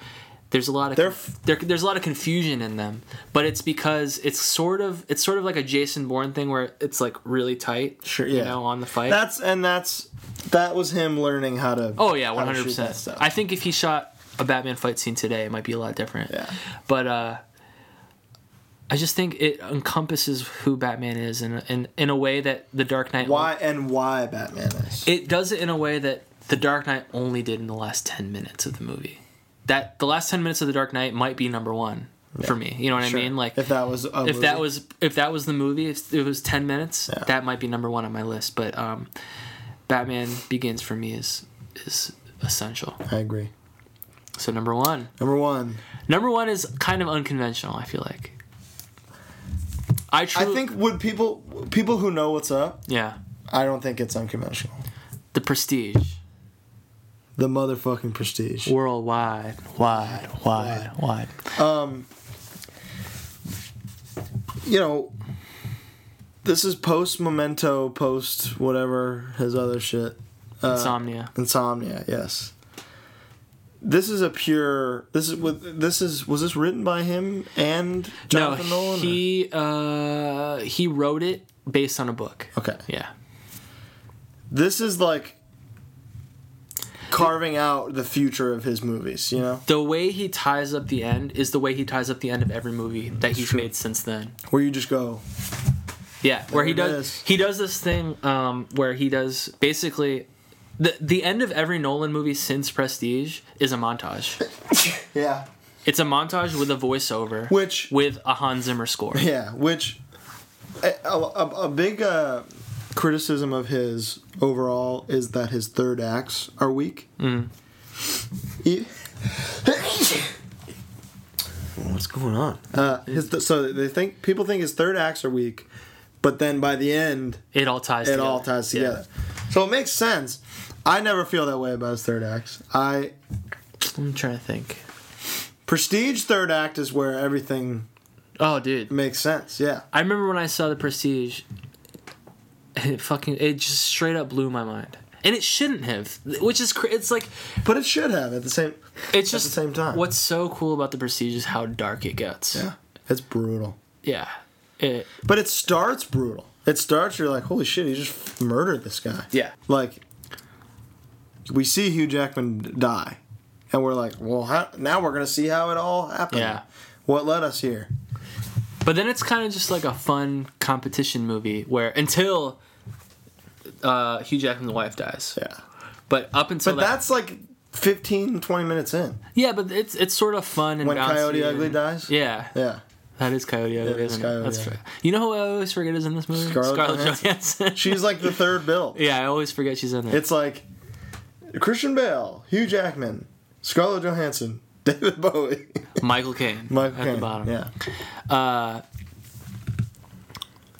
Speaker 9: there's a lot of
Speaker 8: They're-
Speaker 9: there, there's a lot of confusion in them, but it's because it's sort of it's sort of like a Jason Bourne thing where it's like really tight,
Speaker 8: Sure,
Speaker 9: you
Speaker 8: yeah.
Speaker 9: know, on the fight.
Speaker 8: That's and that's that was him learning how to.
Speaker 9: Oh yeah,
Speaker 8: how
Speaker 9: one
Speaker 8: to
Speaker 9: hundred
Speaker 8: shoot that
Speaker 9: percent.
Speaker 8: stuff.
Speaker 9: I think if he shot a Batman fight scene today, it might be a lot different.
Speaker 8: Yeah.
Speaker 9: But uh, I just think it encompasses who Batman is in in, in a way that the Dark Knight
Speaker 8: why and why Batman is.
Speaker 9: it does it in a way that the Dark Knight only did in the last ten minutes of the movie. That the last ten minutes of the Dark Knight might be number one for me. You know what
Speaker 8: Sure.
Speaker 9: I mean? Like
Speaker 8: if that was a
Speaker 9: if that
Speaker 8: movie.
Speaker 9: was if that was the movie, if it was ten minutes,
Speaker 8: Yeah.
Speaker 9: that might be number one on my list. But um, Batman Begins for me is is essential.
Speaker 8: I agree.
Speaker 9: So number one,
Speaker 8: Number one,
Speaker 9: number one is kind of unconventional. I feel like. I
Speaker 8: I
Speaker 9: truly,
Speaker 8: think would people people who know what's up.
Speaker 9: yeah,
Speaker 8: I don't think it's unconventional.
Speaker 9: the Prestige,
Speaker 8: The motherfucking prestige.
Speaker 9: worldwide, wide, wide, wide.
Speaker 8: You know, this is post Memento, post whatever his other shit. Uh,
Speaker 9: Insomnia.
Speaker 8: Insomnia, yes. This is a pure. This is with. This is was this written by him and Jonathan
Speaker 9: no,
Speaker 8: Nolan? or-
Speaker 9: he uh, he wrote it based on a book.
Speaker 8: okay.
Speaker 9: Yeah,
Speaker 8: This is like carving out the future of his movies. You know,
Speaker 9: the way he ties up the end is the way he ties up the end of every movie that he's made since then.
Speaker 8: where you just go,
Speaker 9: Yeah, where he
Speaker 8: There it
Speaker 9: does
Speaker 8: is.
Speaker 9: he does this thing um, where he does basically the the end of every Nolan movie since Prestige is a montage.
Speaker 8: yeah,
Speaker 9: It's a montage with a voiceover,
Speaker 8: Which-
Speaker 9: with a Hans
Speaker 8: [LAUGHS]
Speaker 9: Zimmer score.
Speaker 8: yeah. Which a, a, a- a big uh, criticism of his overall is that his third acts are weak. E- What's going on? Uh, his th- so they think people think his third acts are weak, but then by the end
Speaker 9: It all ties.
Speaker 8: it
Speaker 9: together.
Speaker 8: all ties
Speaker 9: Yeah.
Speaker 8: together. So it makes sense. I never feel that way about his third acts. I
Speaker 9: I'm trying to think.
Speaker 8: Prestige third act is where everything
Speaker 9: Oh, dude,
Speaker 8: makes sense. Yeah.
Speaker 9: I remember when I saw The Prestige, [LAUGHS] it fucking it just straight up blew my mind, and it shouldn't have. Which is cra- it's like
Speaker 8: But it should have at the same
Speaker 9: it's
Speaker 8: At
Speaker 9: just
Speaker 8: the same time.
Speaker 9: What's so cool about The Prestige is how dark it gets.
Speaker 8: Yeah. It's brutal.
Speaker 9: yeah. It,
Speaker 8: But it starts brutal. It starts you're like, "Holy shit, he just murdered this guy."
Speaker 9: Yeah.
Speaker 8: Like we see Hugh Jackman d- die. And we're like, "Well, how, now we're going to see how it all happened."
Speaker 9: Yeah.
Speaker 8: What led us here?
Speaker 9: But then it's kind of just like a fun competition movie where until uh, Hugh Jackman's wife dies.
Speaker 8: Yeah.
Speaker 9: But up until
Speaker 8: But
Speaker 9: that,
Speaker 8: that's like 15 20 minutes in
Speaker 9: yeah, but it's it's sort of fun and
Speaker 8: when
Speaker 9: bouncy
Speaker 8: Coyote
Speaker 9: and-
Speaker 8: Ugly dies.
Speaker 9: Yeah,
Speaker 8: Yeah.
Speaker 9: that is Coyote Ugly.
Speaker 8: is
Speaker 9: isn't it?
Speaker 8: Coyote,
Speaker 9: That's
Speaker 8: yeah.
Speaker 9: right. You know who I always forget is in this movie?
Speaker 8: Scarlett Johansson.
Speaker 9: Johansson. [LAUGHS]
Speaker 8: She's like the third bill.
Speaker 9: Yeah, I always forget she's in there.
Speaker 8: It's like Christian Bale, Hugh Jackman, Scarlett Johansson, [LAUGHS] David Bowie,
Speaker 9: Michael Caine
Speaker 8: Michael
Speaker 9: at
Speaker 8: Caine,
Speaker 9: the bottom.
Speaker 8: Yeah.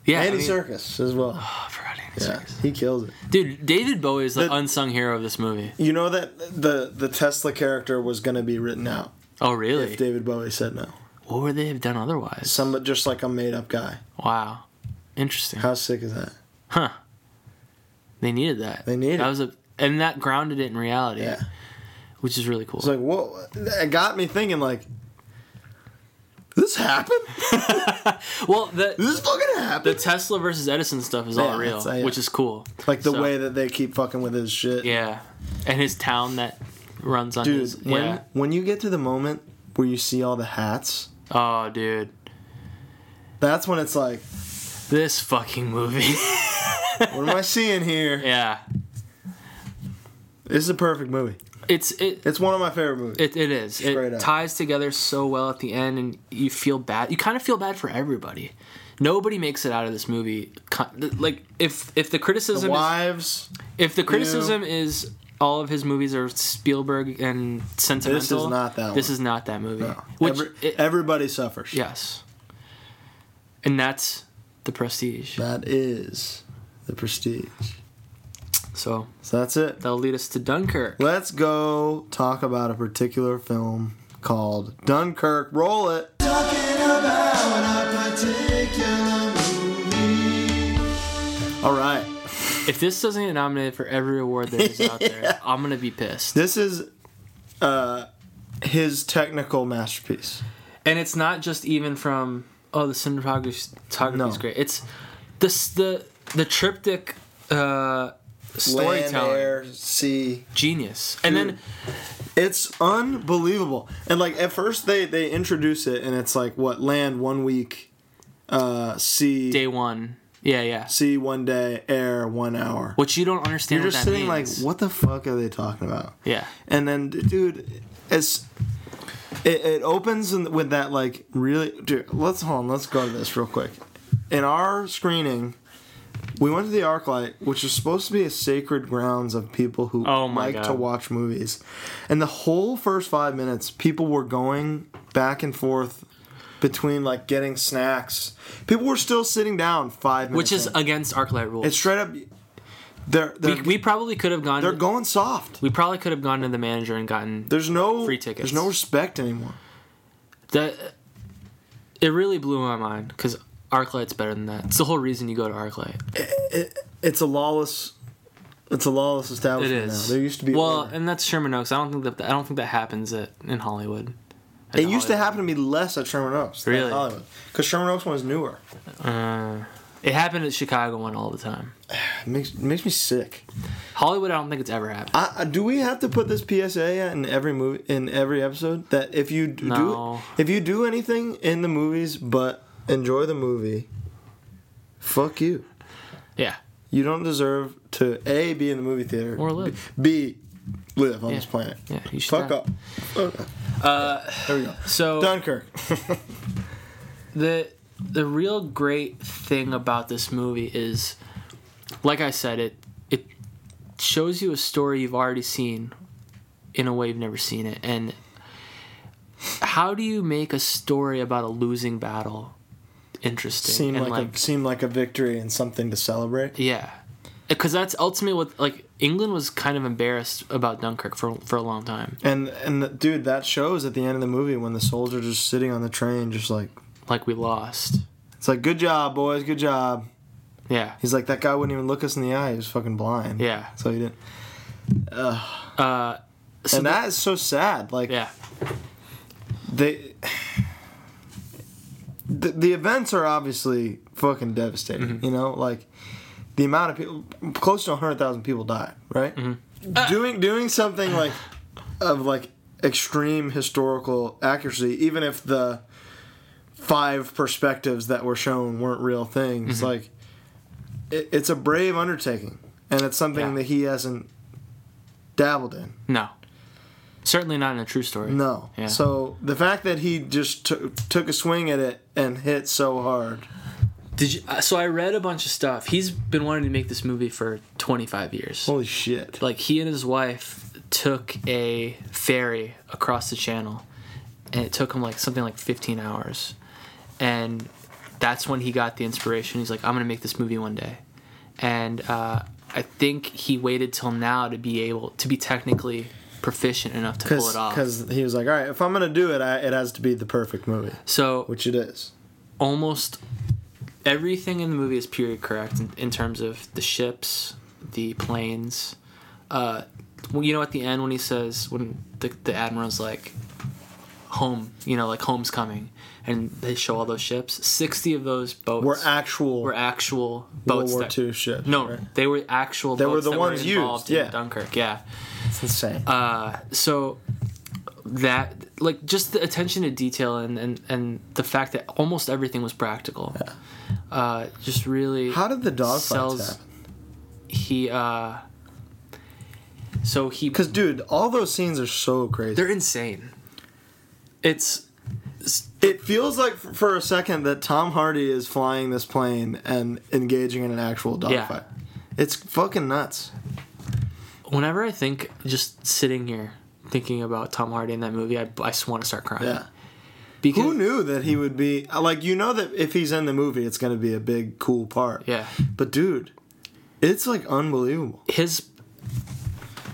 Speaker 9: yeah.
Speaker 8: Andy
Speaker 9: I mean-
Speaker 8: Circus as well.
Speaker 9: Oh, I forgot Andy
Speaker 8: Yeah,
Speaker 9: Serkis.
Speaker 8: he kills it.
Speaker 9: Dude, David Bowie is the,
Speaker 8: The-
Speaker 9: unsung hero of this movie.
Speaker 8: You know that the the Tesla character was going to be written out
Speaker 9: Oh, really?
Speaker 8: if David Bowie said no.
Speaker 9: what would they have done otherwise?
Speaker 8: Some just like a made up guy.
Speaker 9: Wow, interesting.
Speaker 8: How sick is that?
Speaker 9: Huh? They needed that.
Speaker 8: They needed
Speaker 9: that
Speaker 8: it.
Speaker 9: was a and that grounded it in reality,
Speaker 8: Yeah.
Speaker 9: which is really cool.
Speaker 8: It's like whoa. It got me thinking like. This happened?
Speaker 9: well, the
Speaker 8: This fucking
Speaker 9: the
Speaker 8: happened?
Speaker 9: Tesla versus Edison stuff is
Speaker 8: Yeah,
Speaker 9: all real,
Speaker 8: it's, uh, yeah.
Speaker 9: which is cool.
Speaker 8: like the
Speaker 9: So-
Speaker 8: way that they keep fucking with his shit.
Speaker 9: Yeah, and his town that runs on his
Speaker 8: Dude, when
Speaker 9: yeah.
Speaker 8: when you get to the moment where you see all the hats,
Speaker 9: Oh, dude,
Speaker 8: that's when it's like,
Speaker 9: this fucking movie. [LAUGHS]
Speaker 8: what am I seeing here?
Speaker 9: yeah,
Speaker 8: This is a perfect movie.
Speaker 9: it's it.
Speaker 8: It's one of my favorite movies.
Speaker 9: It, it is.
Speaker 8: Straight
Speaker 9: It
Speaker 8: up.
Speaker 9: ties together so well at the end, and you feel bad. You kind of feel bad for everybody. Nobody makes it out of this movie. Co- Like if if the criticism
Speaker 8: The
Speaker 9: is-
Speaker 8: wives.
Speaker 9: if the criticism is all of his movies are Spielberg and sentimental,
Speaker 8: not that
Speaker 9: This
Speaker 8: one.
Speaker 9: is not that movie.
Speaker 8: No.
Speaker 9: Which
Speaker 8: Every-
Speaker 9: it-
Speaker 8: everybody suffers.
Speaker 9: yes, and that's the prestige.
Speaker 8: That is the prestige.
Speaker 9: So
Speaker 8: So that's it.
Speaker 9: that'll lead us to Dunkirk.
Speaker 8: Let's go talk about a particular film called Dunkirk. Roll it. All right.
Speaker 9: If this doesn't get nominated for every award that is
Speaker 8: [LAUGHS]
Speaker 9: out there, I'm gonna be pissed.
Speaker 8: This is uh, his technical masterpiece.
Speaker 9: and it's not just even from oh the cinematography
Speaker 8: No.
Speaker 9: is great. It's this the the triptych uh,
Speaker 8: Land,
Speaker 9: storytelling
Speaker 8: air, sea.
Speaker 9: genius, and then
Speaker 8: It's unbelievable. And like at first they they introduce it and it's like what land one week, uh, sea
Speaker 9: day one, yeah, yeah.
Speaker 8: sea one day, air one hour.
Speaker 9: What you don't understand,
Speaker 8: You're just
Speaker 9: what that
Speaker 8: sitting
Speaker 9: means.
Speaker 8: like, what the fuck are they talking about?
Speaker 9: Yeah,
Speaker 8: And then, d- dude, it's it, it opens in, with that like really. Dude, let's hold on. Let's go to this real quick. In our screening, we went to the ArcLight, which is supposed to be a sacred grounds of people who
Speaker 9: Oh my
Speaker 8: like
Speaker 9: God.
Speaker 8: to watch movies. And the whole first five minutes, people were going back and forth between like getting snacks. People were still sitting down five minutes.
Speaker 9: which is
Speaker 8: in.
Speaker 9: against ArcLight rules.
Speaker 8: it's straight up. They're they're,
Speaker 9: we, we probably could have gone.
Speaker 8: they're going soft.
Speaker 9: we probably could have gone to the manager and gotten
Speaker 8: There's no
Speaker 9: Free tickets.
Speaker 8: There's no respect anymore.
Speaker 9: that it really blew my mind because ArcLight's better than that. It's the whole reason you go to ArcLight.
Speaker 8: It's a lawless. It's a lawless
Speaker 9: It
Speaker 8: establishment
Speaker 9: is.
Speaker 8: now. There used to be.
Speaker 9: well,
Speaker 8: order.
Speaker 9: and that's Sherman Oaks. I don't think that I don't think that happens at, in Hollywood.
Speaker 8: it used to happen to me less at Sherman Oaks.
Speaker 9: Really?
Speaker 8: Because Sherman Oaks one is newer.
Speaker 9: happen. Uh, it happened at Chicago one all the time.
Speaker 8: It makes it makes me sick.
Speaker 9: Hollywood, I don't think it's ever happened.
Speaker 8: I, I- do we have to put this PSA in every movie in every episode that if you d-
Speaker 9: No.
Speaker 8: do if you do anything in the movies but enjoy the movie, fuck you.
Speaker 9: yeah,
Speaker 8: You don't deserve to a be in the movie theater
Speaker 9: Or live.
Speaker 8: b, b live on
Speaker 9: Yeah.
Speaker 8: this planet.
Speaker 9: yeah, you should.
Speaker 8: Fuck
Speaker 9: die.
Speaker 8: up. Fuck up. there we go.
Speaker 9: So
Speaker 8: Dunkirk.
Speaker 9: the the real great thing about this movie is, like I said, it it shows you a story you've already seen in a way you've never seen it, and how do you make a story about a losing battle interesting?
Speaker 8: seemed
Speaker 9: and
Speaker 8: like, a seemed like a victory and something to celebrate.
Speaker 9: Yeah, because that's ultimately what like England was kind of embarrassed about Dunkirk for for a long time.
Speaker 8: And and the, dude, that shows at the end of the movie when the soldiers just sitting on the train, just like
Speaker 9: Like we lost.
Speaker 8: it's like good job, boys, good job.
Speaker 9: Yeah,
Speaker 8: He's like that guy wouldn't even look us in the eye. He was fucking blind.
Speaker 9: yeah.
Speaker 8: So he didn't.
Speaker 9: Uh, so
Speaker 8: and
Speaker 9: the-
Speaker 8: that is so sad. Like
Speaker 9: yeah,
Speaker 8: they. [SIGHS] The, the events are obviously fucking devastating, you know. Like the amount of people, close to hundred thousand people died, right? Doing doing something like of like extreme historical accuracy, even if the five perspectives that were shown weren't real things. Like, it, it's a brave undertaking, and it's something
Speaker 9: Yeah.
Speaker 8: that he hasn't dabbled in.
Speaker 9: no. Certainly not in a true story.
Speaker 8: No.
Speaker 9: Yeah.
Speaker 8: So the fact that he just took took a swing at it and hit so hard.
Speaker 9: Did you, uh, so I read a bunch of stuff. He's been wanting to make this movie for 25 years.
Speaker 8: Holy shit.
Speaker 9: like he and his wife took a ferry across the channel and it took him like something like 15 hours and that's when he got the inspiration he's like i'm gonna make this movie one day and uh, i think he waited till now to be able to be technically proficient enough to pull it off
Speaker 8: Because he was like, all right, if I'm going to do it, I, it has to be the perfect movie,
Speaker 9: so
Speaker 8: which it is.
Speaker 9: almost everything in the movie is period correct in, in terms of the ships, the planes. Uh, well, you know, at the end when he says when the, the admiral's like, "Home," you know, like home's coming, and they show all those ships. Sixty of those boats
Speaker 8: We're actual
Speaker 9: were actual
Speaker 8: World
Speaker 9: boats.
Speaker 8: War
Speaker 9: that,
Speaker 8: II ships.
Speaker 9: No,
Speaker 8: right?
Speaker 9: they were actual.
Speaker 8: They were
Speaker 9: boats
Speaker 8: the
Speaker 9: that
Speaker 8: ones used,
Speaker 9: involved
Speaker 8: yeah.
Speaker 9: in Dunkirk. Yeah.
Speaker 8: It's insane.
Speaker 9: So that like just the attention to detail and and, and the fact that almost everything was practical. Uh, just really
Speaker 8: How did the dog fights
Speaker 9: sells
Speaker 8: happen?
Speaker 9: he uh so he
Speaker 8: Because, dude, all those scenes are so crazy.
Speaker 9: they're insane. It's
Speaker 8: It feels like f- for a second that Tom Hardy is flying this plane and engaging in an actual
Speaker 9: Yeah.
Speaker 8: dogfight. It's fucking nuts.
Speaker 9: whenever I think just sitting here thinking about Tom Hardy in that movie, I, I just want to start crying.
Speaker 8: Yeah.
Speaker 9: Because
Speaker 8: Who knew that he would be uh, like you know that if he's in the movie it's going to be a big cool part.
Speaker 9: Yeah.
Speaker 8: But dude, it's like unbelievable.
Speaker 9: his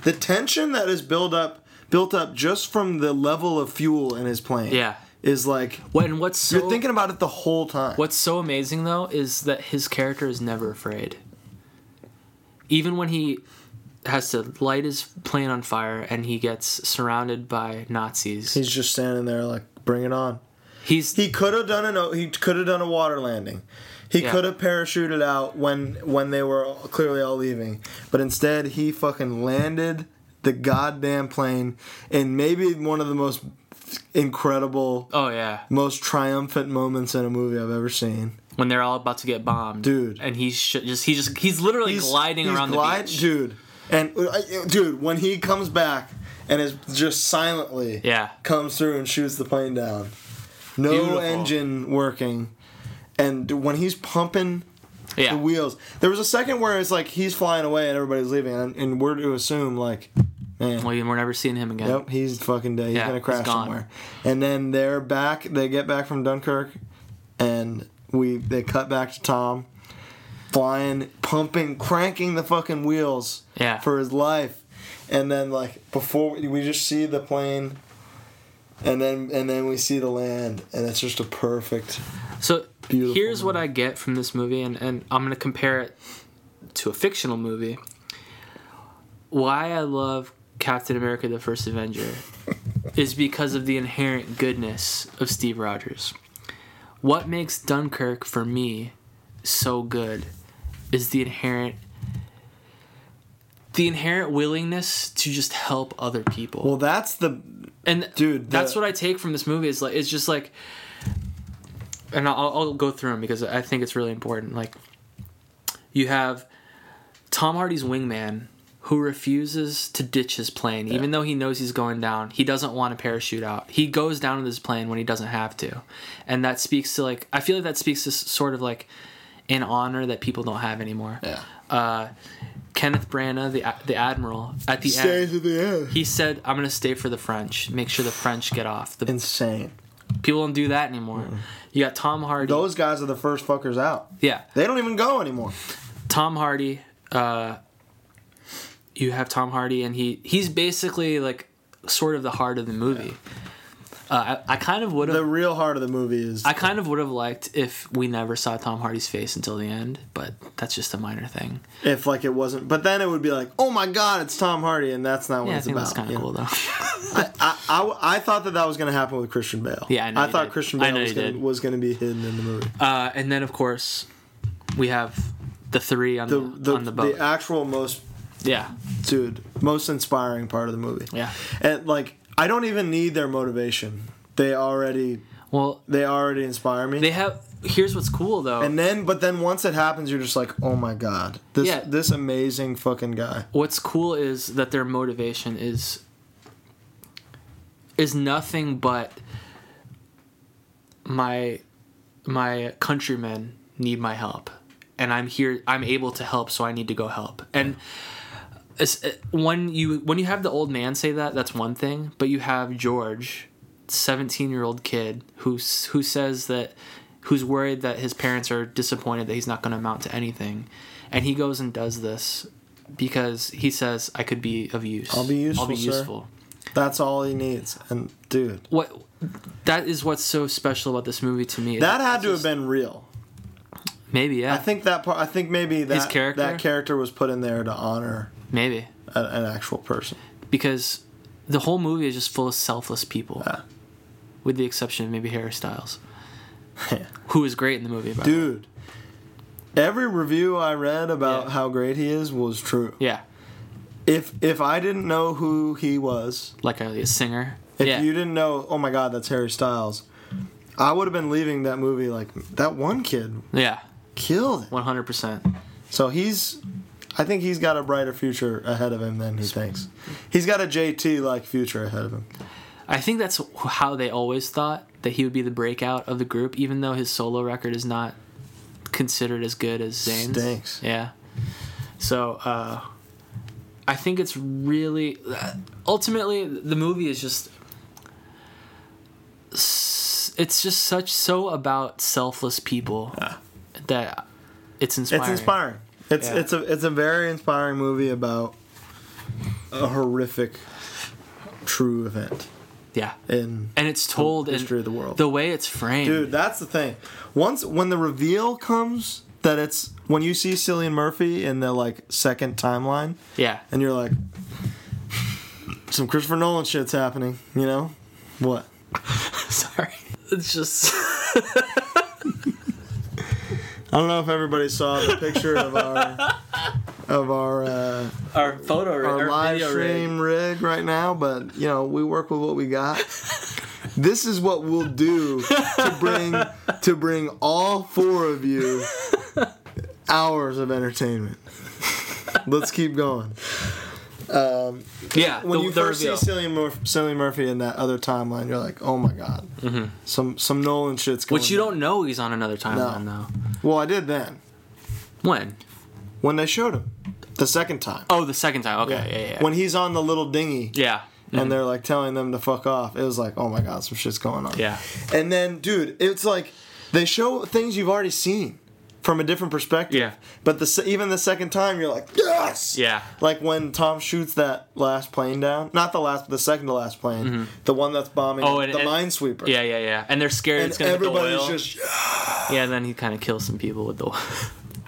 Speaker 8: The tension that is built up built up just from the level of fuel in his plane.
Speaker 9: Yeah.
Speaker 8: Is like
Speaker 9: when what's so
Speaker 8: you're thinking about it the whole time.
Speaker 9: What's so amazing though is that his character is never afraid. even when he has to light his plane on fire and he gets surrounded by Nazis,
Speaker 8: He's just standing there like, bring it on.
Speaker 9: he's
Speaker 8: He could have done an he could have done a water landing. He
Speaker 9: Yeah.
Speaker 8: could have parachuted out when when they were all- clearly all leaving, but instead he fucking landed the goddamn plane in maybe one of the most incredible,
Speaker 9: oh yeah.
Speaker 8: most triumphant moments in a movie I've ever seen.
Speaker 9: when they're all about to get bombed,
Speaker 8: Dude.
Speaker 9: And he's sh- just he's just he's literally gliding around
Speaker 8: glide-
Speaker 9: the beach.
Speaker 8: dude. And uh, I- dude, when he comes back and is just silently
Speaker 9: Yeah,
Speaker 8: comes through and shoots the plane down. No
Speaker 9: Beautiful.
Speaker 8: engine working. And when he's pumping
Speaker 9: yeah.
Speaker 8: the wheels, there was a second where it's like he's flying away and everybody's leaving, and, and we're to assume like, man,
Speaker 9: well, we're never seeing him again.
Speaker 8: nope, he's fucking dead. He's
Speaker 9: Yeah,
Speaker 8: gonna
Speaker 9: he's
Speaker 8: crash
Speaker 9: gone.
Speaker 8: somewhere. And then they're back. They get back from Dunkirk, and we they cut back to Tom, flying, pumping, cranking the fucking wheels
Speaker 9: Yeah.
Speaker 8: for his life. And then like before we just see the plane and then and then we see the land and it's just a perfect
Speaker 9: So
Speaker 8: Beautiful
Speaker 9: here's what I get from this movie, and, and I'm going to compare it to a fictional movie. Why I love Captain America the First Avenger is because of the inherent goodness of Steve Rogers. What makes Dunkirk for me so good is the inherent the inherent willingness to just help other people.
Speaker 8: Well that's the
Speaker 9: And
Speaker 8: Dude,
Speaker 9: that's
Speaker 8: the-
Speaker 9: what I take from this movie. Is like it's just like, and I'll, I'll go through them because I think it's really important. Like, you have Tom Hardy's wingman who refuses to ditch his plane, even though he knows he's going down. He doesn't want to parachute out. He goes down with his plane when he doesn't have to, and that speaks to like I feel like that speaks to s- sort of like an honor that people don't have anymore.
Speaker 8: Yeah.
Speaker 9: Uh, Kenneth Branagh, the a- the admiral, at the end
Speaker 8: Stays at the end.
Speaker 9: he said, "I'm gonna stay for the French. Make sure the French get off. The
Speaker 8: Insane.
Speaker 9: people don't do that anymore." You got Tom Hardy.
Speaker 8: Those guys are the first fuckers out.
Speaker 9: yeah,
Speaker 8: They don't even go anymore.
Speaker 9: Tom Hardy. Uh, you have Tom Hardy, and he he's basically like sort of the heart of the movie. Uh, I, I kind of would
Speaker 8: The
Speaker 9: have.
Speaker 8: real heart of the movie is
Speaker 9: I kind of would have liked if we never saw Tom Hardy's face until the end, but that's just a minor thing.
Speaker 8: if like it wasn't but then it would be like, "Oh my god, it's Tom Hardy." And that's not what
Speaker 9: Yeah, I
Speaker 8: it's
Speaker 9: think
Speaker 8: about.
Speaker 9: that's kind
Speaker 8: you
Speaker 9: of
Speaker 8: know?
Speaker 9: cool though.
Speaker 8: I, I, I thought that that was going to happen with Christian Bale.
Speaker 9: Yeah, I know
Speaker 8: I
Speaker 9: you
Speaker 8: thought
Speaker 9: did.
Speaker 8: Christian
Speaker 9: I
Speaker 8: Bale
Speaker 9: know
Speaker 8: was
Speaker 9: you
Speaker 8: gonna,
Speaker 9: did.
Speaker 8: was going to be hidden in the movie.
Speaker 9: Uh, and then of course, we have the three on
Speaker 8: the
Speaker 9: the,
Speaker 8: the,
Speaker 9: on the
Speaker 8: the,
Speaker 9: boat.
Speaker 8: actual most
Speaker 9: yeah,
Speaker 8: dude most inspiring part of the movie.
Speaker 9: yeah.
Speaker 8: and like I don't even need their motivation. They already
Speaker 9: Well,
Speaker 8: they already inspire me.
Speaker 9: They have. Here's what's cool though.
Speaker 8: and then but then once it happens, you're just like, oh my god, this
Speaker 9: Yeah.
Speaker 8: this amazing fucking guy.
Speaker 9: what's cool is that their motivation is is nothing but my my countrymen need my help, and I'm here. I'm able to help, so I need to go help. And it's, it- when you when you have the old man say that, that's one thing. But you have George, seventeen year old kid who s- who says that who's worried that his parents are disappointed that he's not going to amount to anything, and he goes and does this because he says I could be of use.
Speaker 8: I'll be useful, sir." That's all he needs. And dude,
Speaker 9: What that is what's so special about this movie to me.
Speaker 8: that had to have been real.
Speaker 9: maybe yeah
Speaker 8: I think that part. I think maybe that
Speaker 9: character?
Speaker 8: that character was put in there to honor
Speaker 9: maybe
Speaker 8: a, an actual person. [LAUGHS]
Speaker 9: because the whole movie is just full of selfless people. With the exception of maybe Harry Styles, who is great in the movie. By the way.
Speaker 8: Dude, every review I read about
Speaker 9: Yeah.
Speaker 8: how great he is was true.
Speaker 9: Yeah,
Speaker 8: If if I didn't know who he was,
Speaker 9: like a, a singer.
Speaker 8: if
Speaker 9: yeah.
Speaker 8: you didn't know, oh my god, that's Harry Styles, I would have been leaving that movie like that one kid
Speaker 9: yeah,
Speaker 8: killed it.
Speaker 9: one hundred percent.
Speaker 8: So he's I think he's got a brighter future ahead of him than he thinks. He's got a JT like future ahead of him.
Speaker 9: I think that's how they always thought that he would be the breakout of the group, even though his solo record is not considered as good as Zane's.
Speaker 8: Stinks.
Speaker 9: Yeah. So uh, I think it's really uh, ultimately the movie is just s- it's just such so about selfless people that it's inspiring.
Speaker 8: It's inspiring. It's
Speaker 9: Yeah.
Speaker 8: it's a it's a very inspiring movie about a horrific true event
Speaker 9: Yeah.
Speaker 8: in
Speaker 9: And it's told in
Speaker 8: History of the world.
Speaker 9: The way it's framed.
Speaker 8: Dude, that's the thing. Once when the reveal comes, that it's when you see Cillian Murphy in the like second timeline,
Speaker 9: [LAUGHS]
Speaker 11: Yeah.
Speaker 8: and you're like, some Christopher Nolan shit's happening. You know, what?
Speaker 11: Sorry. It's just.
Speaker 9: [LAUGHS]
Speaker 8: I don't know if everybody saw the picture of our of our uh,
Speaker 11: Our photo rig.
Speaker 8: our live stream rig. right now, but you know we work with what we got. this is what we'll do to bring to bring all four of you hours of entertainment. Let's keep going.
Speaker 11: Yeah.
Speaker 8: When
Speaker 11: the,
Speaker 8: you
Speaker 11: the
Speaker 8: first
Speaker 11: reveal.
Speaker 8: see Cillian, Mur- Cillian Murphy in that other timeline, you're like, oh my god, some some Nolan shit's going.
Speaker 11: Mm-hmm. Which you don't know he's on another timeline,
Speaker 8: don't. Well, I did then
Speaker 11: though. When?
Speaker 8: when they showed him the second time.
Speaker 11: Oh, the second time. Okay. Yeah. Yeah. Yeah.
Speaker 8: When he's on the little dinghy
Speaker 11: yeah.
Speaker 8: and they're like telling them to fuck off, it was like, oh my god, some shit's going on.
Speaker 11: Yeah.
Speaker 8: And then, dude, it's like they show things you've already seen from a different perspective.
Speaker 11: Yeah.
Speaker 8: But the se- even the second time, you're like, yes.
Speaker 11: Yeah.
Speaker 8: Like when Tom shoots that last plane down, not the last, but the second to last plane, the one that's bombing
Speaker 11: Mm-hmm. Oh, and-
Speaker 8: the
Speaker 11: and-
Speaker 8: minesweeper.
Speaker 11: Yeah, yeah, yeah. And they're scared
Speaker 8: And
Speaker 11: it's gonna everybody's
Speaker 8: everybody's
Speaker 11: oil.
Speaker 8: just
Speaker 11: Yeah, and then he kind of kills some people with the oil.
Speaker 8: [LAUGHS]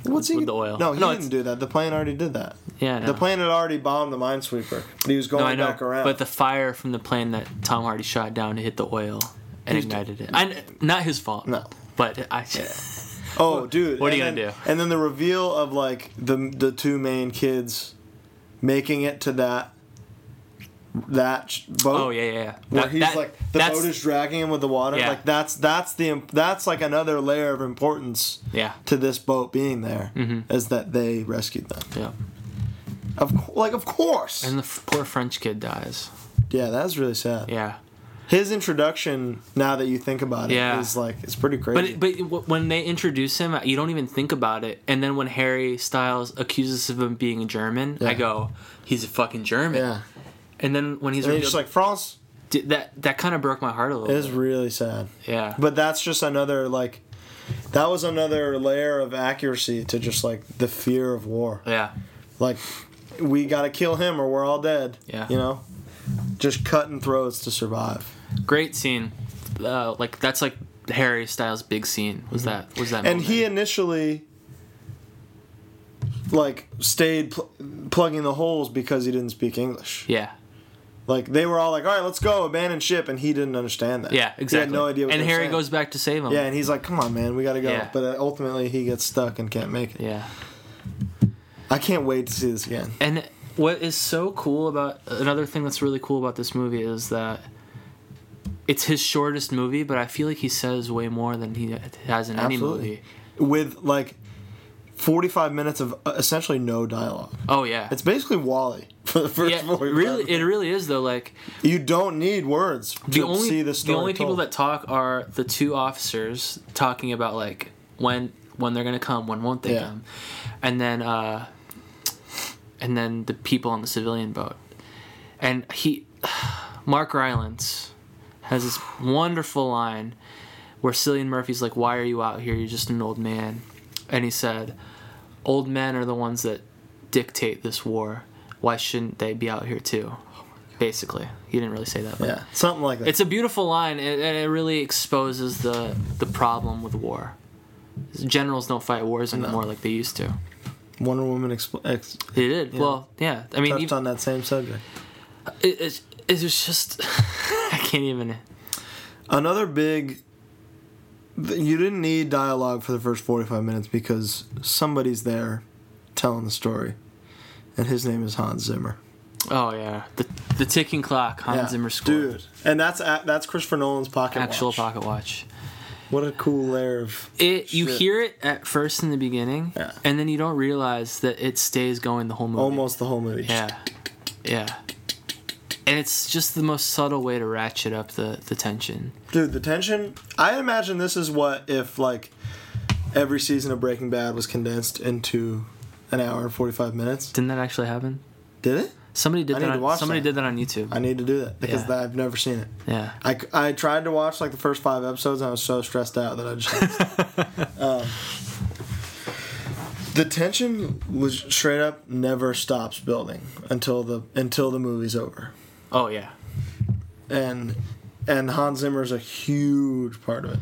Speaker 8: what's he?
Speaker 11: with the oil.
Speaker 8: No, he
Speaker 11: No,
Speaker 8: didn't
Speaker 11: it's-
Speaker 8: do that. The plane already did that.
Speaker 11: Yeah, I know.
Speaker 8: The plane had already bombed the minesweeper. But he was going
Speaker 11: No, I know.
Speaker 8: back around.
Speaker 11: But the fire from the plane that Tom Hardy shot down hit the oil and
Speaker 8: He's-
Speaker 11: ignited it. I, not his fault.
Speaker 8: No.
Speaker 11: But I. [LAUGHS]
Speaker 8: Oh, dude!
Speaker 11: what are
Speaker 8: and
Speaker 11: you gonna
Speaker 8: then-
Speaker 11: do?
Speaker 8: And then the reveal of like the the two main kids making it to that that sh- boat.
Speaker 11: Oh yeah, yeah. yeah.
Speaker 8: Where
Speaker 11: That-
Speaker 8: he's
Speaker 11: that-
Speaker 8: like the
Speaker 11: that's-
Speaker 8: boat is dragging him with the water.
Speaker 11: Yeah.
Speaker 8: Like that's that's the im- that's like another layer of importance
Speaker 11: Yeah.
Speaker 8: to this boat being there is that they rescued them.
Speaker 11: Mm-hmm. Yeah.
Speaker 8: Of cou- like of course.
Speaker 11: And the f- poor French kid dies.
Speaker 8: yeah, that's really sad.
Speaker 11: Yeah.
Speaker 8: His introduction, now that you think about it, is
Speaker 11: Yeah.
Speaker 8: like it's pretty
Speaker 11: But
Speaker 8: crazy.
Speaker 11: it- but it- when they introduce him, you don't even think about it. And then when Harry Styles accuses him of being a German,
Speaker 8: Yeah.
Speaker 11: I go, he's a fucking German.
Speaker 8: yeah,
Speaker 11: And then when he's
Speaker 8: and he's
Speaker 11: revealed-
Speaker 8: just like France
Speaker 11: D- that that kind of broke my heart a little.
Speaker 8: It is really sad.
Speaker 11: bit. Yeah.
Speaker 8: But that's just another like that was another layer of accuracy to just like the fear of war.
Speaker 11: yeah.
Speaker 8: Like we got to kill him or we're all dead.
Speaker 11: Yeah.
Speaker 8: You know? Just cutting throats to survive.
Speaker 11: Great scene. Uh, like that's like Harry Styles' big scene. Was that was that?
Speaker 8: Mm-hmm. And he
Speaker 11: moment.
Speaker 8: initially like stayed pl- plugging the holes because he didn't speak English.
Speaker 11: Yeah.
Speaker 8: Like they were all like, "All right, let's go, abandon ship," and he didn't understand that.
Speaker 11: Yeah. Exactly.
Speaker 8: He had no idea. What
Speaker 11: and
Speaker 8: they were
Speaker 11: Harry
Speaker 8: saying.
Speaker 11: goes back to save him.
Speaker 8: Yeah, and he's like, "Come on, man, we gotta go."
Speaker 11: Yeah.
Speaker 8: But uh, ultimately, he gets stuck and can't make it.
Speaker 11: Yeah.
Speaker 8: I can't wait to see this again.
Speaker 11: And what is so cool about another thing that's really cool about this movie is that it's his shortest movie, but I feel like he says way more than he has
Speaker 8: Absolutely.
Speaker 11: in any movie.
Speaker 8: with like 45 minutes of uh, essentially no dialogue.
Speaker 11: Oh yeah.
Speaker 8: It's basically Wally [LAUGHS] for the first
Speaker 11: yeah,
Speaker 8: 45
Speaker 11: really, it really is though. Like
Speaker 8: you don't need words to
Speaker 11: the only
Speaker 8: see the story.
Speaker 11: only people
Speaker 8: told.
Speaker 11: that talk are the two officers talking about like when when they're gonna come, when won't they
Speaker 8: Yeah.
Speaker 11: come, and then uh, and then the people on the civilian boat, and he, [SIGHS] Mark Rylance, has this wonderful line where Cillian Murphy's like, "Why are you out here? You're just an old man," and he said, "Old men are the ones that dictate this war. Why shouldn't they be out here too?" Basically, he didn't really say that, but
Speaker 8: Yeah, something like that.
Speaker 11: it's a beautiful line, and and it really exposes the the problem with war. Generals don't fight wars anymore like they used to.
Speaker 8: Wonder Woman expl- ex-
Speaker 11: They did. Well, yeah. I mean,
Speaker 8: touched
Speaker 11: even,
Speaker 8: on that same subject.
Speaker 11: it, it's it's just [LAUGHS] I can't even.
Speaker 8: Another big. th- You didn't need dialogue for the first 45 minutes because somebody's there telling the story. And his name is Hans Zimmer.
Speaker 11: Oh yeah, the the ticking clock, Hans
Speaker 8: Yeah,
Speaker 11: Zimmer score,
Speaker 8: Dude. And that's a- that's Christopher Nolan's pocket
Speaker 11: actual
Speaker 8: watch.
Speaker 11: pocket watch.
Speaker 8: What a cool layer of
Speaker 11: It you
Speaker 8: Shit.
Speaker 11: hear it at first in the beginning,
Speaker 8: Yeah.
Speaker 11: and then you don't realize that it stays going the whole movie.
Speaker 8: almost the whole movie.
Speaker 11: Yeah. Yeah. And it's just the most subtle way to ratchet up the, the tension.
Speaker 8: Dude, the tension. I imagine this is what if like every season of Breaking Bad was condensed into an hour and 45 minutes.
Speaker 11: Didn't that actually happen?
Speaker 8: Did it?
Speaker 11: Somebody did
Speaker 8: I need
Speaker 11: that.
Speaker 8: to
Speaker 11: On,
Speaker 8: watch
Speaker 11: somebody
Speaker 8: that.
Speaker 11: did that on YouTube.
Speaker 8: I need to do that because
Speaker 11: Yeah.
Speaker 8: that, I've never seen it.
Speaker 11: yeah.
Speaker 8: I, c- I tried to watch like the first five episodes and I was so stressed out that I just. um, [LAUGHS] the tension was straight up never stops building until the until the movie's over.
Speaker 11: Oh yeah.
Speaker 8: and and Hans Zimmer's a huge part of it.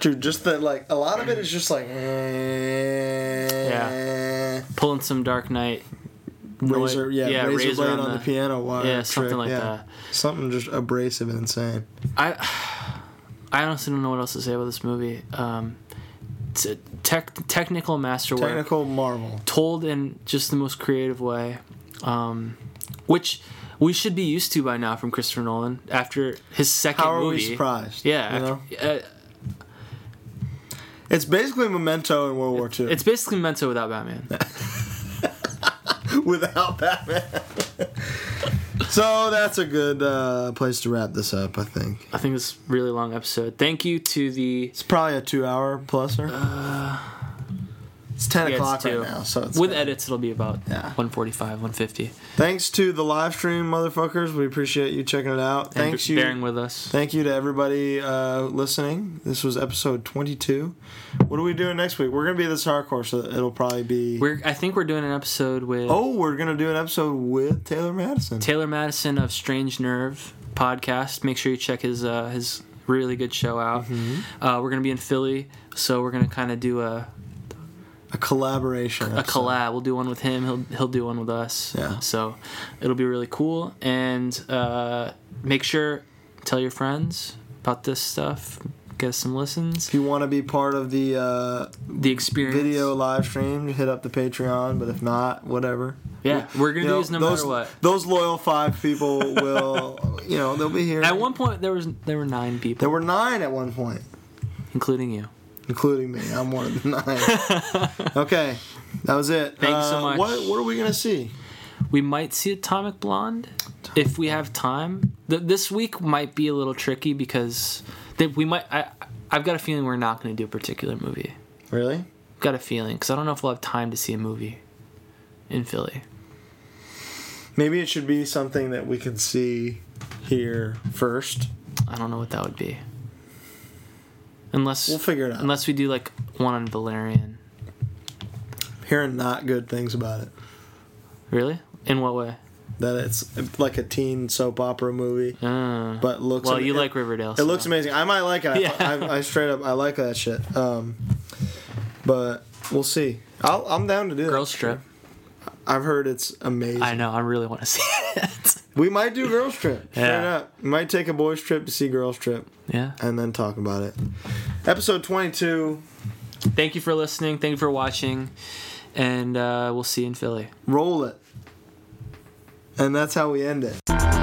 Speaker 8: Dude, just that like a lot of it is just like yeah,
Speaker 11: Pulling some Dark Knight.
Speaker 8: razor, yeah, razor, blade on the, piano wire,
Speaker 11: Yeah, something
Speaker 8: trick,
Speaker 11: like
Speaker 8: yeah.
Speaker 11: that.
Speaker 8: something just abrasive and insane.
Speaker 11: I [SIGHS] I honestly don't know what else to say about this movie. Um, it's a tech, technical masterwork,
Speaker 8: Technical marvel.
Speaker 11: told in just the most creative way, um, which we should be used to by now from Christopher Nolan after his second
Speaker 8: How are
Speaker 11: movie.
Speaker 8: we surprised?
Speaker 11: Yeah,
Speaker 8: you know?
Speaker 11: after- uh,
Speaker 8: it's basically Memento in World War II.
Speaker 11: it's basically Memento without Batman.
Speaker 8: [LAUGHS] without Batman. so that's a good uh, place to wrap this up, I think.
Speaker 11: I think this is a really long episode. Thank you to the
Speaker 8: It's probably a two-hour pluser. it's ten
Speaker 11: Uh, yeah, it's
Speaker 8: o'clock
Speaker 11: two.
Speaker 8: right now, so it's
Speaker 11: with edits it'll be about
Speaker 8: Yeah.
Speaker 11: 145, 150.
Speaker 8: Thanks to the live stream, motherfuckers. We appreciate you checking it out.
Speaker 11: And
Speaker 8: Thanks
Speaker 11: b-
Speaker 8: you.
Speaker 11: bearing with us.
Speaker 8: Thank you to everybody uh, listening. This was episode 22. What are we doing next week? We're going to be this hardcore, so it'll probably be.
Speaker 11: We're I think we're doing an episode with
Speaker 8: oh, we're going to do an episode with Taylor Madison.
Speaker 11: Taylor Madison of Strange Nerve podcast. Make sure you check his uh, his really good show out.
Speaker 8: Mm-hmm.
Speaker 11: Uh, we're gonna be in Philly, so we're gonna kind of do a,
Speaker 8: a collaboration.
Speaker 11: a collab. We'll do one with him. He'll he'll do one with us.
Speaker 8: Yeah.
Speaker 11: So it'll be really cool. And uh, make sure tell your friends about this stuff. Get us some listens.
Speaker 8: If you want to be part of the uh,
Speaker 11: The experience.
Speaker 8: video live stream, hit up the Patreon. But if not, whatever.
Speaker 11: Yeah, we're gonna
Speaker 8: You
Speaker 11: do
Speaker 8: know,
Speaker 11: this no
Speaker 8: those,
Speaker 11: matter what.
Speaker 8: Those loyal five people will, you know, they'll be here.
Speaker 11: At one point, there was there were nine people,
Speaker 8: there were nine at one point.
Speaker 11: including you.
Speaker 8: including me. I'm one of the nine.
Speaker 11: [LAUGHS]
Speaker 8: okay, that was it.
Speaker 11: Thanks so
Speaker 8: Uh,
Speaker 11: much.
Speaker 8: What What are we gonna see?
Speaker 11: We might see Atomic Blonde if we have time. Th- this week might be a little tricky because that we might. I, I've got a feeling we're not going to do a particular movie.
Speaker 8: Really?
Speaker 11: Got a feeling because I don't know if we'll have time to see a movie in Philly.
Speaker 8: Maybe it should be something that we can see here first.
Speaker 11: I don't know what that would be. Unless
Speaker 8: We'll figure it out.
Speaker 11: unless we do like one on Valerian.
Speaker 8: Hearing not good things about it.
Speaker 11: Really? In what way?
Speaker 8: That it's like a teen soap opera movie,
Speaker 11: Uh,
Speaker 8: but looks.
Speaker 11: well,
Speaker 8: ama-
Speaker 11: you
Speaker 8: it-
Speaker 11: like Riverdale.
Speaker 8: It looks amazing. I might like it. I,
Speaker 11: Yeah.
Speaker 8: I, I straight up, I like that shit. Um, but we'll see. I'll, I'm down to do that.
Speaker 11: Girl Strip.
Speaker 8: I've heard it's amazing.
Speaker 11: I know. I really want to [LAUGHS] see it.
Speaker 8: We might do girls trip.
Speaker 11: [LAUGHS]
Speaker 8: Straight
Speaker 11: Yeah.
Speaker 8: up. We might take a boys trip to see girls trip.
Speaker 11: yeah.
Speaker 8: and then talk about it. Episode 22
Speaker 11: Thank you for listening. Thank you for watching. And uh, we'll see you in Philly.
Speaker 8: Roll It. And that's how we end it.
Speaker 12: I